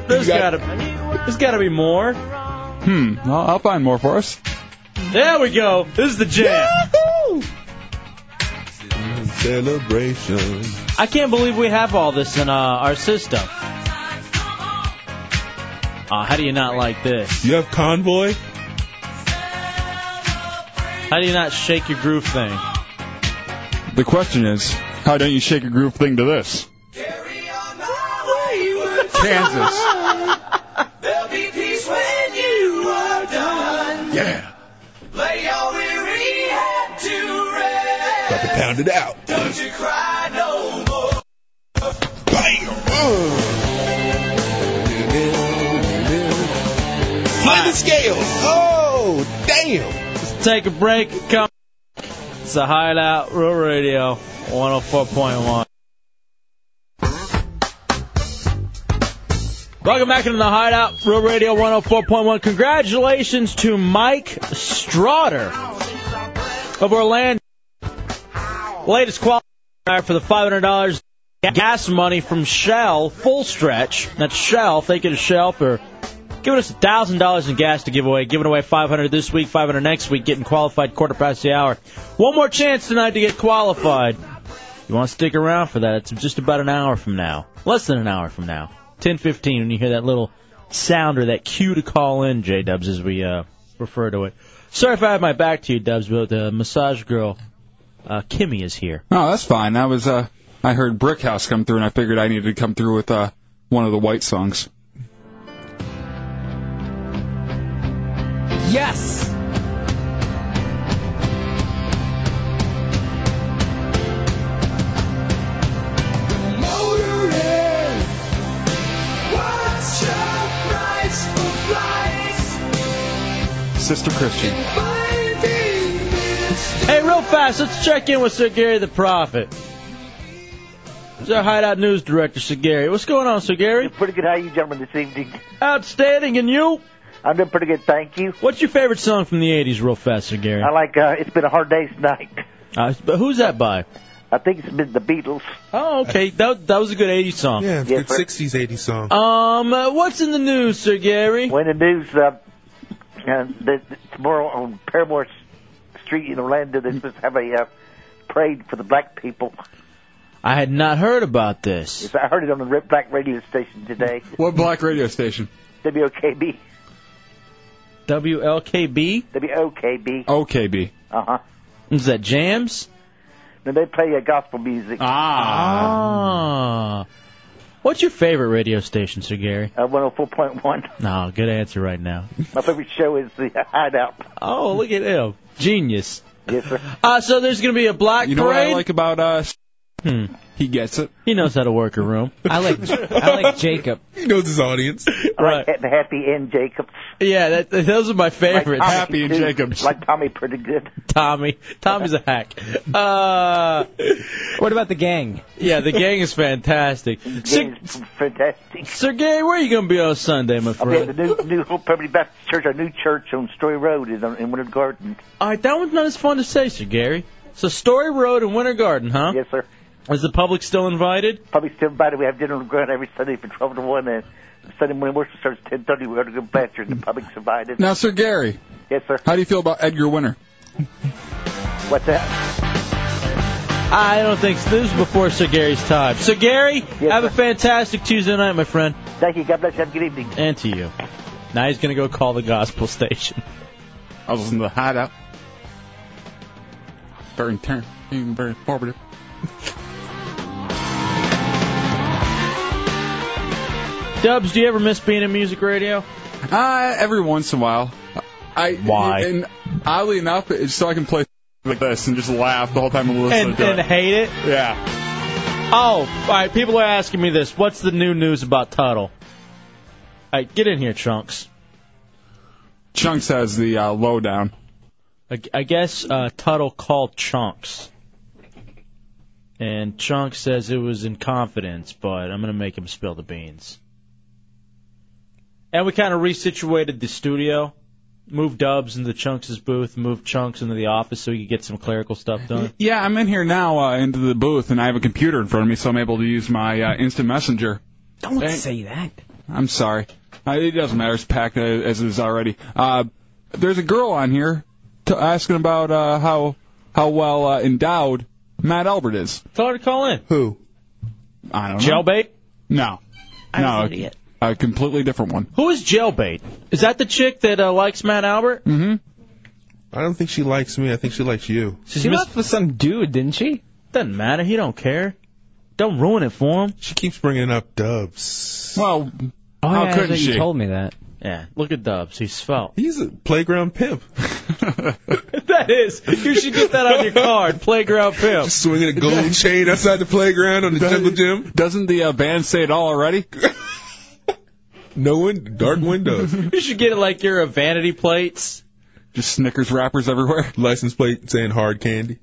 there's got, to there's got to be more.
Hmm. I'll, I'll find more for us.
There we go. This is the jam.
Celebration.
I can't believe we have all this in uh, our system. Uh, how do you not like this?
You have Convoy?
How do you not shake your groove thing?
The question is, how don't you shake a groove thing to this? Kansas.
There'll be peace when you are done.
Yeah.
Lay your weary head to rest.
About to pound it out.
Don't you cry no more.
Play the scales. Oh, damn.
Let's take a break. Come. It's a hideout. Rural Radio 104.1. Welcome back into the Hideout, Real Radio 104.1. Congratulations to Mike Strotter of Orlando. Latest qualifier for the $500 gas money from Shell, full stretch. That's Shell. Thank you to Shell for giving us $1,000 in gas to give away. Giving away 500 this week, 500 next week, getting qualified quarter past the hour. One more chance tonight to get qualified. You want to stick around for that? It's just about an hour from now. Less than an hour from now. 10:15 when you hear that little sounder, that cue to call in, J Dubs, as we uh, refer to it. Sorry if I have my back to you, Dubs, but the massage girl, uh, Kimmy, is here.
No, that's fine. I was uh, I heard Brick House come through, and I figured I needed to come through with uh, one of the White songs.
Yes!
Sister Christian.
Hey, real fast, let's check in with Sir Gary the Prophet. He's our Hideout News Director, Sir Gary. What's going on, Sir Gary?
Pretty good. How you gentlemen this evening?
Outstanding, and you?
I'm doing pretty good, thank you.
What's your favorite song from the 80s, real fast, Sir Gary?
I like. Uh, it's been a hard day's night.
Uh, but who's that by?
I think it's been the Beatles.
Oh, okay. That, that was a good 80s song.
Yeah,
Yes,
good
sir.
60s, 80s song.
Um, uh, what's in the news, Sir Gary?
When the news uh, uh, that tomorrow on Paramore Street in Orlando, they're supposed to have a uh, parade for the black people.
I had not heard about this.
I heard it on the red- black radio station today.
What black radio station?
WOKB.
WLKB?
WOKB.
OKB.
Uh huh.
Is that Jams?
Then they play uh, gospel music.
Ah. What's your favorite radio station, Sir Gary?
Uh, 104.1.
No, good answer right now.
My favorite show is the Hideout.
Oh, look at him. Genius.
Yes, sir.
Uh, so there's going to be a black
You know what I
parade?
like about us?
Hmm.
He gets it.
He knows how to work a room.
I like I like Jacob.
He knows his audience.
Right.
At the Happy End, Jacob.
Yeah, that, those are my favorites.
Like Tommy, too. Like Tommy, pretty good.
Tommy. Tommy's a hack. Uh,
What about the gang?
yeah, the gang is fantastic. Sir,
It's fantastic.
Sir Gary, where are you going to be on Sunday, my
I'll be at
friend?
the new, new Hope Liberty Baptist Church, our new church on Story Road in, in Winter Garden.
All right, that one's not as fun to say, Sir Gary. So Story Road and Winter Garden, huh?
Yes, sir.
Is the public still invited?
Probably still invited. We have dinner on the ground every Sunday from 12 to 1, and Sunday morning worship starts at 10.30. We go to good pasture, and the public's invited.
Now, Sir Gary,
Yes, sir.
how do you feel about Edgar Winter?
What's that?
I don't think so. this is before Sir Gary's time. Sir Gary, have a fantastic Tuesday night, my friend.
Thank you. God bless you. Have a good evening.
And to you. Now he's going to go call the gospel station.
I was in the hideout. Very turn, very informative.
Dubs, do you ever miss being in music radio?
Uh, every once in a while. I Why? And oddly enough, it's so I can play like this and just laugh the whole time I'm listening
And,
to
and
it.
hate it?
Yeah.
Oh, all right. People are asking me this. What's the new news about Tuttle? All right, get in here, Trunks.
Chunks has the uh, lowdown.
I, I guess uh, Tuttle called Chunks. And Chunks says it was in confidence, but I'm going to make him spill the beans. And we kind of resituated the studio. Moved Dubs into Chunks' booth, moved Chunks into the office so he could get some clerical stuff done.
Yeah, I'm in here now uh, into the booth, and I have a computer in front of me, so I'm able to use my uh, instant messenger.
Don't say that.
I'm sorry. Uh, it doesn't matter. It's packed uh, as it is already. Uh, there's a girl on here t- asking about uh, how how well uh, endowed Matt Albert is.
Tell her to call in.
Who? I don't know.
Jailbait?
No.
I
no.
was an idiot.
A completely different one.
Who is Jailbait? Is that the chick that uh, likes Matt Albert?
Mm-hmm.
I don't think she likes me. I think she likes you.
She left
with some dude, didn't she?
Doesn't matter. He don't care. Don't ruin it for him.
She keeps bringing up dubs.
Well,
Oh, how yeah, I couldn't thought you she? told me that.
Yeah, look at Dubs. He's svelte.
He's a playground pimp.
that is. You should get that on your card. Playground pimp.
Just swinging a gold chain outside the playground on the jungle gym.
Doesn't the uh, band say it all already?
no one. Dark windows.
you should get it like you're a vanity plates.
Just Snickers wrappers everywhere.
License plate saying hard candy.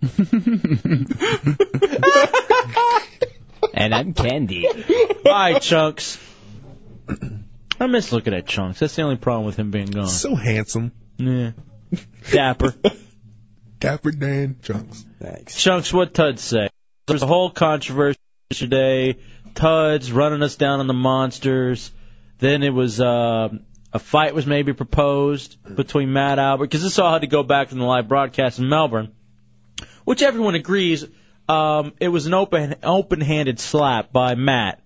And I'm Candy.
Bye, Chunks. I miss looking at Chunks. That's the only problem with him being gone.
So handsome.
Yeah. Dapper.
Dapper Dan Chunks.
Chunks, what Tuds say? There's a whole controversy today. Tuds running us down on the monsters. Then it was uh, a fight was maybe proposed between Matt Albert because this all had to go back from the live broadcast in Melbourne, which everyone agrees um, it was an open open-handed slap by Matt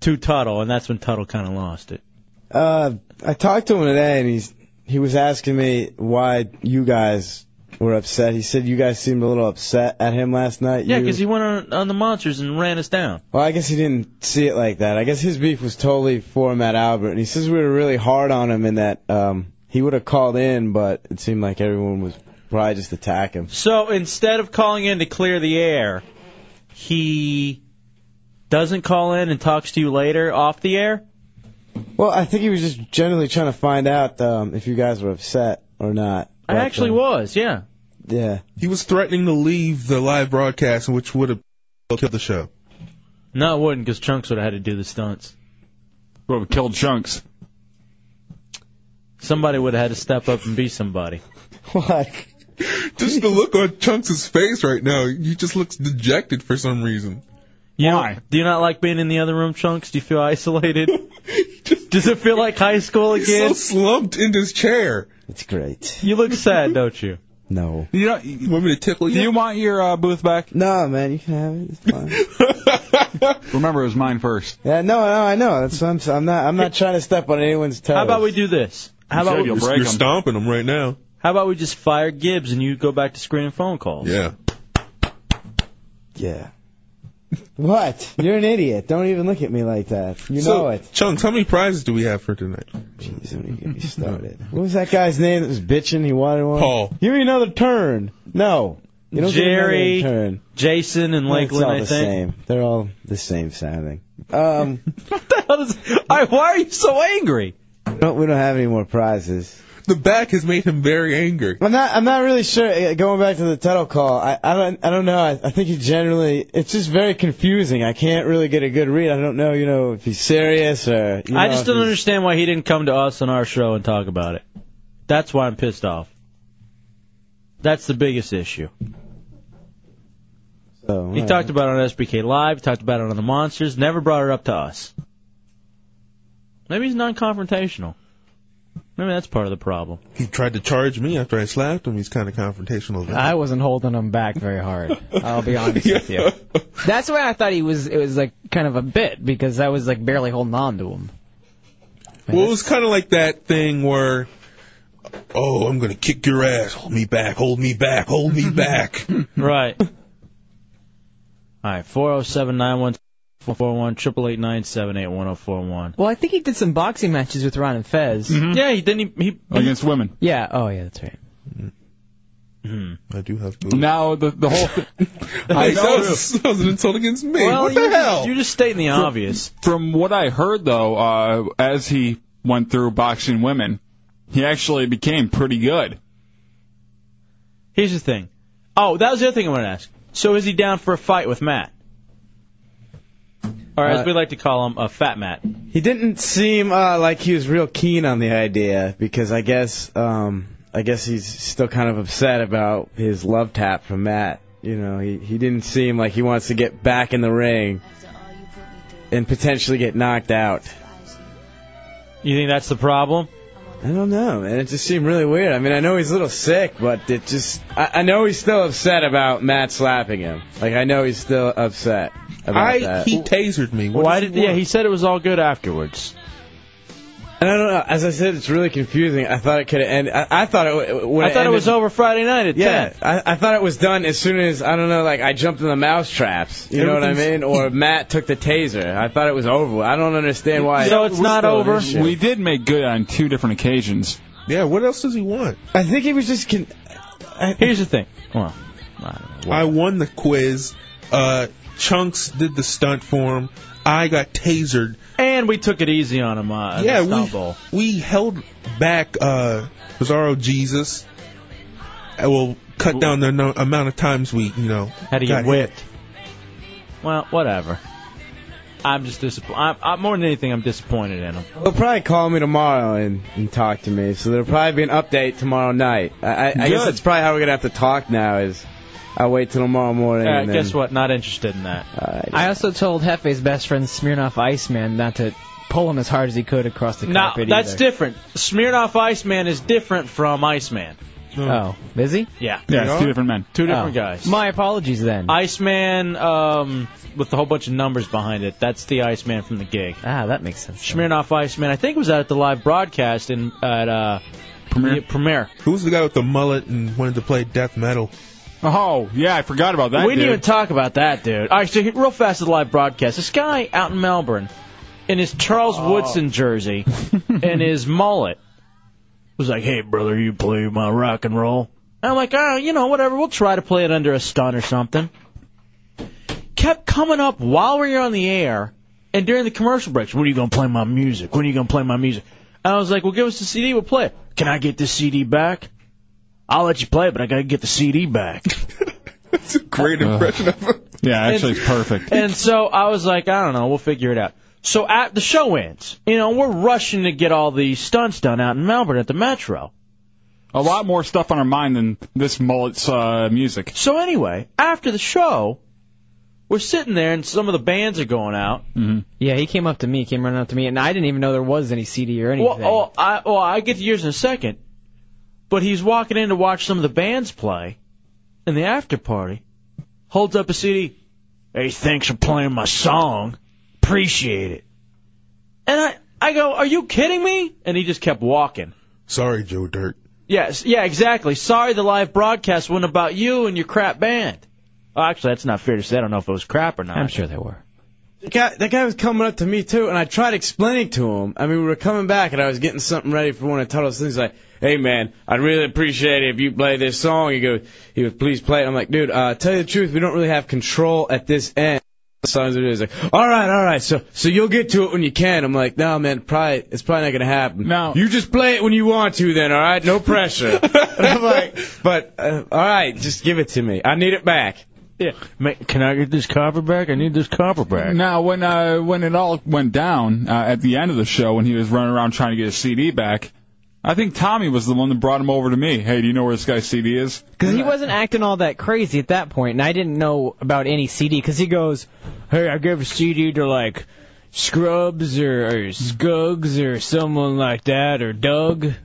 to Tuttle, and that's when Tuttle kind of lost it.
Uh, I talked to him today, and he's he was asking me why you guys were upset. He said you guys seemed a little upset at him last night.
Yeah,
You-
because he went on, on the monsters and ran us down.
Well, I guess he didn't see it like that. I guess his beef was totally for Matt Albert, and he says we were really hard on him, and that um, he would have called in, but it seemed like everyone was probably just attack him.
So instead of calling in to clear the air, he doesn't call in and talks to you later off the air.
Well, I think he was just generally trying to find out um, if you guys were upset or not. um,
I actually was, yeah.
Yeah.
He was threatening to leave the live broadcast, which would have killed the show.
No, it wouldn't, because Chunks would have had to do the stunts.
Would have killed Chunks.
Somebody would have had to step up and be somebody.
What?
Just the look on Chunks' face right now. He just looks dejected for some reason.
You Why? do you not like being in the other room, Chunks? Do you feel isolated? Does it feel like high school
He's so
again?
slumped in his chair.
It's great.
You look sad, don't you?
No.
You, know,
want me to tickle you?
Do you want your uh, booth back?
No, man, you can have it. It's fine.
Remember, it was mine first.
Yeah, no, no, I know. That's what I'm. I'm not. I'm not trying to step on anyone's toes.
How about we do this? How about
you're,
we,
you're stomping him right now?
How about we just fire Gibbs and you go back to screening phone calls?
Yeah.
Yeah. What? You're an idiot. Don't even look at me like that. You
So,
know it.
Chunks, how many prizes do we have for tonight?
Jeez, don't even get me started. What was that guy's name that was bitching? He wanted one.
Paul.
Give me another turn. No. You don't get another
Jerry,
turn.
Jason, and Lakeland,
it's all
I
the
think.
same. They're all the same sounding. Um,
I, why are you so angry?
don't, we don't have any more prizes.
The back has made him very angry.
I'm not. I'm not really sure. eh, Going back to the title call, I, I don't. I don't know. I, I think he generally. It's just very confusing. I can't really get a good read. I don't know. You know if he's serious or. You
I
know,
just
if
don't
he's-
understand why he didn't come to us on our show and talk about it. That's why I'm pissed off. That's the biggest issue.
Oh,
He talked about it on SBK Live, talked about it on the Monsters, never brought it up to us. Maybe he's non-confrontational. Maybe that's part of the problem.
He tried to charge me after I slapped him. He's kind of confrontational. Then.
I wasn't holding him back very hard. I'll be honest with you. That's why I thought he was. It was like kind of a bit because I was like barely holding on to him.
Well, it was kind of like that thing where, oh, I'm gonna kick your ass. Hold me back. Hold me back. Hold me back.
right. All right, four zero seven nine one four four one triple eight nine seven eight one zero four one.
Well, I think he did some boxing matches with Ron and Fez.
Mm-hmm.
Yeah, he didn't. He, he
against women.
Yeah. Oh, yeah. That's right.
Hmm.
I do have.
Now the the whole.
Hey, that, was, that was an insult against me.
Well,
what the
you're just-
hell?
You're just stating the obvious.
From what I heard, though, uh, as he went through boxing women, he actually became pretty good.
Here's the thing. Oh, that was the other thing I wanted to ask. So is he down for a fight with Matt? Or as
Uh,
we like to call him, a Fat Matt.
He didn't seem uh, like he was real keen on the idea because I guess um, I guess he's still kind of upset about his love tap from Matt. You know, he he didn't seem like he wants to get back in the ring and potentially get knocked out.
You think that's the problem?
I don't know, man. It just seemed really weird. I mean, I know he's a little sick, but it just I, I know he's still upset about Matt slapping him. Like I know he's still upset about that.
tasered me.
Why did? Yeah, he said it was all good afterwards.
And I don't know. As I said, it's really confusing. I thought it could end. I, I thought it. w- Would
I thought it was over Friday night at
Yeah,
10.
I, I thought it was done as soon as I don't know. Like I jumped in the mouse traps. You know what I mean?
Everything's-
Or Matt took the taser. I thought it was over. I don't understand why.
We did make good on two different occasions.
Yeah. What else does he want?
I think he was just. Con-
Here's the thing. Well,
I won the quiz. Uh, Chunks did the stunt for him. I got tasered.
And we took it easy on him. Uh,
yeah,
yeah,
we we held back uh, Bizarro Jesus. I will cut down the no- amount of times we, you know,
Had to get
got
whipped. Well, whatever. I'm just disappointed. I'm, I'm more than anything, I'm disappointed in him.
They'll probably call me tomorrow and, and talk to me. So there'll probably be an update tomorrow night. I, I, I guess
Good.
that's probably how we're gonna have to talk now. Is I will wait till tomorrow morning.
Uh,
and then,
guess what? Not interested in that.
I also told Hefe's best friend Smirnoff Iceman not to pull him as hard as he could across the
No,
carpet.
that's
either.
different. Smirnoff Iceman is different from Iceman.
Oh, is he?
Yeah.
Yeah, it's two different
men.
Two different
Oh.
guys.
My apologies then.
Iceman um, with a whole bunch of numbers behind it. That's the Iceman from the gig.
Ah, that makes sense.
Smirnoff Iceman, I think, was out at the live broadcast in at uh,
Premiere.
the- Premiere.
Who's the guy with the mullet and wanted to play death metal?
Oh, yeah, I forgot about that.
we didn't
dude.
even talk about that, dude. All right, so here- real fast to the live broadcast. This guy out in Melbourne in his Charles Woodson jersey and his mullet was like, "Hey, brother, you play my rock and roll." And I'm like, "Oh, you know, whatever. We'll try to play it under a stunt or something." Kept coming up while we were on the air and during the commercial breaks. When are you gonna play my music? When are you gonna play my music? And I was like, "Well, give us the CD. We'll play it." Can I get this CD back? I'll let you play it, but I gotta get the CD back.
That's a great impression of him.
Uh, Yeah, actually, it's perfect.
Uh-huh. And so I was like, I don't know, we'll figure it out. So at the show ends, you know, we're rushing to get all the stunts done out in Melbourne at the Metro.
A lot more stuff on our mind than this mullet's uh, music.
So anyway, after the show, we're sitting there and some of the bands are going out.
Mm-hmm.
Yeah, he came up to me, came running up to me, and I didn't even know there was any CD or anything.
Well, oh, I, well, I get to yours in a second, but he's walking in to watch some of the bands play in the after party. Holds up a CD. Hey, thanks for playing my song. Appreciate it. And I, I go, are you kidding me? And he just kept walking.
Sorry, Joe Dirt.
Yes, yeah, exactly. Sorry the live broadcast wasn't about you and your crap band. Oh, actually, that's not fair to say. I don't know if it was crap or not. I'm
sure they were.
The guy, that guy was coming up to me too, and I tried explaining to him. I mean, we were coming back, and I was getting something ready for one of Tuttle's things. Like, hey man, I'd really appreciate it if you play this song. He goes, he was please play it. I'm like, dude, uh, tell you the truth, we don't really have control at this end. Sometimes it is like, all right, all right, so so you'll get to it when you can. I'm like, no man, probably it's probably not gonna happen. No, you just play it when you want to, then, all right, no pressure. and I'm like, but uh, all right, just give it to me. I need it back.
Yeah. Can I get this copper back? I need this copper back.
Now, when uh, when it all went down uh, at the end of the show, when he was running around trying to get his CD back, I think Tommy was the one that brought him over to me. Hey, do you know where this guy's CD is?
Because he wasn't acting all that crazy at that point, and I didn't know about any CD. Because he goes, "Hey, I gave a CD to like Scrubs or, or Skugs or someone like that or Doug."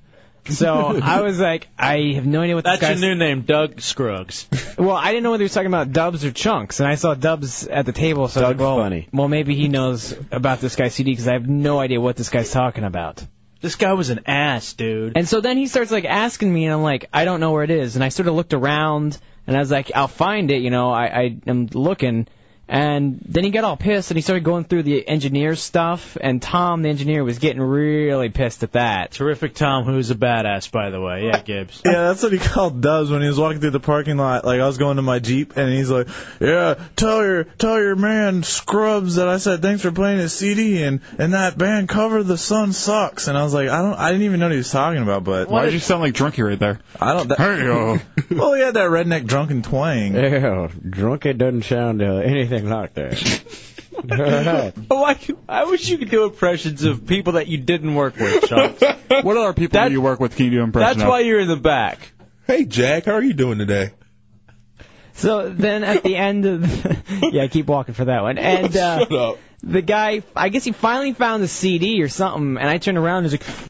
So I was like, I have no idea what this
That's your
guy's-
new name, Doug Scruggs.
Well, I didn't know whether he was talking about Dubs or Chunks, and I saw Dubs at the table, so I was like, well, well, maybe he knows about this guy's CD because I have no idea what this guy's talking about.
This guy was an ass, dude.
And so then he starts like asking me, and I'm like, I don't know where it is. And I sort of looked around, and I was like, I'll find it, you know. I, I am looking, and then he got all pissed, and he started going through the engineer stuff, and Tom, the engineer, was getting really pissed at that.
Terrific Tom, who's a badass, by the way. Yeah, Gibbs.
Yeah, that's what he called Dubs when he was walking through the parking lot. Like I was going to my Jeep and he's like, "Yeah, tell your tell your man Scrubs that I said thanks for playing his CD and and that band cover the sun sucks." And I was like, "I don't I didn't even know what he was talking about, but
Why did you sound like Drunky right there?
I don't that,
Hey, uh.
Well, he had that redneck drunken twang.
Ew, drunk it doesn't sound uh, anything like that.
Like, I wish you could do impressions of people that you didn't work with, Chunks.
what other people do you work with? Can you do impression
That's
of?
why you're in the back.
Hey, Jack, how are you doing today?
So then at the end of yeah, keep walking for that one. And uh,
Shut up.
the guy, I guess he finally found the CD or something, and I turned around and was like,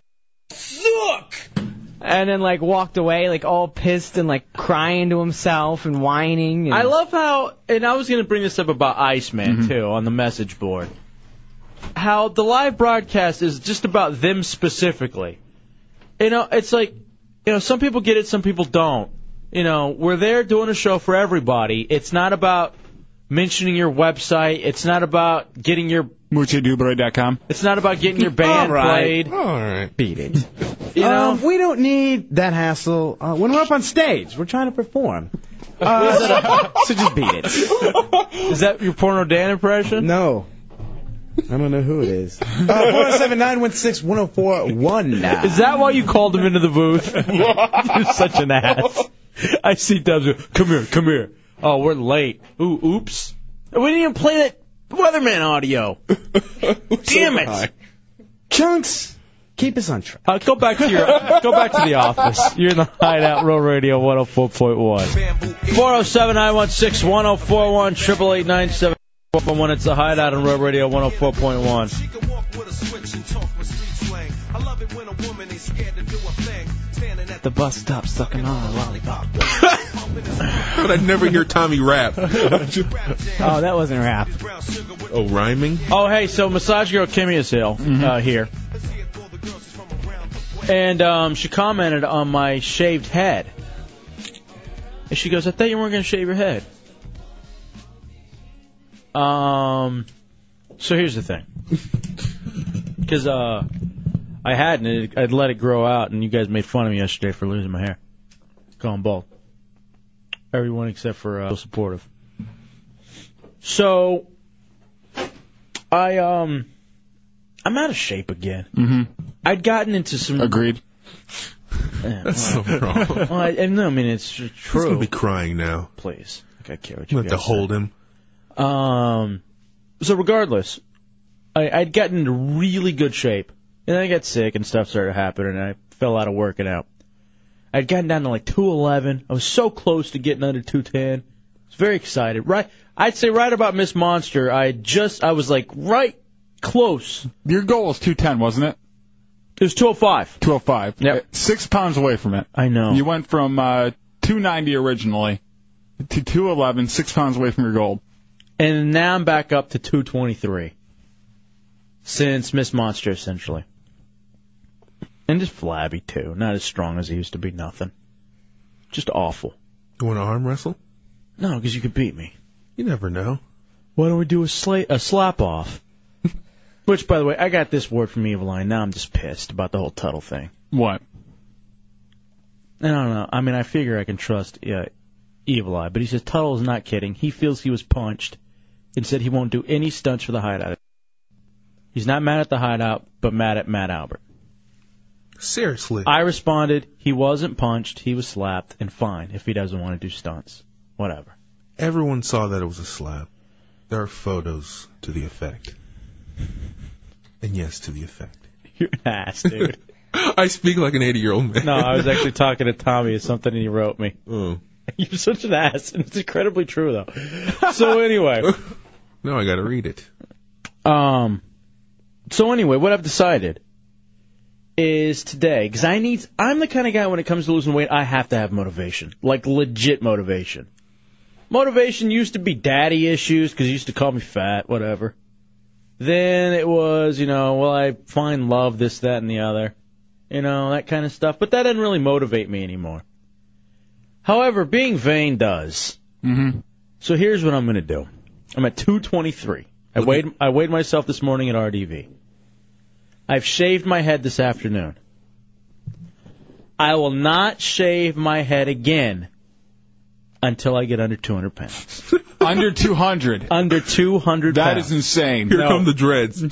"Look!"
And then like walked away, like all pissed and like crying to himself and whining. And,
I love how, and I was going to bring this up about Iceman, too, on the message board. How the live broadcast is just about them specifically. You know, it's like, you know, some people get it, some people don't. You know, we're there doing a show for everybody. It's not about mentioning your website. It's not about getting your.
MuchaDubre.com.
It's not about getting your band
All right.
played.
All right.
Beat it.
You know?
Um, we don't need that hassle uh, when we're up on stage. We're trying to perform. Uh, so just beat it.
Is that your porno Dan impression?
No. I don't know who it is. Uh, 407 916
Is that why you called him into the booth? You're such an ass. I see Dubs. Come here, come here. Oh, we're late. Ooh, oops. We didn't even play that Weatherman audio. Damn it.
Chunks, keep us on track.
Uh, go back to your go back to the office. You're in the Hideout Row Radio 104.1. 407 916 1041 888 971. It's the Hideout on Row Radio 104.1.
The bus stops sucking on a lollipop.
But I'd never hear Tommy rap.
Oh, that wasn't rap.
Oh, rhyming?
Oh, hey, so Massage Girl Kimmy is ill
Mm-hmm.
uh, here. And um, she commented on my shaved head. And she goes, I thought you weren't going to shave your head. Um, so here's the thing. Because uh, I hadn't. It, I'd let it grow out, and you guys made fun of me yesterday for losing my hair. Going bald. Everyone except for uh, supportive. So I um I'm out of shape again.
Mm-hmm.
I'd gotten into some
agreed.
That's
so wrong.
well, I, and no, I mean it's tr-
He's gonna
true.
be crying now.
Please, I got care what you
You have to
guys
hold him.
Um, so regardless, I, I'd gotten into really good shape, and then I got sick and stuff started happening, and I fell out of working out. I'd gotten down to like 211. I was so close to getting under 210. I was very excited. Right, I'd say right about Miss Monster, I had just I was like right close.
Your goal was 210, wasn't it?
It was 205.
205. Yep. Uh, Six pounds away from it.
I know.
You went from uh, 290 originally to 211, six pounds away from your goal.
And now I'm back up to 223. Since Miss Monster, essentially. And just flabby, too. Not as strong as he used to be, nothing. Just awful.
You want to arm wrestle?
No, because you could beat me.
You never know.
Why don't we do a, sla- a slap off? Which, by the way, I got this word from Eveline. Now I'm just pissed about the whole Tuttle thing.
What?
I don't know. I mean, I figure I can trust uh, Evil Eye, but he says Tuttle is not kidding. He feels he was punched and said he won't do any stunts for the hideout. He's not mad at the hideout, but mad at Matt Albert.
Seriously.
I responded, he wasn't punched, he was slapped, and fine if he doesn't want to do stunts. Whatever.
Everyone saw that it was a slap. There are photos to the effect. And yes, to the effect.
You're an ass, dude.
I speak like an 80 year old man.
No,
Oh.
I was actually talking to Tommy or something, and he wrote me. You're such an ass, and it's incredibly true though. So anyway,
Now I got to read it.
um, so anyway, what I've decided is today because I need. I'm the kind of guy when it comes to losing weight, I have to have motivation, like legit motivation. Motivation used to be daddy issues because he used to call me fat, whatever. Then it was, you know, well, I find love, this, that, and the other, you know, that kind of stuff. But that didn't really motivate me anymore. However, being vain does. Mm-hmm. So here's what I'm going to do. I'm at 223. I weighed I weighed myself this morning at RDV. I've shaved my head this afternoon. I will not shave my head again until I get under 200 pounds.
Under 200.
Under 200
That
pounds.
is insane.
Here No. come the
dreads.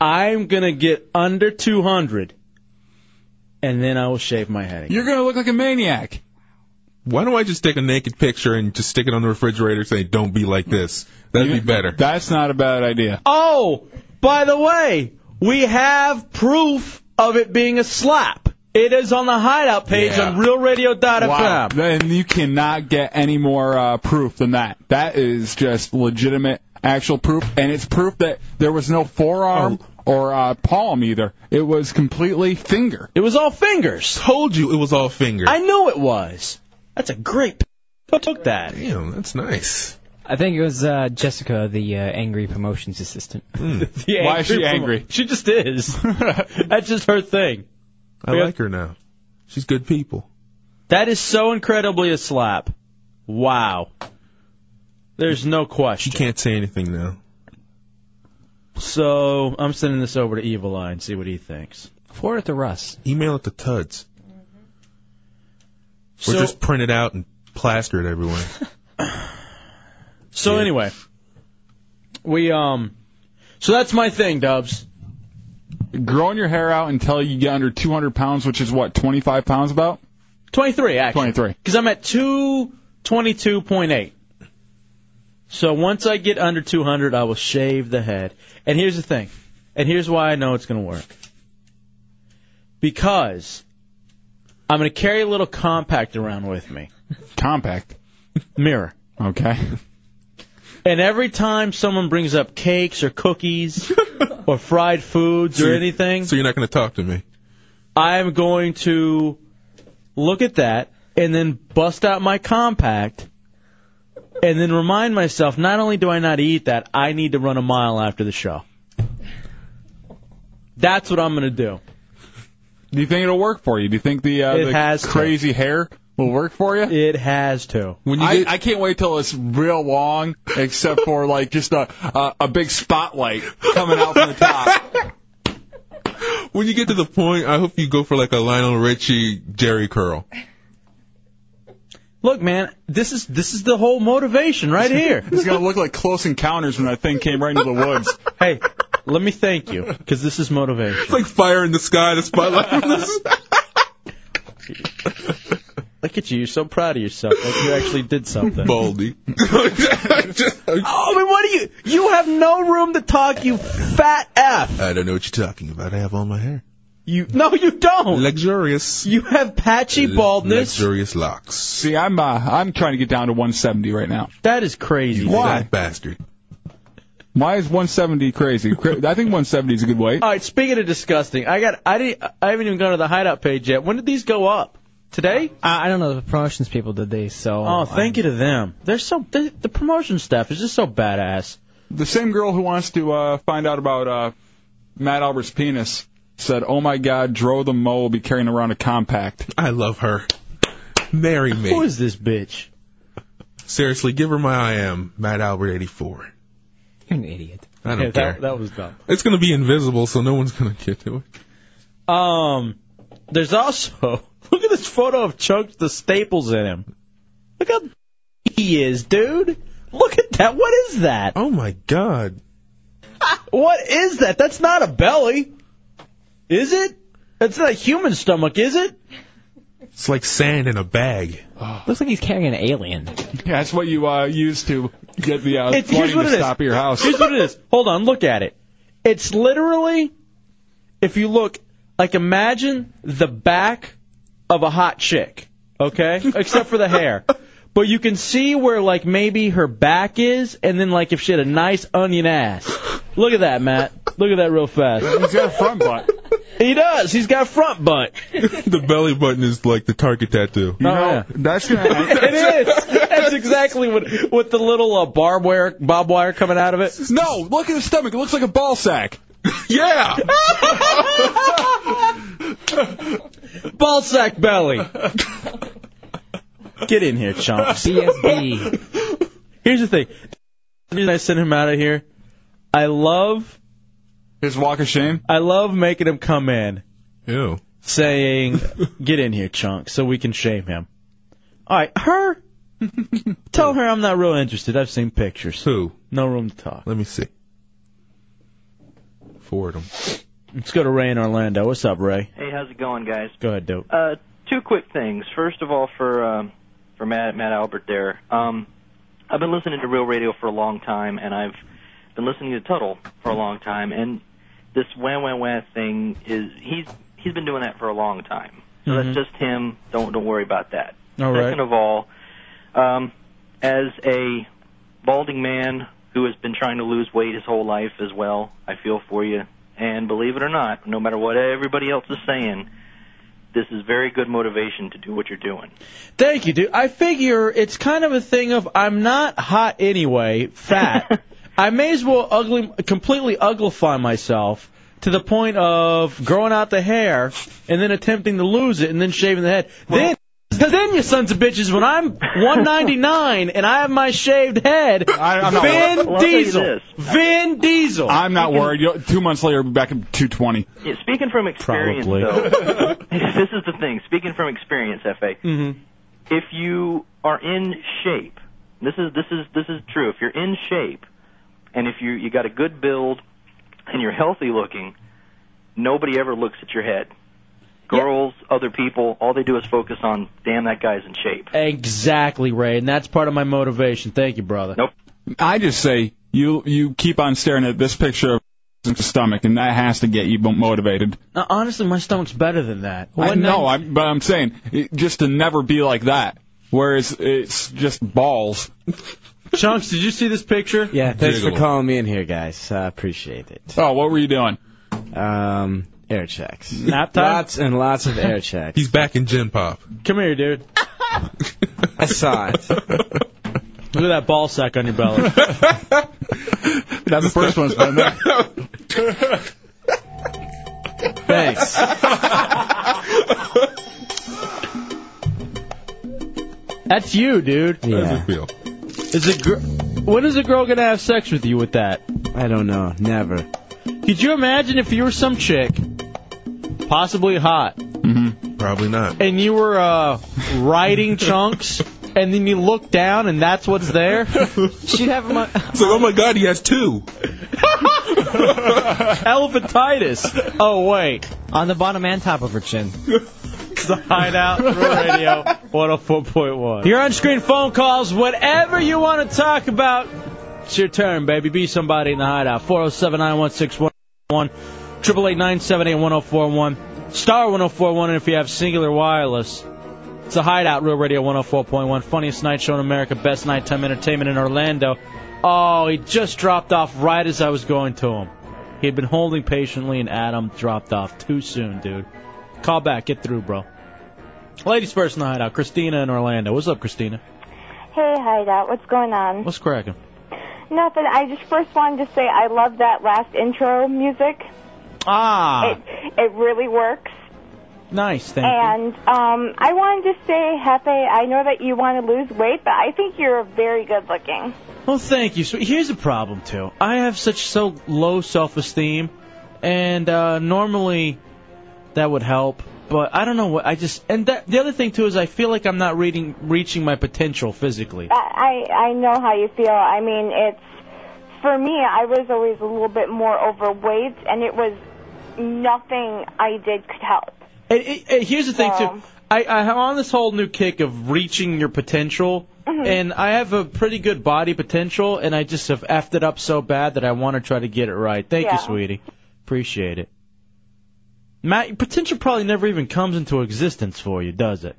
I'm gonna get under 200, and then I will shave my head. Again.
You're going to look like a maniac.
Why don't I just take a naked picture and just stick it on the refrigerator and say, don't be like this? That'd be better.
That's not a bad idea.
Oh, by the way, we have proof of it being a slap. It is on the hideout page
Yeah.
on RealRadio.fm.
Wow. And you cannot get any more uh, proof than that. That is just legitimate, actual proof, and it's proof that there was no forearm
Oh.
or uh, palm either. It was completely finger.
It was all fingers.
Told you it was all fingers.
I knew it was. That's a great. p- Who took that?
Damn, that's nice.
I think it was uh, Jessica, the uh, angry promotions assistant.
The angry promo- She just is. That's just her thing.
I
Yeah.
like her now. She's good people.
That is so incredibly a slap. Wow. There's no question.
You can't say anything now.
So I'm sending this over to Evil Eye and see what he thinks.
Forward it to Russ.
Email it to Tuds.
So-
or just print it out and plaster it everywhere.
So anyway, we um, so that's my thing, Dubs.
Growing your hair out until you get under 200 pounds, which is what 25 pounds about.
23 actually.
23.
Because I'm at 222.8. So once I get under 200, I will shave the head. And here's the thing. And here's why I know it's going to work. Because I'm going to carry a little compact around with me.
Compact?
Mirror.
Okay.
And every time someone brings up cakes or cookies or fried foods or anything,
so you're not going to talk to me.
I'm going to look at that and then bust out my compact and then remind myself not only do I not eat that, I need to run a mile after the show. That's what I'm going to do.
Do you think it'll work for you? Do you think the uh,
It
the
has to.
crazy hair will work for you?
It has to.
When
you I, I can't wait till it's real long, except for like just a a, a big spotlight coming out from the top.
When you get to the point, I hope you go for like a Lionel Richie Jerry curl.
Look, man, this is this is the whole motivation right here.
It's gonna look like Close Encounters when that thing came right into the woods.
Hey, let me thank you because this is motivation.
It's like fire in the sky, the spotlight from the sky.
Look at you, you're so proud of yourself. Like you actually did something.
Baldy.
oh, man, what are you? You have no room to talk, you fat F.
I don't know what you're talking about. I have all my hair.
You no, you don't.
Luxurious.
You have patchy baldness.
Luxurious locks.
See, I'm uh, I'm trying to get down to 170 right now.
That is crazy.
Why?
Bastard.
Why is 170 crazy? Cra- I think 170 is a good weight.
All right. Speaking of disgusting, I got I didn't I haven't even gone to the hideout page yet. When did these go up? Today?
I, I don't know. The promotions people did these, so.
Oh, thank you to them. They're so they, the promotion staff is just so badass.
The same girl who wants to uh, find out about uh, Matt Albert's penis said, "Oh my God, Dro the Mo will be carrying around a compact."
I love her. Marry me.
Who is this bitch?
Seriously, give her my I am, Matt Albert 84.
You're an idiot.
I don't
Yeah, that-
care.
that was dumb.
It's going to be invisible, so no one's going to get to it.
Um, there's also look at this photo of Chunks the staples in him. Look how he is, dude. Look at that. What is that?
Oh my god.
what is that? That's not a belly, is it? That's not a human stomach, is it?
It's like sand in a bag.
Looks like he's carrying an alien.
Yeah, that's what you uh, use to get the uh,
It's-
flooding
here's what
to
it is.
stop at your house.
Here's what it is. Hold on, look at it. It's literally, if you look, like imagine the back of a hot chick, okay? Except for the hair. But you can see where like maybe her back is, and then like if she had a nice onion ass. Look at that, Matt. Look at that real fast. He's got a front butt. He does. He's got a front butt.
the belly button is like the target tattoo.
You know,
that's gonna.
Oh, it is. That's exactly what with the little uh, barbed wire, bob wire coming out of it.
No, look at his stomach. It looks like a ball sack.
yeah.
Ball sack belly. Get in here, chump. CSB. Here's the thing. The reason I sent him out of here, I love
his walk of shame.
I love making him come in.
Ew.
Saying, "Get in here, chunk," so we can shame him. All right, her. Tell her I'm not real interested. I've seen pictures.
Who?
No room to talk.
Let me see. Fordham.
Let's go to Ray in Orlando. What's up, Ray?
Hey, how's it going, guys?
Go ahead, dope.
Uh, two quick things. First of all, for um, for Matt, Matt Albert there. Um, I've been listening to Real Radio for a long time, and I've been listening to Tuttle for a long time. And this wah wah wah thing is he's he's been doing that for a long time. So
Mhm.
Mm-hmm.
that's just him. Don't don't worry about that.
All right.
Second of all, um, as a balding man who has been trying to lose weight his whole life as well, I feel for you. And believe it or not, no matter what everybody else is saying, this is very good motivation to do what you're doing.
Thank you, dude. I figure it's kind of a thing of I'm not hot anyway, fat. I may as well ugly, completely uglify myself to the point of growing out the hair and then attempting to lose it and then shaving the head. then. Cause then you sons of bitches, when I'm 199 and I have my shaved head,
I'm not
Vin
worried. Well, I'll tell you
Diesel,
this.
Vin Diesel.
I'm not worried. You'll- Two months later, we'll be back in 220.
Yeah, speaking from experience,
Probably.
though, this is the thing. Speaking from experience, FA,
Mm-hmm.
if you are in shape, this is this is this is true. If you're in shape, and if you you got a good build, and you're healthy looking, nobody ever looks at your head. Girls, other people, all they do is focus on, damn, that guy's in shape.
Exactly, Ray, and that's part of my motivation. Thank you, brother.
Nope.
I just say you you keep on staring at this picture of his stomach, and that has to get you motivated.
Uh, honestly, my stomach's better than that.
I know, I'm, but I'm saying it- just to never be like that. Whereas it's just balls.
Chunks, did you see this picture?
Yeah, thanks for
Jiggle.
calling me in here, guys. I appreciate it.
Oh, what were you doing?
Um, air checks.
Oh. Nap time?
Lots and lots of air checks.
He's back in gin pop.
Come here, dude.
I saw it.
Look at that ball sack on your belly.
That's the first one's been there.
Thanks.
That's you, dude.
Yeah.
feel?
Is a gr- when is a girl gonna have sex with you with that?
I don't know. Never.
Could you imagine if you were some chick, possibly hot, Mm-hmm.
Probably not.
and you were uh, riding chunks, and then you look down and that's what's there? She'd have him.
So, oh my God, he has two.
Elephantitis. Oh wait,
on the bottom and top of her chin.
the Hideout Real Radio 104.1. Your on-screen phone calls, whatever you want to talk about, it's your turn, baby. Be somebody in the Hideout. 407-916-111, 888-978-1041, star 1041, and if you have Singular Wireless. It's the Hideout Real Radio 104.1, funniest night show in America, best nighttime entertainment in Orlando. Oh, he just dropped off right as I was going to him. He had been holding patiently, and Adam dropped off too soon, dude. Call back, get through, bro. Ladies first in the hideout, Christina in Orlando. What's up, Christina?
Hey, Hideout, what's going on?
What's cracking?
Nothing. I just first wanted to say I love that last intro music.
Ah,
It it really works.
nice, thank you.
and um, I wanted to say, Hefe, I know that you want to lose weight, but I think you're very good looking.
Well, thank you. So here's a problem too. I have such so low self-esteem, and uh, normally that would help, but I don't know what I just. And that, the other thing too is I feel like I'm not reading, reaching my potential physically.
I I I know how you feel. I mean, it's for me. I was always a little bit more overweight, and it was nothing I did could help.
And, and- and here's the thing too. I, I am on this whole new kick of reaching your potential, and I have a pretty good body potential, and I just have effed it up so bad that I want to try to get it right. Thank
Yeah.
you, sweetie. Appreciate it. Matt, your potential probably never even comes into existence for you, does it?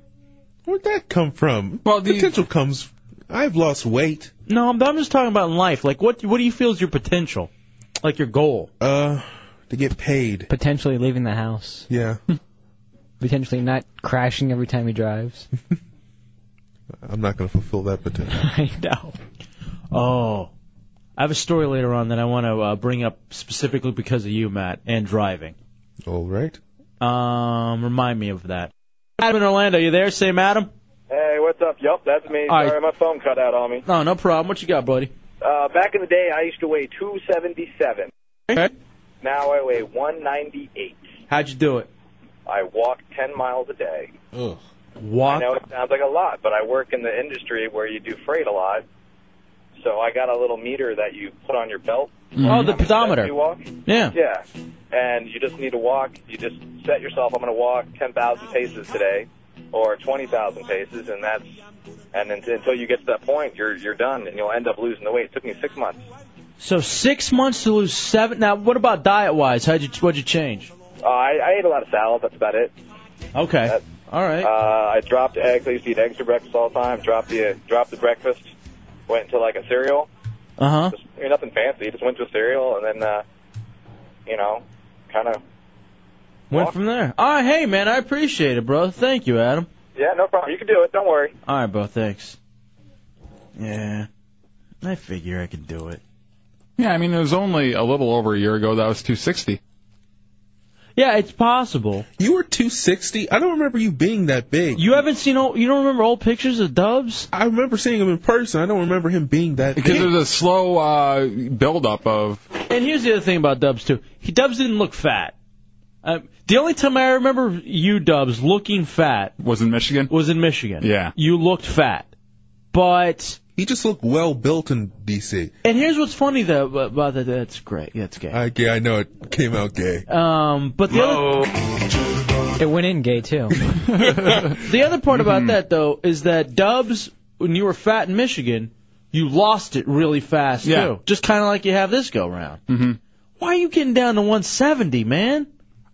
Where'd that come from?
Well,
potential comes. I've lost weight.
No, I'm, I'm just talking about in life. Like, what what do you feel is your potential? Like your goal?
Uh, to get paid.
Potentially leaving the house.
Yeah.
Potentially not crashing every time he drives.
I'm not going to fulfill that potential.
I know. Oh, I have a story later on that I want to uh, bring up specifically because of you, Matt, and driving.
All right.
Um, remind me of that. Adam in Orlando, you there? Same Adam.
Hey, what's up? Yup, that's me.
All right.
Sorry, my phone cut out on me.
No, no problem. What you got, buddy?
Uh, back in the day, I used to weigh 277.
Okay.
Now I weigh 198.
How'd you do it?
I walk 10 miles a day.
Ugh.
I
Walk.
know it sounds like a lot, but I work in the industry where you do freight a lot. So I got a little meter that you put on your belt.
Oh, the
You
pedometer.
walk.
Yeah.
Yeah. And you just need to walk. You just set yourself, I'm going to walk 10,000 paces today or 20,000 paces. And that's, and un- until you get to that point, you're, you're done and you'll end up losing the weight. It took me six months.
So six months to lose seven. Now, what about diet wise? How'd you what'd you change?
Uh, I, I ate a lot of salad. That's about it.
Okay. all right.
Uh, I dropped eggs. I used to eat eggs for breakfast all the time. Dropped the, dropped the breakfast. Went into like a cereal.
Uh huh.
I mean, nothing fancy. Just went to a cereal and then, uh, you know, kind of.
Went from there. All right, hey man, I appreciate it, bro. Thank you, Adam.
Yeah, no problem. You can do it. Don't worry.
All right, bro. Thanks. Yeah, I figure I could do it.
Yeah, I mean, it was only a little over a year ago that I was 260.
Yeah, it's possible.
You were 260. I don't remember you being that big.
You haven't seen old. You don't remember old pictures of Dubs?
I remember seeing him in person. I don't remember him being that
Because
big.
there's a slow uh, buildup of.
And here's the other thing about Dubs too. He Dubs didn't look fat. Uh, the only time I remember you Dubs looking fat
was in Michigan.
Was in Michigan.
Yeah.
You looked fat, but
he just looked well built in D.C.
And here's what's funny though about that. That's great. That's gay.
I, yeah, I know it came out gay.
Um, but the other
it went in gay too. Mm-hmm.
the other part about that though is that Dubs, when you were fat in Michigan, you lost it really fast
Yeah.
too. Just kind of like you have this go round. Mm-hmm. Why are you getting down to 170, man?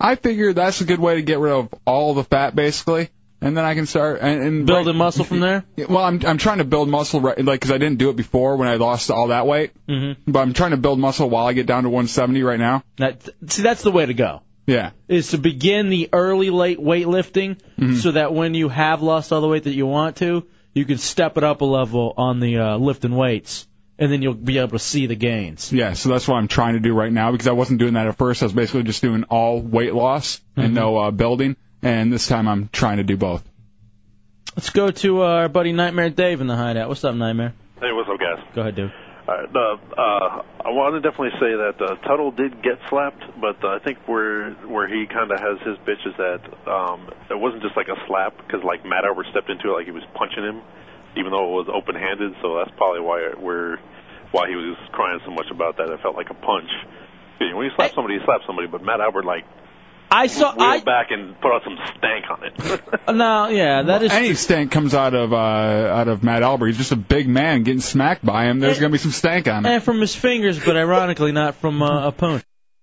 I figure that's a good way to get rid of all the fat, basically, and then I can start and, and
building muscle from there.
Well, I'm I'm trying to build muscle, right, like, because I didn't do it before when I lost all that weight. Mm-hmm. But I'm trying to build muscle while I get down to 170 right now.
That see, that's the way to go.
Yeah.
Is to begin the early late weightlifting so that when you have lost all the weight that you want to, you can step it up a level on the uh, lifting weights, and then you'll be able to see the gains.
Yeah, so that's what I'm trying to do right now because I wasn't doing that at first. I was basically just doing all weight loss and no uh, building, and this time I'm trying to do both.
Let's go to uh, our buddy Nightmare Dave in the hideout. What's up, Nightmare?
Hey, what's up, guys?
Go ahead, Dave.
All right, uh, uh, I want to definitely say that uh, Tuttle did get slapped, but uh, I think where where he kind of has his bitch is that um, it wasn't just like a slap because like Matt overstepped into it, like he was punching him, even though it was open handed. So that's probably why where why he was crying so much about that. It felt like a punch. Yeah, When you slap somebody, you slap somebody, but Matt Albert like
I saw
reeled back and put out some stank on it.
Uh, No, yeah, that is.
Any stank comes out of uh, out of Matt Albert. He's just a big man getting smacked by him. There's gonna be some stank on it.
And Eh, from his fingers, but ironically not from uh, a pony.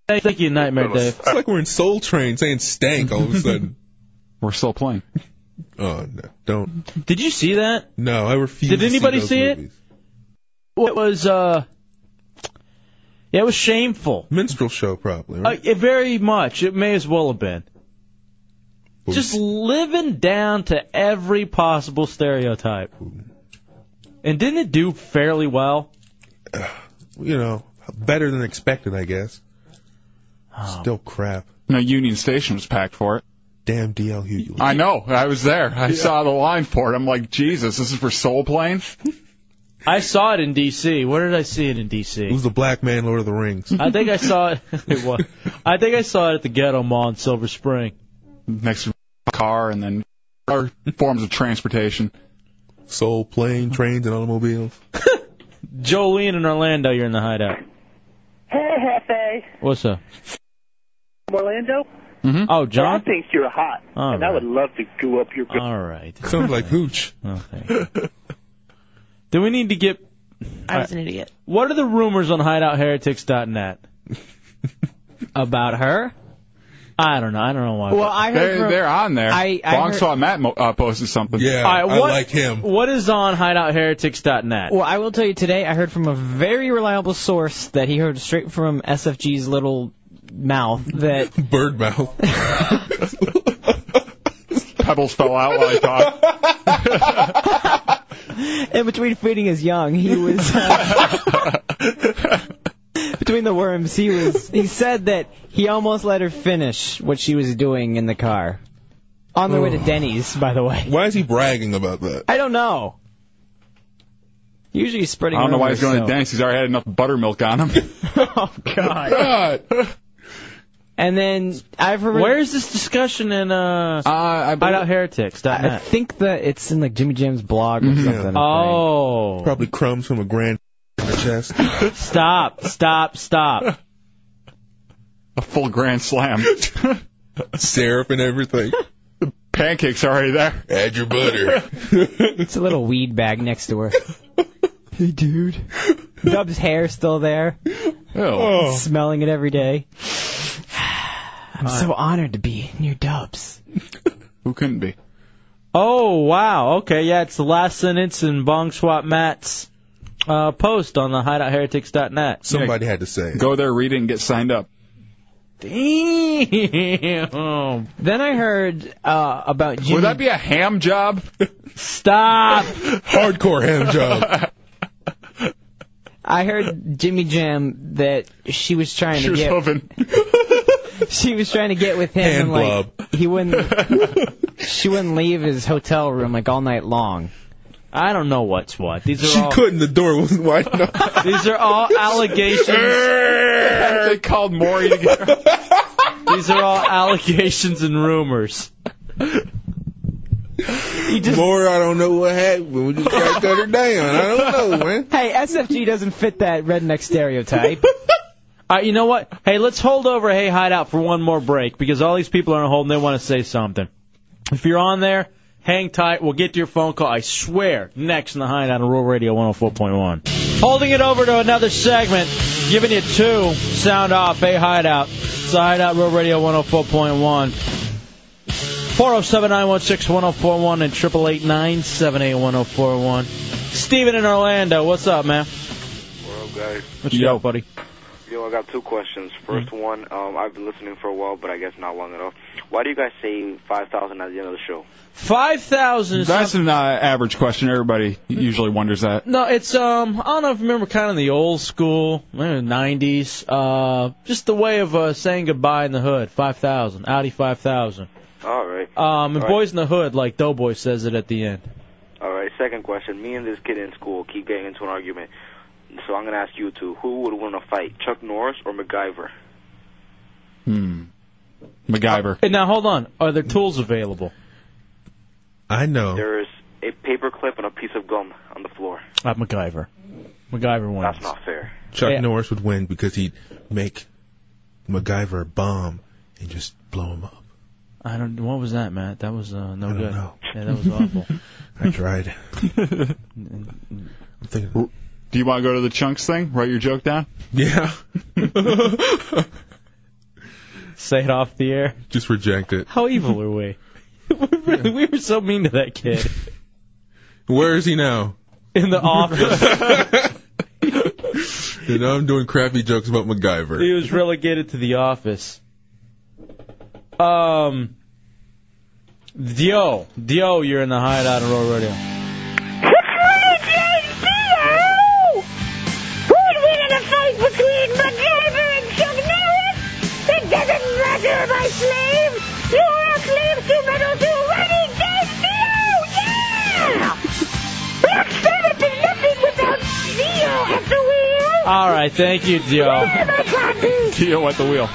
Thank, thank you, Nightmare Dave.
It's like we're in Soul Train saying stank all of a sudden.
We're still playing.
Oh no! Don't.
Did you see that?
No, I refuse.
Did
to
anybody
see, those
see it?
movies.
What was uh? Yeah, it was shameful.
Minstrel show, probably.
Uh,
Right?
it very much. It may as well have been. Just living down to every possible stereotype. And didn't it do fairly well?
you know, better than expected, I guess.
Oh.
Still crap.
No, Union Station was packed for it.
Damn DL Hughley.
I know. I was there. I saw the line for it. I'm like, Jesus, this is for Soul Plane.
I saw it in D.C. Where did I see it in D.C.?
It was the black man, Lord of the Rings.
I think I saw it. it was. I think I saw it at the Ghetto Mall in Silver Spring.
Next to car and then other forms of transportation.
Soul plane, trains, and automobiles.
Jolene in Orlando, you're in the hideout.
Hey, Hefe.
What's up?
Orlando?
Oh,
Mm-hmm.
John. Oh.
I think you're hot.
All
and I would love to goo up your...
All right.
Sounds like hooch.
Okay. Do we need to get?
I was an idiot.
What are the rumors on HideoutHeretics.net about her? I don't know. I don't know why.
Well, I heard
they're,
from-
they're on there.
I- I
Long
heard-
saw Matt mo- uh, posted something.
All right, what- What is on HideoutHeretics.net?
Well, I will tell you today, I heard from a very reliable source that he heard straight from SFG's little mouth that
bird mouth.
Pebbles fell out while I talked.
In between feeding his young, he was. uh, between the worms, he was. He said that he almost let her finish what she was doing in the car, on their way to Denny's. By the way,
why is he bragging about that?
I don't know. Usually he's
I
spreading.
don't know why he's
rumors,
going
so-
to dance. He's already had enough buttermilk on him.
God. and then I've heard.
Where is this discussion in uh,
I
hideoutheretics.net?
I think that it's in like Jimmy Jam's blog or something.
Oh.
Mm-hmm. Probably crumbs from a grand in the chest.
Stop, stop, stop.
A full grand slam.
Syrup and everything.
Pancakes already there.
Add your butter.
it's a little weed bag next to her. hey, dude. Dub's hair still there.
Oh.
Smelling it every day. I'm so honored to be near Dubs.
Who couldn't be?
Oh wow. Okay, yeah, it's the last sentence in Bong Swap Matt's uh, post on the hideoutheretics.net.
Somebody
had to say.
Go there, read it, and get signed up.
Damn.
Then I heard uh, about Jimmy.
Would that be a ham job?
Stop.
Hardcore ham job.
I heard Jimmy Jam that she was trying
She
to
was
get.
hoping.
she was trying to get with him, and
Hand
like he wouldn't. she wouldn't leave his hotel room like all night long.
I don't know what's what. These are
She
all
couldn't. The door wasn't wide enough.
These are all allegations.
they called Maury to get
These are all allegations and rumors.
More, I don't know what happened. We just tried to cut her down. I don't know, man.
Hey, SFG doesn't fit that redneck stereotype.
All right, Uh, you know what? Hey, let's hold over Hey Hideout for one more break because all these people are on hold and they want to say something. If you're on there, hang tight. We'll get to your phone call, I swear, next in the Hideout on Rural Radio 104.1. Holding it over to another segment, giving you two sound off Hey Hideout. It's the Hideout Rural Radio 104.1. 407 916 1041 and 888 978 1041. Steven in Orlando, what's up, man?
Well, guys,
What you got, Mm-hmm. buddy?
yo, I got two questions. 1st one, um, I've been listening for a while, but I guess not long enough. Why do you guys say five thousand at the end of the show?
Five thousand.
That's an uh, average question. Everybody usually wonders that.
No, it's um. I don't know if you remember, kind of the old school, maybe nineties. Uh, just the way of uh, saying goodbye in the hood. Five thousand, Audi five thousand.
All right,
Um, and
Right.
boys in the hood, like Doughboy says it at the end.
all right. Second question, me and this kid in school keep getting into an argument, so I'm gonna ask you two: Who would win a fight, Chuck Norris or MacGyver?
Hmm. MacGyver.
And now hold on, are there tools available?
I know.
There is a paper clip and a piece of gum on the floor.
Uh, MacGyver. MacGyver wins.
That's not fair.
Chuck
Yeah.
Norris would win because he'd make MacGyver a bomb and just blow him up.
I don't. What was that, Matt? That was uh, no good. Yeah, that was awful.
I tried.
Do you want to go to the chunks thing? Write your joke down?
Yeah.
Say it off the air.
Just reject it.
How evil are we? we really- we were so mean to that kid
Where is he now?
in the office.
You know, I'm doing crappy jokes about MacGyver.
He was relegated to the office. Um, Dio, Dio, you're in the hideout on Roll Radio.
Who'd win in a fight between MacGyver and Chuck Norris? It doesn't matter, my slave. You are a slave to Metal to Ready Dave Neo. Yeah! Black Sabbath is nothing without Neo at the wheel.
All right, thank you, Dio.
Dio at the wheel.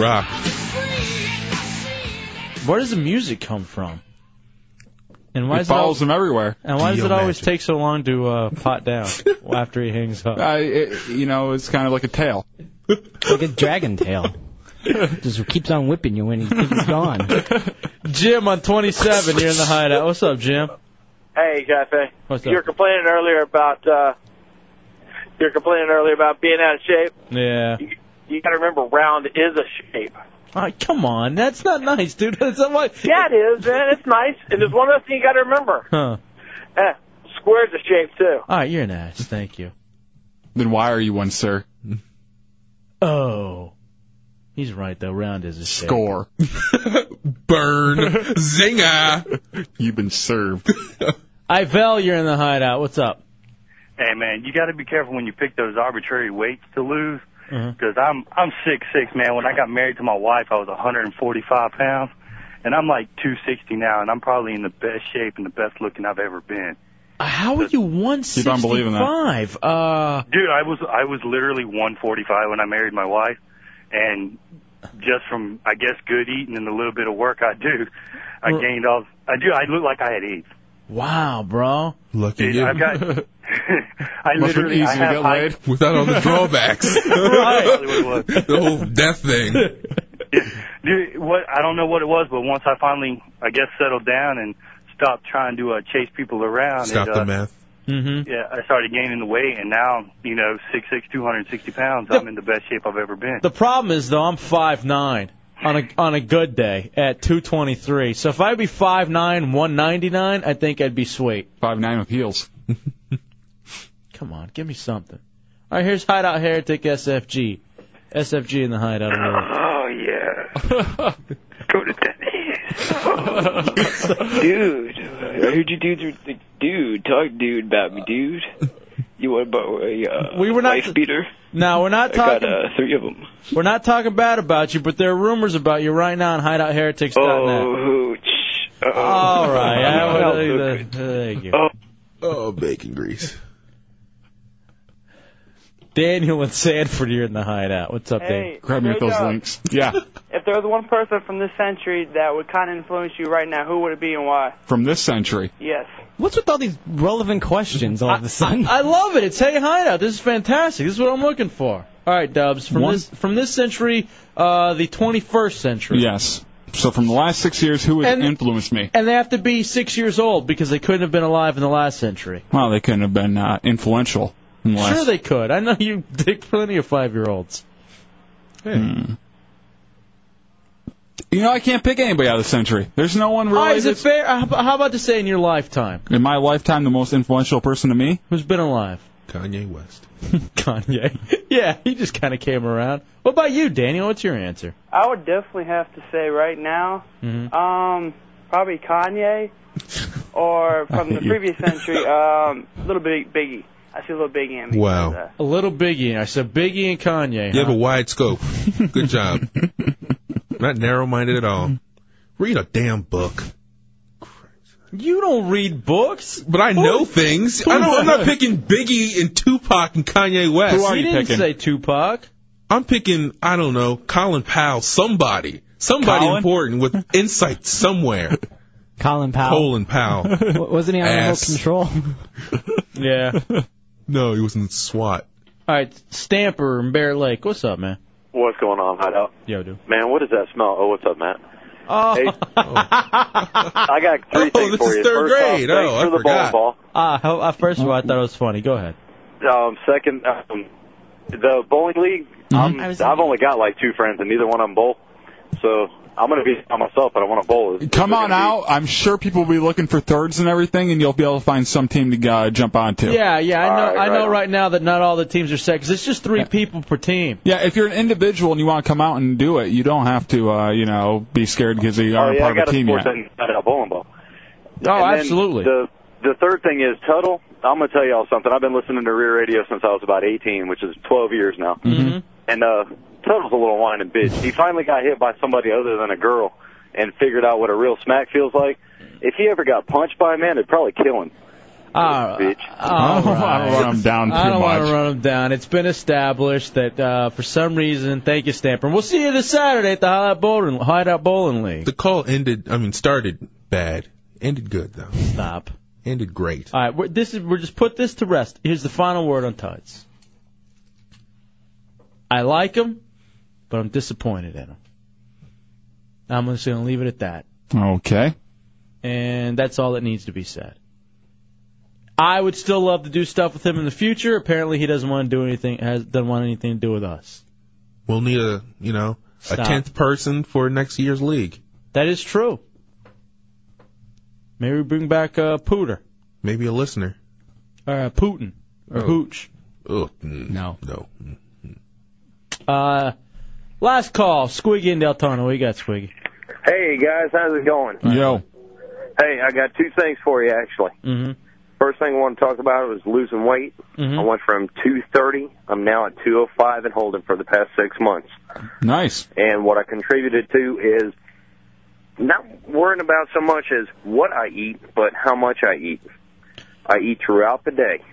Rock.
Where does the music come from? And why
He
is it
follows
always,
him everywhere.
and why does it always take so long to uh, pot down after he hangs up?
I, Uh, it, you know, it's kind of like a tail.
like a dragon tail. Just keeps on whipping you when he thinks he's gone.
Jim on 27, you're in the hideout. What's up, Jim?
Hey, Jefe.
What's
You were complaining earlier about uh, you were complaining earlier about being out of shape.
Yeah.
You got to remember, round is a shape.
All right, come on, that's not nice, dude. That's not what.
Yeah, it is, man. It's nice, and there's one other thing you got to remember.
Huh.
Eh, square's a shape too.
All right, you're an ass. Thank you.
Then why are you one, sir?
Oh. He's right though. Round is a shape.
Score.
Burn. Zinger.
You've been served.
Ivel, you're in the hideout. What's up?
Hey man, you got to be careful when you pick those arbitrary weights to lose.
Mhm.
Because I'm I'm six six man. When I got married to my wife, I was 145 pounds, and I'm like 260 now, and I'm probably in the best shape and the best looking I've ever been.
Uh, How are you 165? Uh,
Dude, I was I was literally 145 when I married my wife, and just from I guess good eating and the little bit of work I do, I
Well-
gained all. I do. I look like I had AIDS.
wow, bro.
Lucky
Dude, I've got. I literally I have high-
without all the drawbacks.
Right.
the whole death thing.
Dude, what I don't know what it was, but once I finally, I guess, settled down and stopped trying to uh, chase people around,
Stop
and, uh,
the math.
Mm-hmm.
Yeah, I started gaining the weight, and now you know, six six, two hundred sixty pounds. I'm in the best shape I've ever been.
The problem is though, I'm five nine on a on a good day at 223. So if I'd be five nine, 199, I think I'd be sweet.
Five nine with heels.
Come on, give me something. All right, here's Hideout Heretic SFG. SFG in the Hideout.
Oh yeah.
Go
to
dude, I heard you dudes were like, dude, talk dude about me, dude. You want about a uh,
We were not-
wife beater?
Now we're not
I got
talking.
uh, three of them.
We're not talking bad about you, but there are rumors about you right now on hideoutheretics.net.
Oh,
All right. I
Oh,
would, uh, thank you.
Oh.
Oh, bacon grease.
Daniel and Sanford, you're in the hideout. What's up,
Hey,
Dave?
Grab me with those Joe.
links. Yeah.
If there was one person from this century that would kind of influence you right now, who would it be and why?
From this century.
Yes.
What's with all these relevant questions all of a sudden?
I love it. It's Hey Hideout. This is fantastic. This is what I'm looking for. All right, Dubs. From
One-
this from this century, uh, the 21st century.
Yes. So from the last six years, who has
And-
influenced me?
And they have to be six years old because they couldn't have been alive in the last century.
Well, they couldn't have been uh, influential unless.
Sure, they could. I know you dig plenty of five year olds.
Hmm. You know, I can't pick anybody out of the century. There's no one
All
really.
right, is it
that's-
fair? How about how about to say in your lifetime?
in my lifetime, the most influential person to me
who's been alive.
Kanye West.
Kanye. yeah, he just kind of came around. What about you, Daniel? What's your answer?
I would definitely have to say right now,
Mm-hmm.
um, probably Kanye, or from the
hate you.
previous century, um, little big Biggie. I see a little Biggie in me.
Wow.
A little Biggie. and I said Biggie and Kanye.
You have
huh?
a wide scope. Good job. Not narrow minded at all. Read a damn book.
You don't read books,
but I know things. I don't, I'm not picking Biggie and Tupac and Kanye West.
Who are you He didn't picking? say Tupac.
I'm picking I don't know Colin Powell, somebody, somebody
Colin?
important with insight somewhere.
Colin Powell.
Colin Powell.
W- Wasn't he on remote
Ass.
control?
Yeah.
no, he was in SWAT.
All right, Stamper and Bear Lake. What's up, man?
What's going on, Hideout?
Yo, dude.
Man, what is that smell? Oh, what's up, Matt?
Oh.
Hey, I got three
Oh,
things for you. First Off, thanks for the bowling
Ah, how- uh, first of all, I thought it was funny. Go ahead.
ball. Um, second, um, the bowling league. Um,
Mm-hmm.
I've only got like two friends, and neither one of them bowl. So I'm going to be by myself, but I want to bowl. Is-
Come on out. I'm sure people will be looking for thirds and everything, and you'll be able to find some team to uh, jump onto.
Yeah, yeah, I know.
All right,
I know
right on.
right now that not all the teams are set 'cause it's just three people per team.
Yeah, if you're an individual and you want to come out and do it, you don't have to, uh, you know, be scared because you
oh
aren't
yeah, I
part of
got
a
a
team
sports
yet.
thing at a bowling ball.
Oh,
And then
absolutely.
The the third thing is Tuttle. I'm going to tell y'all something. I've been listening to Rear Radio since I was about 18, which is 12 years now.
Mm-hmm.
And uh, Tuttle's a little whining bitch. He finally got hit by somebody other than a girl and figured out what a real smack feels like. If he ever got punched by a man, it'd probably kill him.
Ah,
bitch. I
all right.
don't wanna run 'em down
I
too
don't want
much.
to run them down. It's been established that uh, for some reason, thank you, Stamper. We'll see you this Saturday at the Hideout Bowling, Hideout Bowling League.
The call ended. I mean, started bad. Ended good though.
Stop.
Ended great.
All right, we're, this is we're just put this to rest. Here's the final word on tides. I like them, but I'm disappointed in them. I'm just going to leave it at that,
Okay.
and that's all that needs to be said. I would still love to do stuff with him in the future. Apparently, he doesn't want to do anything. Has doesn't want anything to do with us.
We'll need a you know a
Stop.
tenth person for next year's league.
That is true. Maybe we bring back uh, Pooter
Maybe a listener.
or uh, Putin or
Oh.
Hooch.
Ugh.
Mm.
No. No.
Uh, last call, Squiggy in Deltona. What you got, Squiggy?
Hey guys, how's it going?
Yo.
Hey, I got two things for you actually.
Mhm.
First thing I want to talk about was losing weight.
Mm-hmm.
I went from 230. I'm now at 205 and holding for the past six months.
Nice.
And what I contributed to is not worrying about so much as what I eat, but how much I eat. I eat throughout the day.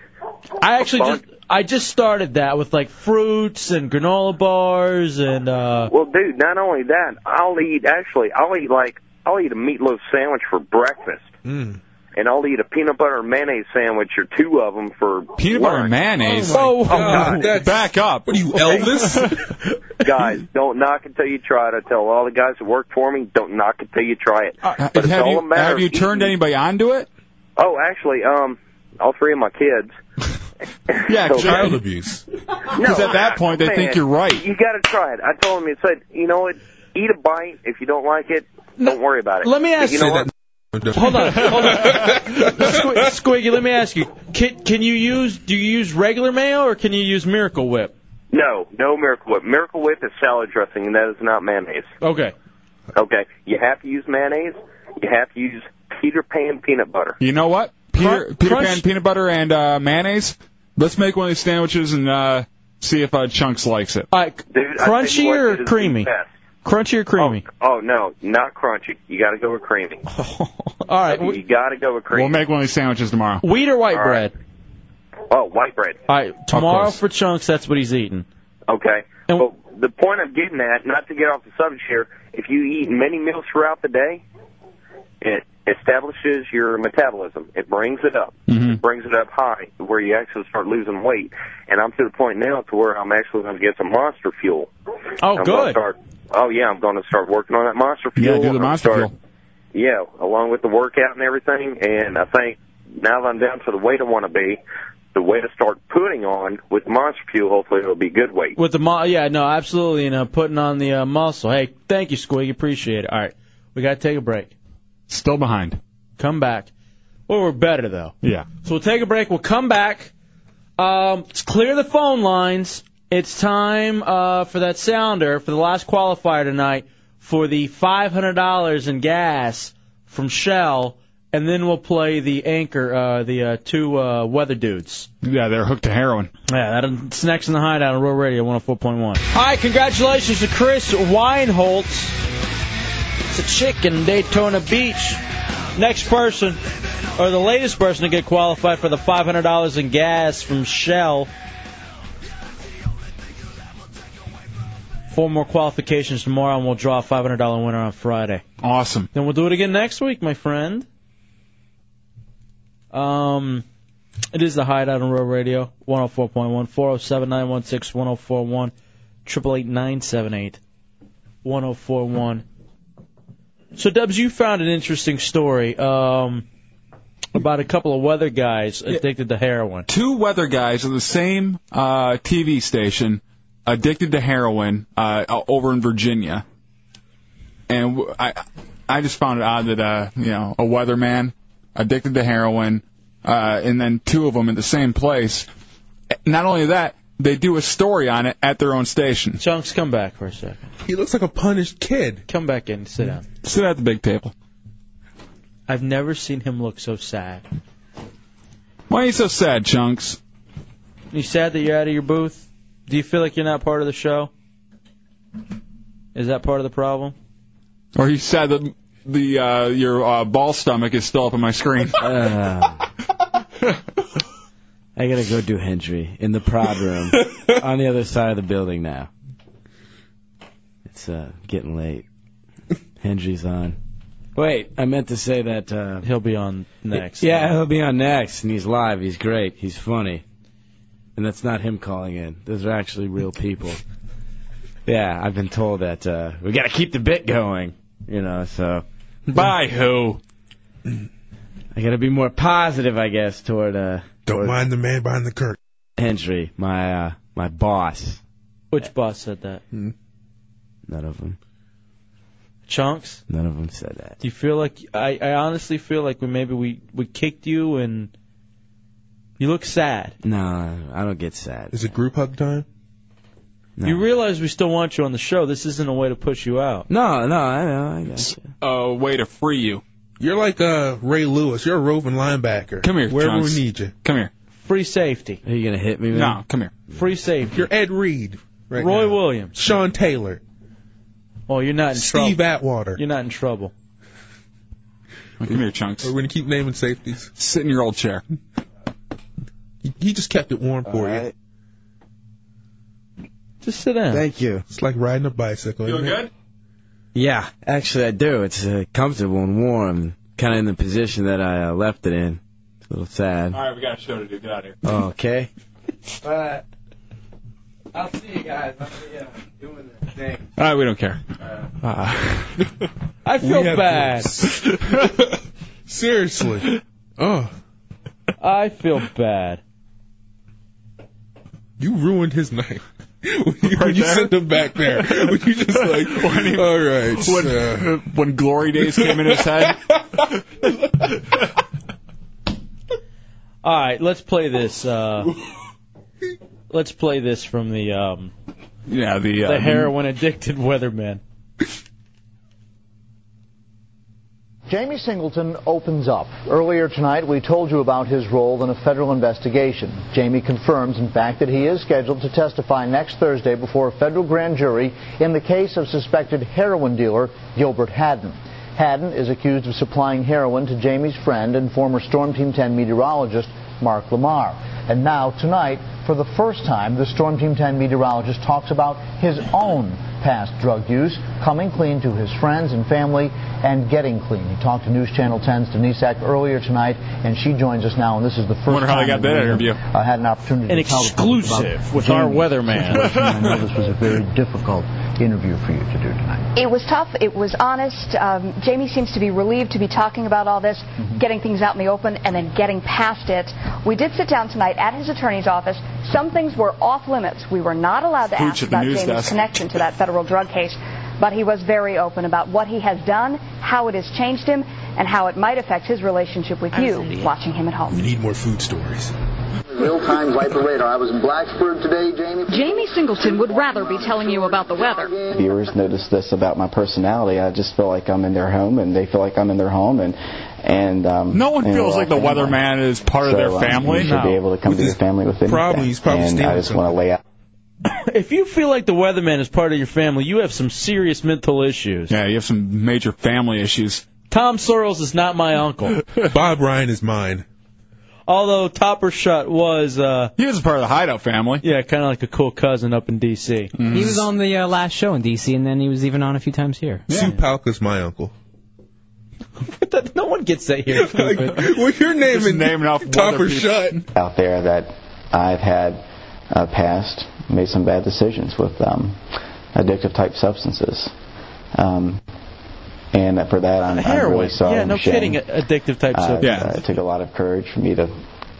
I actually just I just started that with like fruits and granola bars and uh
Well, dude, not only that, I'll eat actually. I'll eat like I'll eat a meatloaf sandwich for breakfast,
Mm.
and I'll eat a peanut butter and mayonnaise sandwich or two of them for
Peanut butter and mayonnaise.
Oh, my God.
back up. What are you,
Elvis? guys, don't knock until you try it. I tell all the guys that work for me, don't knock until you try it. but it's
Uh, have
all a
you,
matter
have you
of eating.
turned anybody onto it?
Oh, actually, um, all three of my kids.
Yeah,
So-
child abuse.
No,
Because at that point, they
I'm
think
saying,
you're right.
You got to try it. I told him. It said, you know what? Eat a bite. If you don't like it, don't worry about it.
Let me
But
ask
you. Know
you
what?
Hold on, hold on. Squ- Squiggy, let me ask you. Can, can you use do you use regular mayo or can you use Miracle Whip?
No, no Miracle Whip. Miracle Whip is salad dressing, and that is not mayonnaise.
Okay.
Okay, you have to use mayonnaise. You have to use Peter Pan peanut butter.
You know what? Peter, Peter
crunch-
Pan peanut butter and uh, mayonnaise. Let's make one of these sandwiches and uh, see if uh, Chunks likes it.
All right,
Dude, I tell you what, it is the best.
Crunchy or creamy?
Oh no, not crunchy. You got to go with creamy.
All right.
You got to go with
We'll
creamy.
make one of these sandwiches tomorrow.
Wheat or white
All
bread?
Oh, white bread.
All right. Tomorrow for chunks, that's what he's eating.
Okay. well, the point I'm getting at, not to get off the subject here, if you eat many meals throughout the day, it establishes your metabolism. It brings it up.
Mm-hmm.
It brings it up high where you actually start losing weight. And I'm to the point now to where I'm actually going to get some monster fuel.
Oh,
I'm gonna
good.
Start, oh, yeah, I'm going to start working on that monster fuel.
Yeah, do
I'm
the
gonna
monster
start-
fuel.
Yeah, along with the workout and everything. And I think now that I'm down to the weight I want to be, the way to start putting on with monster fuel, hopefully it'll be good weight.
With the mo- yeah, no, absolutely, you know, putting on the uh, muscle. Hey, thank you, Squiggy, appreciate it. All right, we gotta take a break.
Still behind.
Come back. Well, we're better though.
Yeah.
So we'll take a break. We'll come back. Um, let's clear the phone lines. It's time uh, for that sounder for the last qualifier tonight for the $500 in gas from Shell, and then we'll play the anchor, uh, the uh, two uh, weather dudes.
Yeah, they're hooked to heroin.
Yeah, that's next in the hideout on Real Radio 104.1. All right, congratulations to Chris Weinholtz. It's a chick in Daytona Beach. Next person, or the latest person to get qualified for the $500 in gas from Shell. Four more qualifications tomorrow, and we'll draw a $500 winner on Friday.
Awesome.
Then we'll do it again next week, my friend. Um, it is the Hideout on Real Radio, 104.1, 407 916 1041, 888 978 1041. So, Dubs, you found an interesting story um, about a couple of weather guys addicted to heroin.
Two weather guys on the same uh, TV station, addicted to heroin, uh, o- over in Virginia, and w- I, I just found it odd that uh, you know a weatherman addicted to heroin, uh, and then two of them at the same place. Not only that, they do a story on it at their own station.
Chunks, come back for a second.
He looks like a punished kid.
Come back in, sit down.
Sit at the big table.
I've never seen him look so sad.
Why are you so sad, Chunks?
You sad that you're out of your booth? Do you feel like you're not part of the show? Is that part of the problem?
Or are you sad that the uh, your uh, ball stomach is still up on my screen?
Uh,
I gotta go do Hendry in the prod room on the other side of the building now. It's uh, getting late. Hendry's on. Wait, I meant to say that uh,
he'll be on next.
Yeah, he'll be on next, and he's live. He's great. He's funny, and that's not him calling in. Those are actually real people. yeah, I've been told that uh, we gotta keep the bit going. You know, so
by who?
I gotta be more positive, I guess, toward uh. Don't mind the man behind the curtain. Henry, my uh, my boss.
Which boss said that?
None of them.
Chunks?
None of them said that.
Do you feel like I, I honestly feel like we maybe we we kicked you and you look sad.
No, I don't get sad.
Is it group hug time?
You realize we still want you on the show. This isn't a way to push you out.
No, no, I know. I guess.
uh,
A way to free you. You're like uh, Ray Lewis. You're a roving linebacker.
Come here,
Wherever
Jones.
we need you.
Come here.
Free safety.
Are you gonna hit me?
No, come here.
Free safety.
You're Ed Reed. Right
Roy Williams.
Sean Taylor.
Oh, you're not in trouble.
Steve Atwater.
You're not in trouble.
Come here, Chunks.
We're going to keep naming safeties.
Sit in your old chair.
He, he just kept it warm for you.
Just sit down.
Thank you.
It's like riding a bicycle. Doing good?
Yeah, actually, I do. It's uh, comfortable and warm, kind of in the position that I uh, left it in. It's a little sad.
right, we got a show to do. Get out of here.
Okay.
But I'll see you guys. I'll be uh, doing this thing.
All right, we don't care. Uh,
I
feel bad.
Seriously. Oh.
I feel bad.
You ruined his night. when you, when you sent him back there. When you just like, all right.
when,
so-
Uh, when glory days came in his head.
All right, let's play this. Uh, let's play this from the um,
yeah the uh,
the heroin addicted weatherman.
Jamie Singleton opens up. Earlier tonight, we told you about his role in a federal investigation. Jamie confirms, in fact, that he is scheduled to testify next Thursday before a federal grand jury in the case of suspected heroin dealer Gilbert Haddon. Haddon is accused of supplying heroin to Jamie's friend and former Storm Team 10 meteorologist Mark Lamar. And now, tonight, for the first time, the Storm Team 10 meteorologist talks about his own past drug use, coming clean to his friends and family, and getting clean. He talked to News Channel 10's Denise Eck earlier tonight, and she joins us now, and this is the first
Wonder how they got
time
that
we,
interview.
uh, had an opportunity
An
to tell the public about
exclusive with our
Jamie's
weatherman.
situation. I know this was a very difficult interview for you to do tonight.
It was tough. It was honest. Um, Jamie seems to be relieved to be talking about all this, getting things out in the open, and then getting past it. We did sit down tonight at his attorney's office. Some things were off limits. We were not allowed to
Pooch
ask
at the
about
news
Jamie's
desk.
connection to that federal drug case, but he was very open about what he has done, how it has changed him, and how it might affect his relationship with you watching him at home.
We need more food stories.
Real-time wiper radar. I was in Blacksburg today, Jamie. Jamie Singleton would rather be telling you about the weather.
viewers notice this about my personality. I just feel like I'm in their home, and they feel like I'm in their home, and and um,
no one
and
feels
we're
like the
all family.
weatherman is part of
So,
their
um,
family.
You should be able to come to your family with anything.
problem, he's probably
and I
stealing
just want to lay out.
If you feel like the weatherman is part of your family, you have some serious mental issues.
Yeah, you have some major family issues.
Tom Sorrells is not my uncle.
Bob Ryan is mine.
Although Topper Shut was. Uh,
he was part of the Hideout family. Mm-hmm.
Yeah, kind of like a cool cousin up in D.C.
He was on the uh, last show in D.C., and then he was even on a few times here.
Sue Palka's my uncle.
no one gets that here.
well, you're naming, naming off Topper Shut.
out there that I've had uh, past made some bad decisions with um, addictive type substances, um, and for that I'm, I'm really
Heroin.
sorry.
yeah,
and
no
ashamed.
kidding. Addictive type
Uh,
stuff.
uh, it took a lot of courage for me to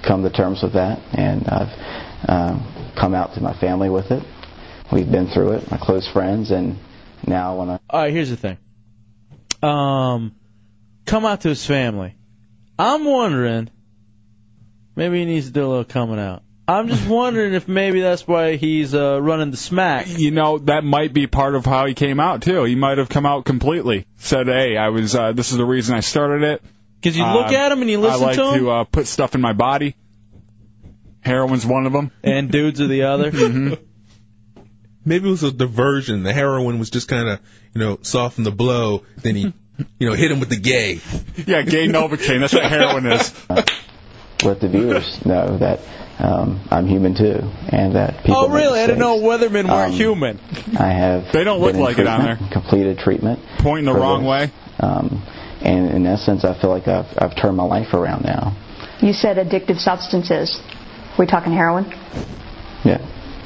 come to terms with that, and I've um, come out to my family with it. We've been through it, my close friends, and now when I
All right, here's the thing. Um, come out to his family. I'm wondering. Maybe he needs to do a little coming out. I'm just wondering if maybe that's why he's uh, running the smack.
You know, that might be part of how he came out too. He might have come out completely. Said, "Hey, I was. Uh, this is the reason I started it." Um,
Because you look at him and you listen
I like
to
to,
him.
uh, put stuff in my body. Heroin's one of Mm-hmm. them.
And dudes are the other.
Maybe it was a diversion. The heroin was just kind of, you know, soften the blow. Then he, you know, hit him with the gay.
Yeah, gay Novocaine. That's what heroin is.
let the viewers know that um, I'm human too, and that people.
Oh,
make
really? I didn't know
mistakes.
weathermen weren't
Um,
human.
I have.
They don't look
been in
like it on
treatment, Completed treatment.
Pointing the
for
wrong way.
this. Um, and in essence, I feel like I've I've turned my life around now.
You said addictive substances. We talking heroin?
Yeah.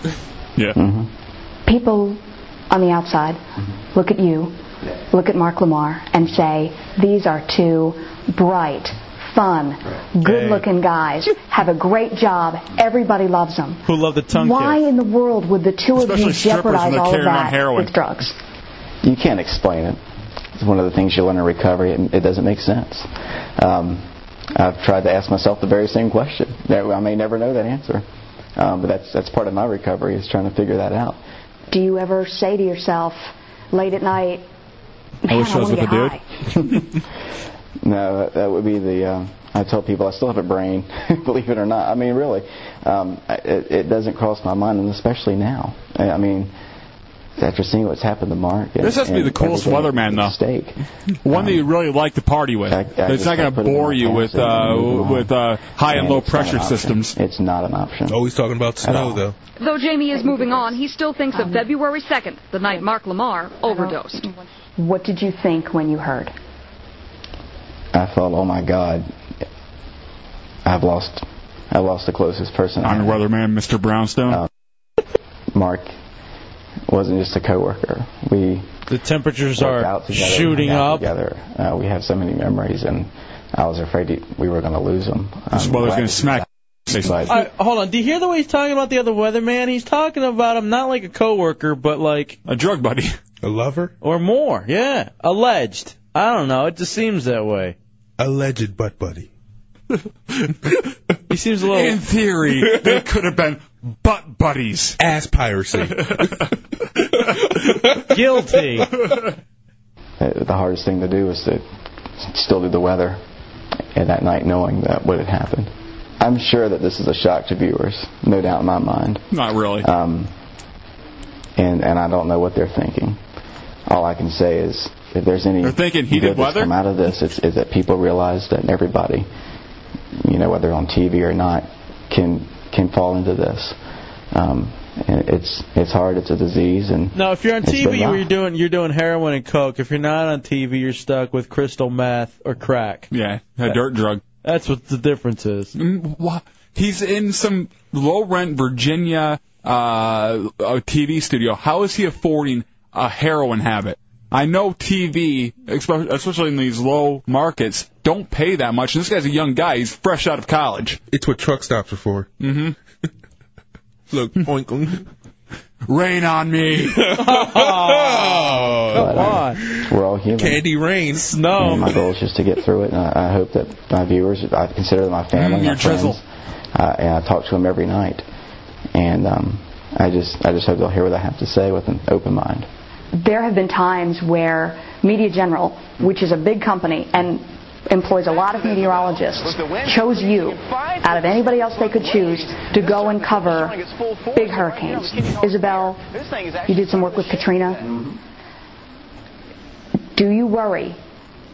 Mm-hmm.
Yeah.
People on the outside look at you, look at Mark Lamar, and say, these are two bright, fun, good-looking guys, have a great job. Everybody loves them.
Who love the tongue
Why in the world would the two of you
Especially strippers
jeopardize
when they're
all of
carrying on
that
heroin.
with drugs?
you can't explain it. It's one of the things you learn in recovery. It, it doesn't make sense. Um, I've tried to ask myself the very same question. That I may never know that answer, um, but that's that's part of my recovery is trying to figure that out.
Do you ever say to yourself late at night, "Man, I, want to get high"?
No, that, that would be the. Um, I tell people I still have a brain, believe it or not. I mean, really, um, I- it, it doesn't cross my mind, and especially now. I I mean, after seeing what's happened to Mark. and-
This has to be
and
the coolest
everything.
weatherman, though. One that you really like to party with. it's
just
not going
gotta
to
put it in
bore
my
you
pants
with
and
uh,
move on.
with uh, high and
And
low
it's not an
pressure
option.
systems.
It's not an option.
Always Oh, talking about snow, though.
Though Jamie is moving on, he still thinks
Um,
of February 2nd, the night Mark Lamar overdosed.
What did you think when you heard?
I thought, oh my God, I've lost, I lost the closest person. Um,
I'm your weatherman, Mr. Brownstone.
Mark wasn't just a coworker. We
the temperatures
are
shooting
up. Together, uh, we have so many memories, and I was afraid he- we were going to lose him. This
weather's gonna smack.
I, hold on. Do you hear the way he's talking about the other weatherman? He's talking about him not like a coworker, but like
a drug buddy,
a lover,
or more. Yeah, alleged. I don't know. It just seems that way.
Alleged butt buddy.
he seems a little.
In theory, they could have been butt buddies.
Ass piracy.
Guilty.
Uh, the hardest thing to do was to still do the weather and that night knowing that what had happened. I'm sure that this is a shock to viewers, no doubt in my mind.
Not really.
Um, and and I don't know what they're thinking. All I can say is if there's any
They're thinking heated
good that's
weather?
come out of this, it's, is that people realize that everybody, you know, whether on TV or not, can can fall into this. Um, and it's it's hard. It's a disease, and
Now, if you're on
It's
TV,
been rough.
you're doing you're doing heroin and coke. If you're not on TV, you're stuck with crystal meth or crack.
Yeah, a dirt drug.
That's what the difference is.
Mm, wha- He's in some low rent Virginia uh, uh, TV studio. How is he affording a heroin habit? I know TV, expe- especially in these low markets, don't pay that much. And this guy's a young guy. He's fresh out of college.
It's what truck stops are for.
Mm-hmm.
Look, oink.
Rain on me. Oh.
Come
on. uh, We're all human.
Candy rain.
And my goal is just to get through it, and I, I hope that my viewers, I consider them my family,
Mm,
my
your drizzle.
friends, uh, and I talk to them every night, and um, I just, I just hope they'll hear what I have to say with an open mind.
There have been times where Media General, which is a big company and employs a lot of meteorologists, chose you out of anybody else they could choose to go and cover big hurricanes. Isabel, you did some work with Katrina. Do you worry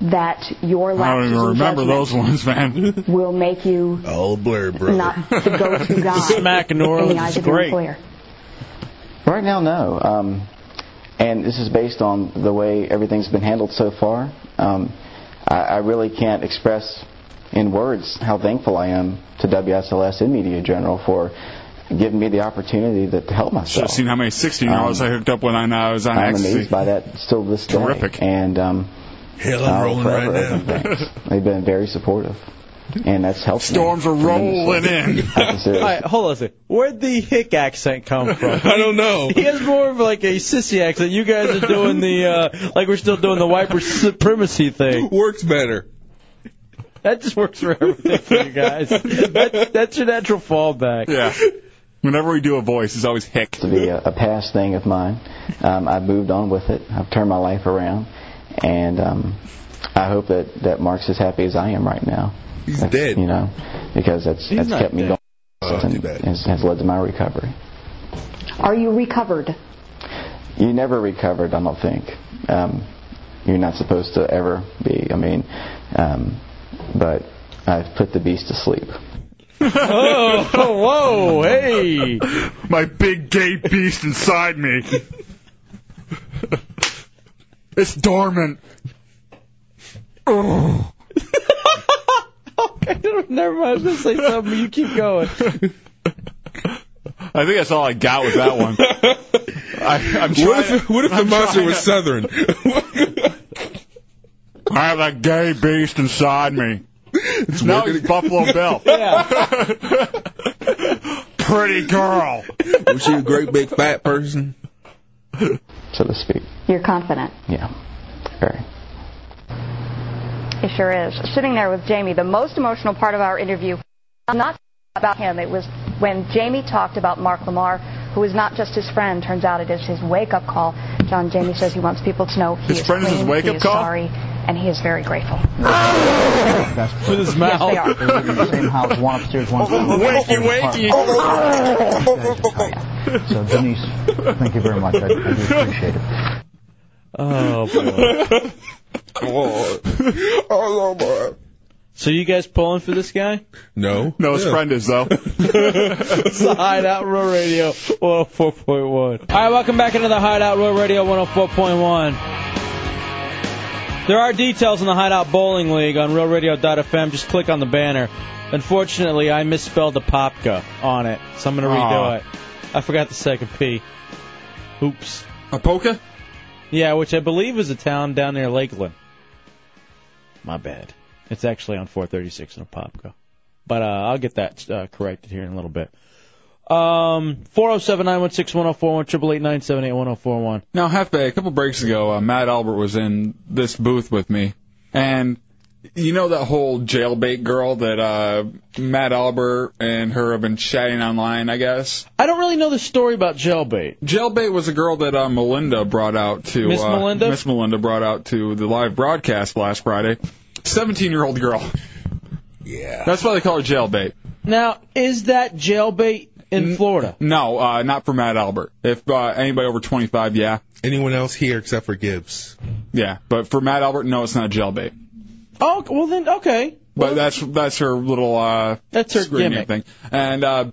that your
I don't
lapses
even
in
remember those ones, man.
judgment will make you
All blur,
not the go-to guy
Smack
in
New Orleans
the
is
eyes of your
great.
employer?
Right now, no. Um, and this is based on the way everything's been handled so far. Um, I, I really can't express in words how thankful I am to WSLS and Media General for giving me the opportunity that, to help
Should
myself.
have seen how many 16 year olds I hooked up when I was on
Um, I'm
ecstasy.
amazed by that still this day.
Terrific.
And um,
Hell, I'm
I'll
rolling
forever
right
owe them thanks. They've been very supportive, and that's helped. me
Storms are rolling
tremendously.
in.
I consider
All right, hold on a second. Where'd the hick accent come from?
I don't know.
He has more of like a sissy accent. You guys are doing the uh, like we're still doing the white supremacy thing.
Works better.
That just works for everything for you guys. That, that's your natural fallback.
Yeah. Whenever we do a voice, it's always hick.
to be a, a past thing of mine. Um, I've moved on with it. I've turned my life around, and um, I hope that that Mark's as happy as I am right now.
He's dead. Oh,
You know, because that's
He's
that's
not
kept me
dead.
going and has, has led to my recovery.
Are you recovered?
You never recovered, I don't think. Um, you're not supposed to ever be. I mean, um, but I've put the beast to sleep.
oh, whoa, hey.
My big gay beast inside me. it's dormant. Oh.
Never mind. I was gonna say something. but You keep going.
I think that's all I got with that one. I, I'm trying,
What if, what if the
I'm
monster
trying
was
to-
southern?
I have a gay beast inside me.
It's
now
working
he's Buffalo Bill. Pretty girl.
Was she a great big fat person?
so to speak.
You're confident.
Yeah. Very.
It sure is. Sitting there with Jamie, the most emotional part of our interview, I'm not about him. It was when Jamie talked about Mark Lamar, who is not just his friend. Turns out it is his wake-up call. John Jamie says he wants people to know he
His
is
friend is
clean,
his wake-up
he is
call?
sorry, and he is very grateful.
With
his
mouth. Yes, they
They live in the same house, one upstairs, one
Wakey, wakey.
So Denise, thank you very much. I, I do appreciate it.
Oh boy.
oh boy.
So you guys pulling for this guy?
No.
No, his friend is though.
it's the Hideout Row Radio 104.1. All right, welcome back into the Hideout Row Radio 104.1. There are details in the Hideout Bowling League on RealRadio.fm. Just click on the banner. Unfortunately, I misspelled the popka on it, so I'm going to redo
Aw.
it. I forgot the second P. Oops.
Apoca?
Yeah, which I believe is a town down near Lakeland. My bad. It's actually on 436 in Apopka. But uh, I'll get that uh, corrected here in a little bit. Um, 407 916 1041, 888 978 1041.
Now, Hefe, a couple breaks ago, uh, Matt Albert was in this booth with me, and you know that whole jailbait girl that uh, Matt Albert and her have been chatting online, I guess.
I don't really know the story about jailbait.
Jailbait was a girl that uh, Melinda brought out to
Miss
uh,
Melinda?
Miss Melinda brought out to the live broadcast last Friday. Seventeen-year-old girl. Yeah. That's why they call her jailbait.
Now, is that jailbait
Mm.
in Florida?
No, uh, not for Matt Albert. If uh, anybody over 25, yeah.
Anyone else here except for Gibbs?
Yeah, but for Matt Albert, no, it's not jailbait.
Oh, well then, okay.
But that's that's her little uh
That's her
screen
gimmick.
thing. And uh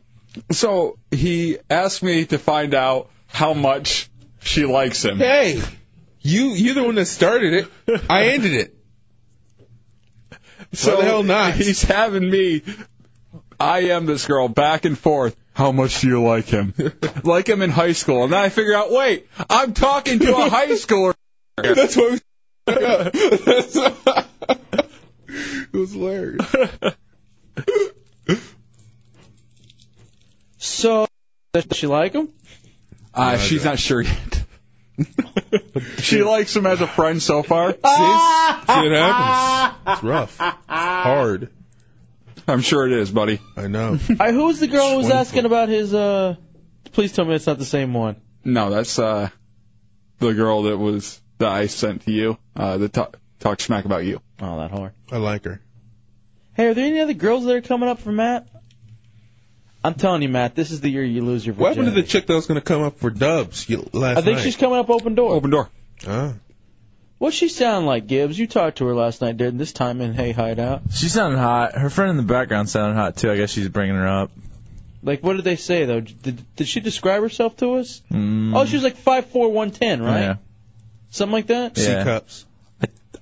so he asked me to find out how much she likes him.
Hey, you you're the one that started it. I ended it.
So the hell not. He's having me I am this girl back and forth. How much do you like him? like him in high school. And then I figure out, wait, I'm talking to a high schooler.
That's what we. it was hilarious.
So, does she like him?
Uh, she's not sure yet. she likes him as a friend so far. See?
It happens. It's rough. Hard.
I'm sure it is, buddy.
I know.
I, who was the girl who was
Swinful.
asking about his, uh, please tell me it's not the same one.
No, that's uh the girl that was that I sent to you. Uh that talk, talk smack about you.
Oh, that whore.
I like her.
Hey, are there any other girls that are coming up for Matt? I'm telling you, Matt, this is the year you lose your
What
virginity.
happened to the chick that was going to come up for dubs you- last
I think
night?
she's coming up open door.
Open door.
Ah.
What's she sound like, Gibbs? You talked to her last night, didn't this time in Hey Hideout.
She sounded hot. Her friend in the background sounded hot too. I guess she's bringing her up.
Like, what did they say though? Did, did she describe herself to us?
Mm,
Oh, she was like five four, one ten, right?
Yeah.
Something like that.
Yeah.
cups.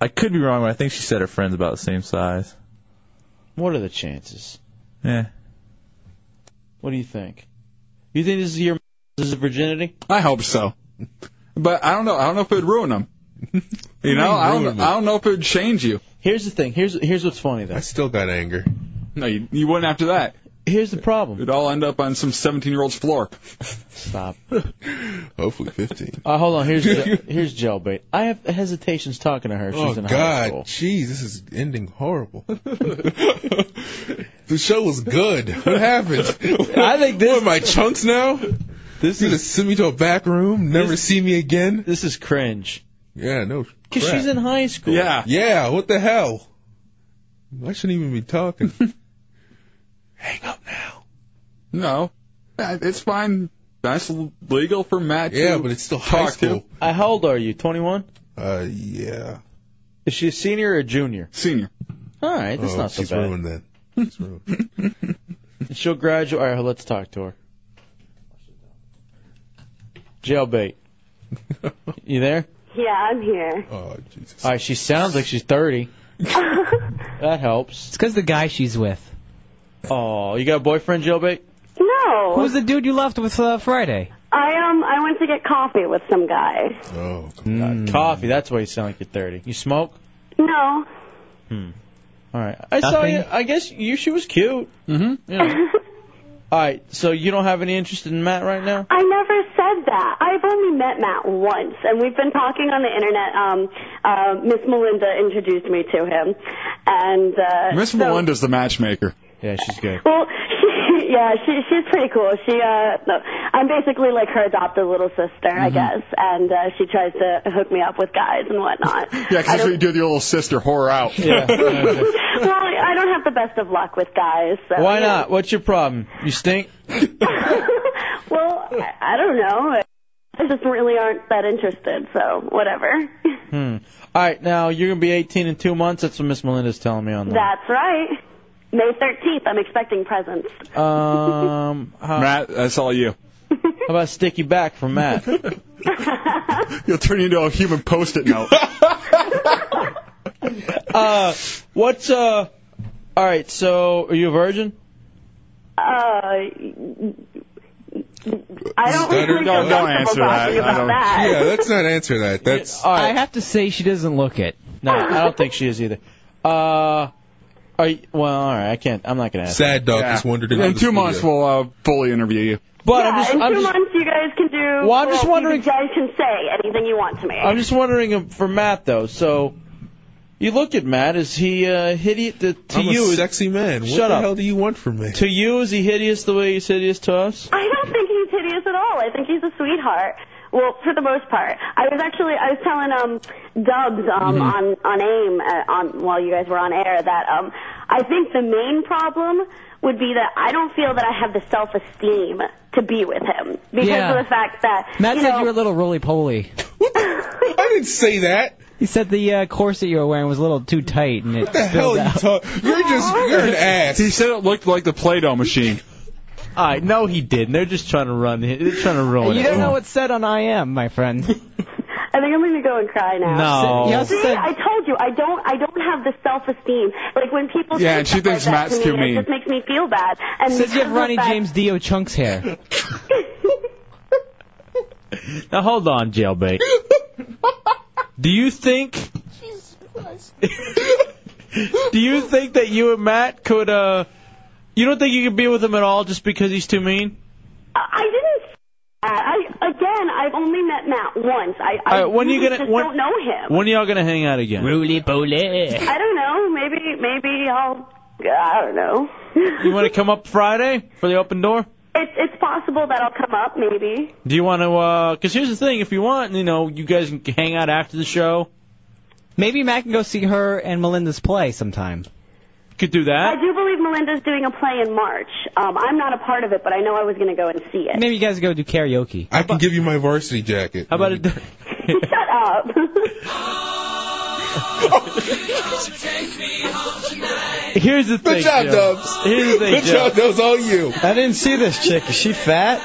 I could be wrong, but I think she said her friend's about the same size.
What are the chances?
Yeah.
What do you think? You think this is your this is virginity?
I hope so. But I don't know. I don't know if it would ruin them. You know, I don't. I don't know if it would change you.
Here's the thing. Here's here's what's funny though.
I still got anger.
No, you, you wouldn't after that.
Here's the problem.
It'd all end up on some 17-year-old's floor.
Stop.
Hopefully 15.
Uh, hold on. Here's gel- here's jailbait. I have hesitations talking to her. She's
oh,
in high
God.
school.
Jeez, this is ending horrible. the show was good. What happened?
I think this.
What, am I chunks now?
This
You're going to send me to a back room, never see me again?
This is cringe.
Yeah, no.
Cause
crap.
she's in high school.
Yeah.
Yeah, what the hell? I shouldn't even be talking. Hang up now.
No, Uh, it's fine. That's legal for Matt.
Yeah,
to
but it's still high
talk
school.
to
I, how old are you? 21?
Uh, yeah.
Is she a senior or a junior?
senior.
All right, that's
oh,
not so
she's
bad.
ruined that. She's ruined.
She'll graduate. All right, let's talk to her. Jailbait. You there?
Yeah, I'm here.
oh, Jesus.
All right, she sounds like she's 30. That helps.
It's because the guy she's with.
Oh, you got a boyfriend, Jailbait?
no.
Who's the dude you left with uh, Friday?
I um I went to get coffee with some guy.
Oh,
God, Coffee. That's why you sound like you're 30. You smoke?
No.
Hmm. All right. I saw
Nothing?
you. I guess you. She was cute.
Mm-hmm.
All right. So you don't have any interest in Matt right now?
I never said that. I've only met Matt once, and we've been talking on the internet. Um, uh, Miss Melinda introduced me to him, and uh,
Miss
so-
Melinda's the matchmaker.
Yeah, she's good.
Well, she, yeah, she she's pretty cool. She uh, no, I'm basically like her adopted little sister, I
Mhm.
guess, and uh, she tries to hook me up with guys and whatnot.
Yeah, 'cause that's what you do with your little sister, whore out.
well, I don't have the best of luck with guys. So,
Why
you know.
not? What's your problem? You stink.
Well, I, I don't know. I just really aren't that interested, so whatever.
Hmm. All right. Now you're gonna be 18 in two months. That's what Miss Melinda's telling me online.
That's right. May 13th, I'm expecting presents.
Um, how,
Matt, that's all you.
how about sticky back from Matt?
You'll turn into a human post-it note.
uh, what's uh? All right. So are you a virgin?
Uh, I don't
Better-
really feel comfortable talking about that.
Yeah, let's not answer that. That's
I have to say she doesn't look it. No, I don't think she is either. Uh, are you, well, all right. I can't. I'm not gonna ask.
sad. Dog
Yeah.
just wandered into
In
the
two months,
studio.
we'll uh, fully interview you.
But
yeah,
I'm just-
in
I'm
two
just-
months, you guys can do.
Well, I'm just
you
wondering-
guys can say anything you want to me.
I'm just wondering um, for Matt though. So you look at Matt. Is he uh, hideous to, to
I'm
you?
a
is-
sexy man. What
Shut
the
up.
hell do you want from me?
to you, is he hideous the way he's hideous to us?
I don't think he's hideous at all. I think he's a sweetheart. Well, for the most part, I was actually I was telling um Dubs um
Mm-hmm.
Mhm.
on on AIM uh, on while you guys were on air that um I think the main problem would be that I don't feel that I have the self esteem to be with him because
Yeah.
of the fact that
Matt
you
said
know,
you were a little roly poly.
I didn't say that.
He said the uh, corset you were wearing was a little too tight and it
What the hell
spilled
are you
out.
talking? You're just you're an ass.
He said it looked like the Play-Doh machine.
All right. No, he didn't. They're just trying to run. They're trying to ruin
You
it.
don't know what's said on IM, my friend.
I think I'm gonna go and cry now.
No. You also
See,
said-
I told you I don't I don't have the self esteem. Like when people
Yeah,
say
and she
stuff
thinks
like that
Matt's
to
too
me,
mean.
It just makes me feel bad. And
Says you
because
have
of
Ronnie
that-
James Dio chunks hair.
Now hold on, jailbait. Do you think? Do you think that you and Matt could? uh You don't think you could be with him at all just because he's too mean?
I didn't. say that. I again, I've only met Matt once. I, I
All right, when are you
really
gonna-
just
when-
don't know him.
When are y'all gonna hang out again? Roly poly.
I don't know. Maybe maybe I'll. I don't know.
You want to come up Friday for the open door?
It's it's possible that I'll come up. Maybe.
Do you want to? uh 'cause here's the thing: if you want, you know, you guys can hang out after the show.
Maybe Matt can go see her and Melinda's play sometime.
Could do
I
Uh,
that.
do believe Melinda's doing a play in March. Um, I'm not a part of it, but I know I was going to go and see it.
Maybe you guys go do karaoke.
I can give you my varsity jacket.
How about it?
Shut up.
Here's the
Good
thing,
job,
Joe.
Dubs.
Here's the thing,
Good
Joe.
job, Dubs. All you.
I didn't see this chick. Is she fat?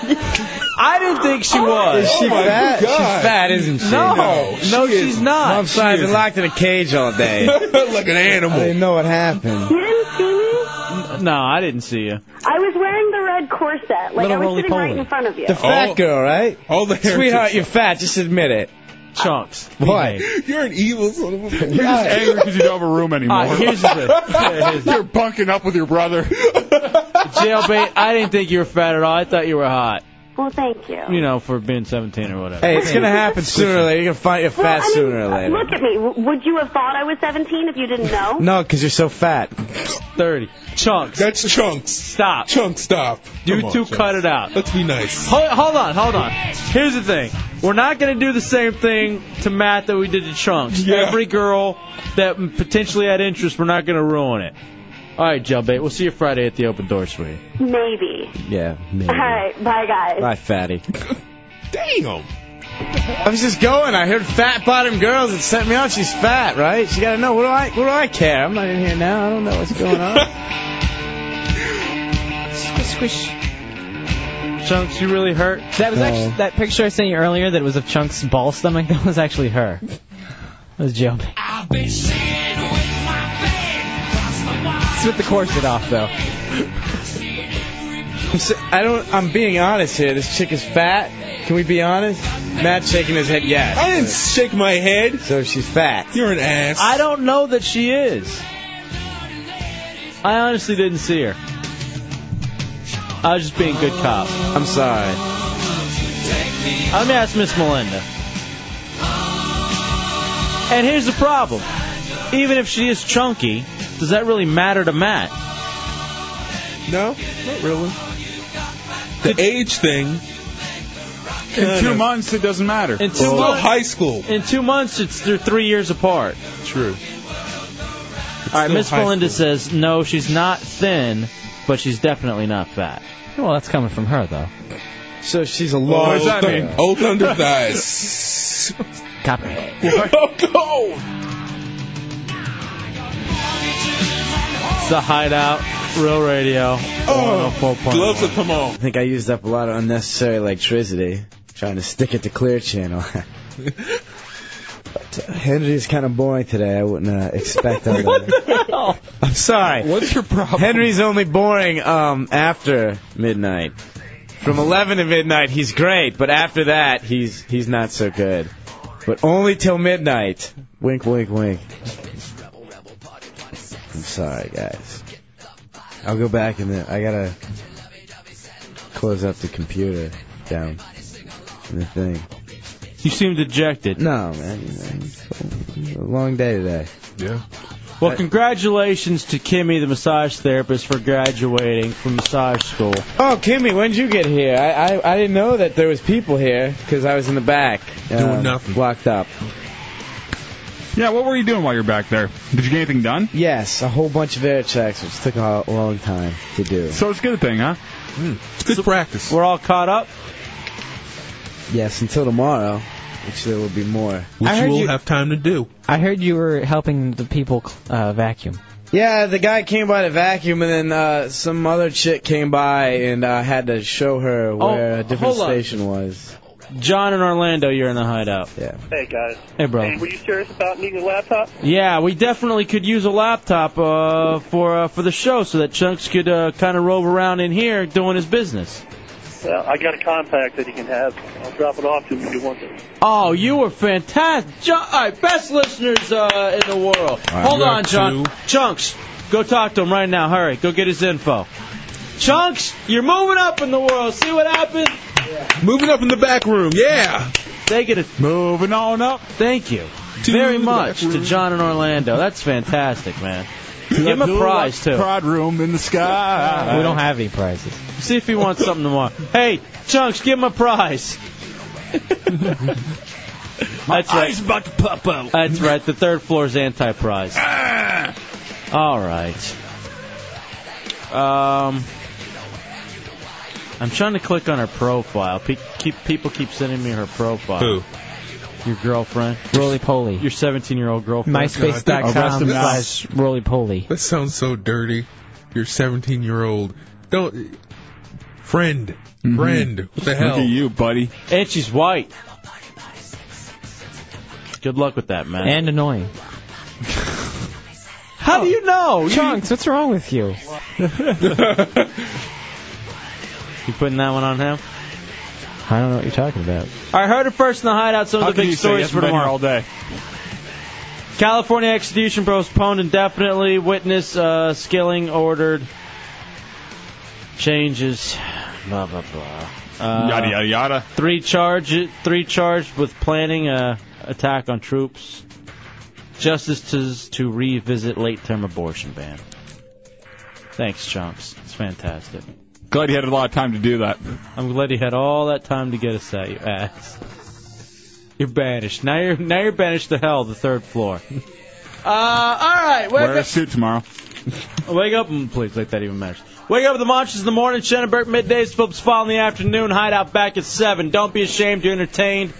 I didn't think she
was. Is she
Oh my
fat?
God.
She's fat, isn't she?
No. No,
no, she's not. I'm sorry. I've
She
been
is.
locked in a cage all day.
like an animal.
I didn't know what happened.
you didn't see me.
No, I didn't see you.
I was wearing the red corset. Like
Little
I was sitting
roly-poly.
right in front of you.
The
Oh.
fat girl, right?
All the hair-
sweetheart, you're fat. Just admit it.
Chunks.
Why?
You're an evil son of a. You're
just angry because you don't have a room anymore.
All right, Ah, here's the thing.
You're bunking up with your brother.
Jailbait, I didn't think you were fat at all. I thought you were hot.
Well, thank you.
You know, for being 17 or whatever.
Hey, it's gonna happen sooner or later. You're gonna find you're
Well,
fat
I mean,
sooner or later.
Look at me. W- Would you have thought I was 17 if you didn't know?
No, because you're so fat.
30. Chunks.
That's chunks.
Stop.
Chunks, stop.
You
Come on,
two
Chunks.
cut it out.
Let's be nice.
Hold, hold on, hold on. Here's the thing. We're not going to do the same thing to Matt that we did to Chunks.
Yeah.
Every girl that potentially had interest, we're not going to ruin it. All right, Jailbait, we'll see you Friday at the open door, sweetie.
Maybe.
Yeah,
All right. Bye, guys.
Bye, fatty.
Damn.
I was just going. I heard fat bottom girls. It set me off. She's fat, right? She gotta know. What do I? What do I care? I'm not in here now. I don't know what's going on.
Squish, squish.
Chunks, you really hurt?
That was actually that picture I sent you earlier that was of Chunk's ball stomach. That was actually her. That was Job. It's with the corset off though.
I'm si I don't. I'm being honest here. This chick is fat. Can we be honest? Matt's shaking his head. Yes.
I didn't shake my head.
So she's fat.
You're an ass.
I don't know that she is. I honestly didn't see her. I was just being a good cop. I'm sorry. I'm gonna ask Miss Melinda. And here's the problem. Even if she is chunky, does that really matter to Matt?
No, not really. The age thing.
In two months, it doesn't matter.
In two
Still
months,
high school.
In two months, it's they're three years apart.
True.
All right,
still
Miss
high
Melinda says no, she's not thin, but she's definitely not fat.
Well, that's coming from her though.
So she's a
What
large.
does that mean?
Old thunder thighs.
Copy.
oh, no!
It's the Hideout, Real Radio. Oh,
gloves have come
I
on.
think I used up a lot of unnecessary electricity trying to stick it to Clear Channel. but uh, Henry's kind of boring today. I wouldn't uh, expect that. what the
hell?
I'm sorry.
What's your problem?
Henry's only boring um, after midnight. From 11 to midnight, he's great, but after that, he's he's not so good. But only till midnight. Wink, wink, wink. I'm sorry, guys. I'll go back and then I gotta close up the computer down and the thing.
You seem dejected.
No, man. you know, A long day today.
Yeah.
Well, congratulations to Kimmy, the massage therapist, for graduating from massage school.
Oh, Kimmy, when did you get here? I, I, I didn't know that there was people here because I was in the back. Doing nothing. Locked up.
Yeah, what were you doing while you're back there? Did you get anything done?
Yes, a whole bunch of air checks, which took a long time to do.
So it's a good thing, huh?
Hmm.
It's good practice.
We're all caught up.
Yes, until tomorrow, which there will be more.
I
Which
heard
we'll
you-
have time to do.
I heard you were helping the people uh, vacuum.
Yeah, the guy came by to vacuum, and then uh, some other chick came by, and I had to show her where a different
Oh, hold on.
station was.
John in Orlando, you're in the hideout.
Yeah.
Hey guys.
Hey, brother.
Were you serious about needing a laptop?
Yeah, we definitely could use a laptop uh, for uh, for the show so that Chunks could uh, kind of rove around in here doing his business.
Well, I got a contact that you can have. I'll drop it off to you if you want it.
Oh, you were fantastic. John, all right, best listeners uh, in the world.
right,
Hold
we got
on, John.
two.
Chunks, go talk to him right now. Hurry, go get his info. Chunks, you're moving up in the world. See what happens?
Moving up in the back room, yeah.
They get it.
Moving on up.
Thank you very much to John in Orlando. That's fantastic, man. Give him a prize, too.
Pride room in the sky.
We don't have any prizes.
See if he wants something tomorrow. Hey, Chunks, give him a prize. That's right.
about to pop out.
That's right. The third floor's anti-prize.
Ah.
All right. Um, I'm trying to click on her profile. Pe- keep, people keep sending me her profile.
Who?
Your girlfriend.
Roly poly.
Your 17-year-old girlfriend.
MySpace.com
Arrested
slash roly poly.
That sounds so dirty. You're 17 year old. Don't. Friend.
Mm-hmm.
Friend. What the hell?
Look at you, buddy.
And she's white. Good luck with that, man.
And annoying.
How do you know?
Chunks, what's wrong with you?
You putting that one on him?
I don't know what you're talking about.
I heard it first in the hideout. Some
How
of the
can
big
you say you
stories
haven't
for
been here
tomorrow.
all day?
California execution postponed indefinitely. Witness uh, Skilling ordered changes. Blah blah blah. Uh,
yada yada yada.
Three charge, three charged with planning a attack on troops. Justice to, to revisit late-term abortion ban. Thanks, chunks. It's fantastic.
Glad you had a lot of time to do that.
I'm glad you had all that time to get us out, you ass. You're banished. Now you're now you're banished to hell, the third floor. Uh, all right. Wake
Wear a
up,
suit tomorrow.
wake up, mm, please. Like that even matters. Wake up with the monsters in the morning. Shannon Burke middays. Phillips Fall in the afternoon. Hideout back at seven. Don't be ashamed. You're entertained.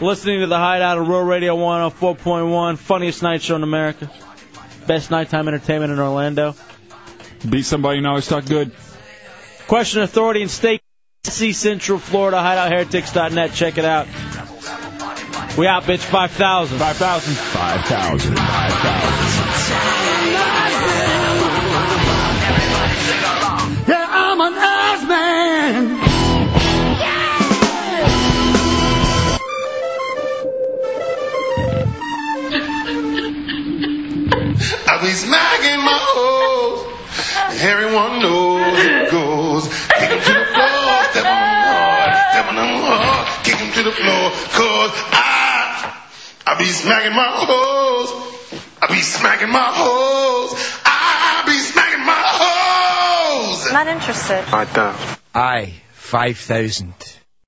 Listening to the Hideout on Rural Radio 104.1, funniest night show in America, best nighttime entertainment in Orlando.
Beat somebody and always talk good.
Question Authority and State C Central Florida hideoutheretics.net. Check it out. We out, bitch. Five thousand.
Five thousand. Five thousand. Five
Yeah, I'm an ass man. I be smacking my hoes
one knows it goes. Kick him to the floor, step on him hard, step on him hard, kick him to the floor, cause I, I be smacking my hoes, I be smacking my hoes, I be smacking my hoes.
Not interested.
I don't. I, 5,000.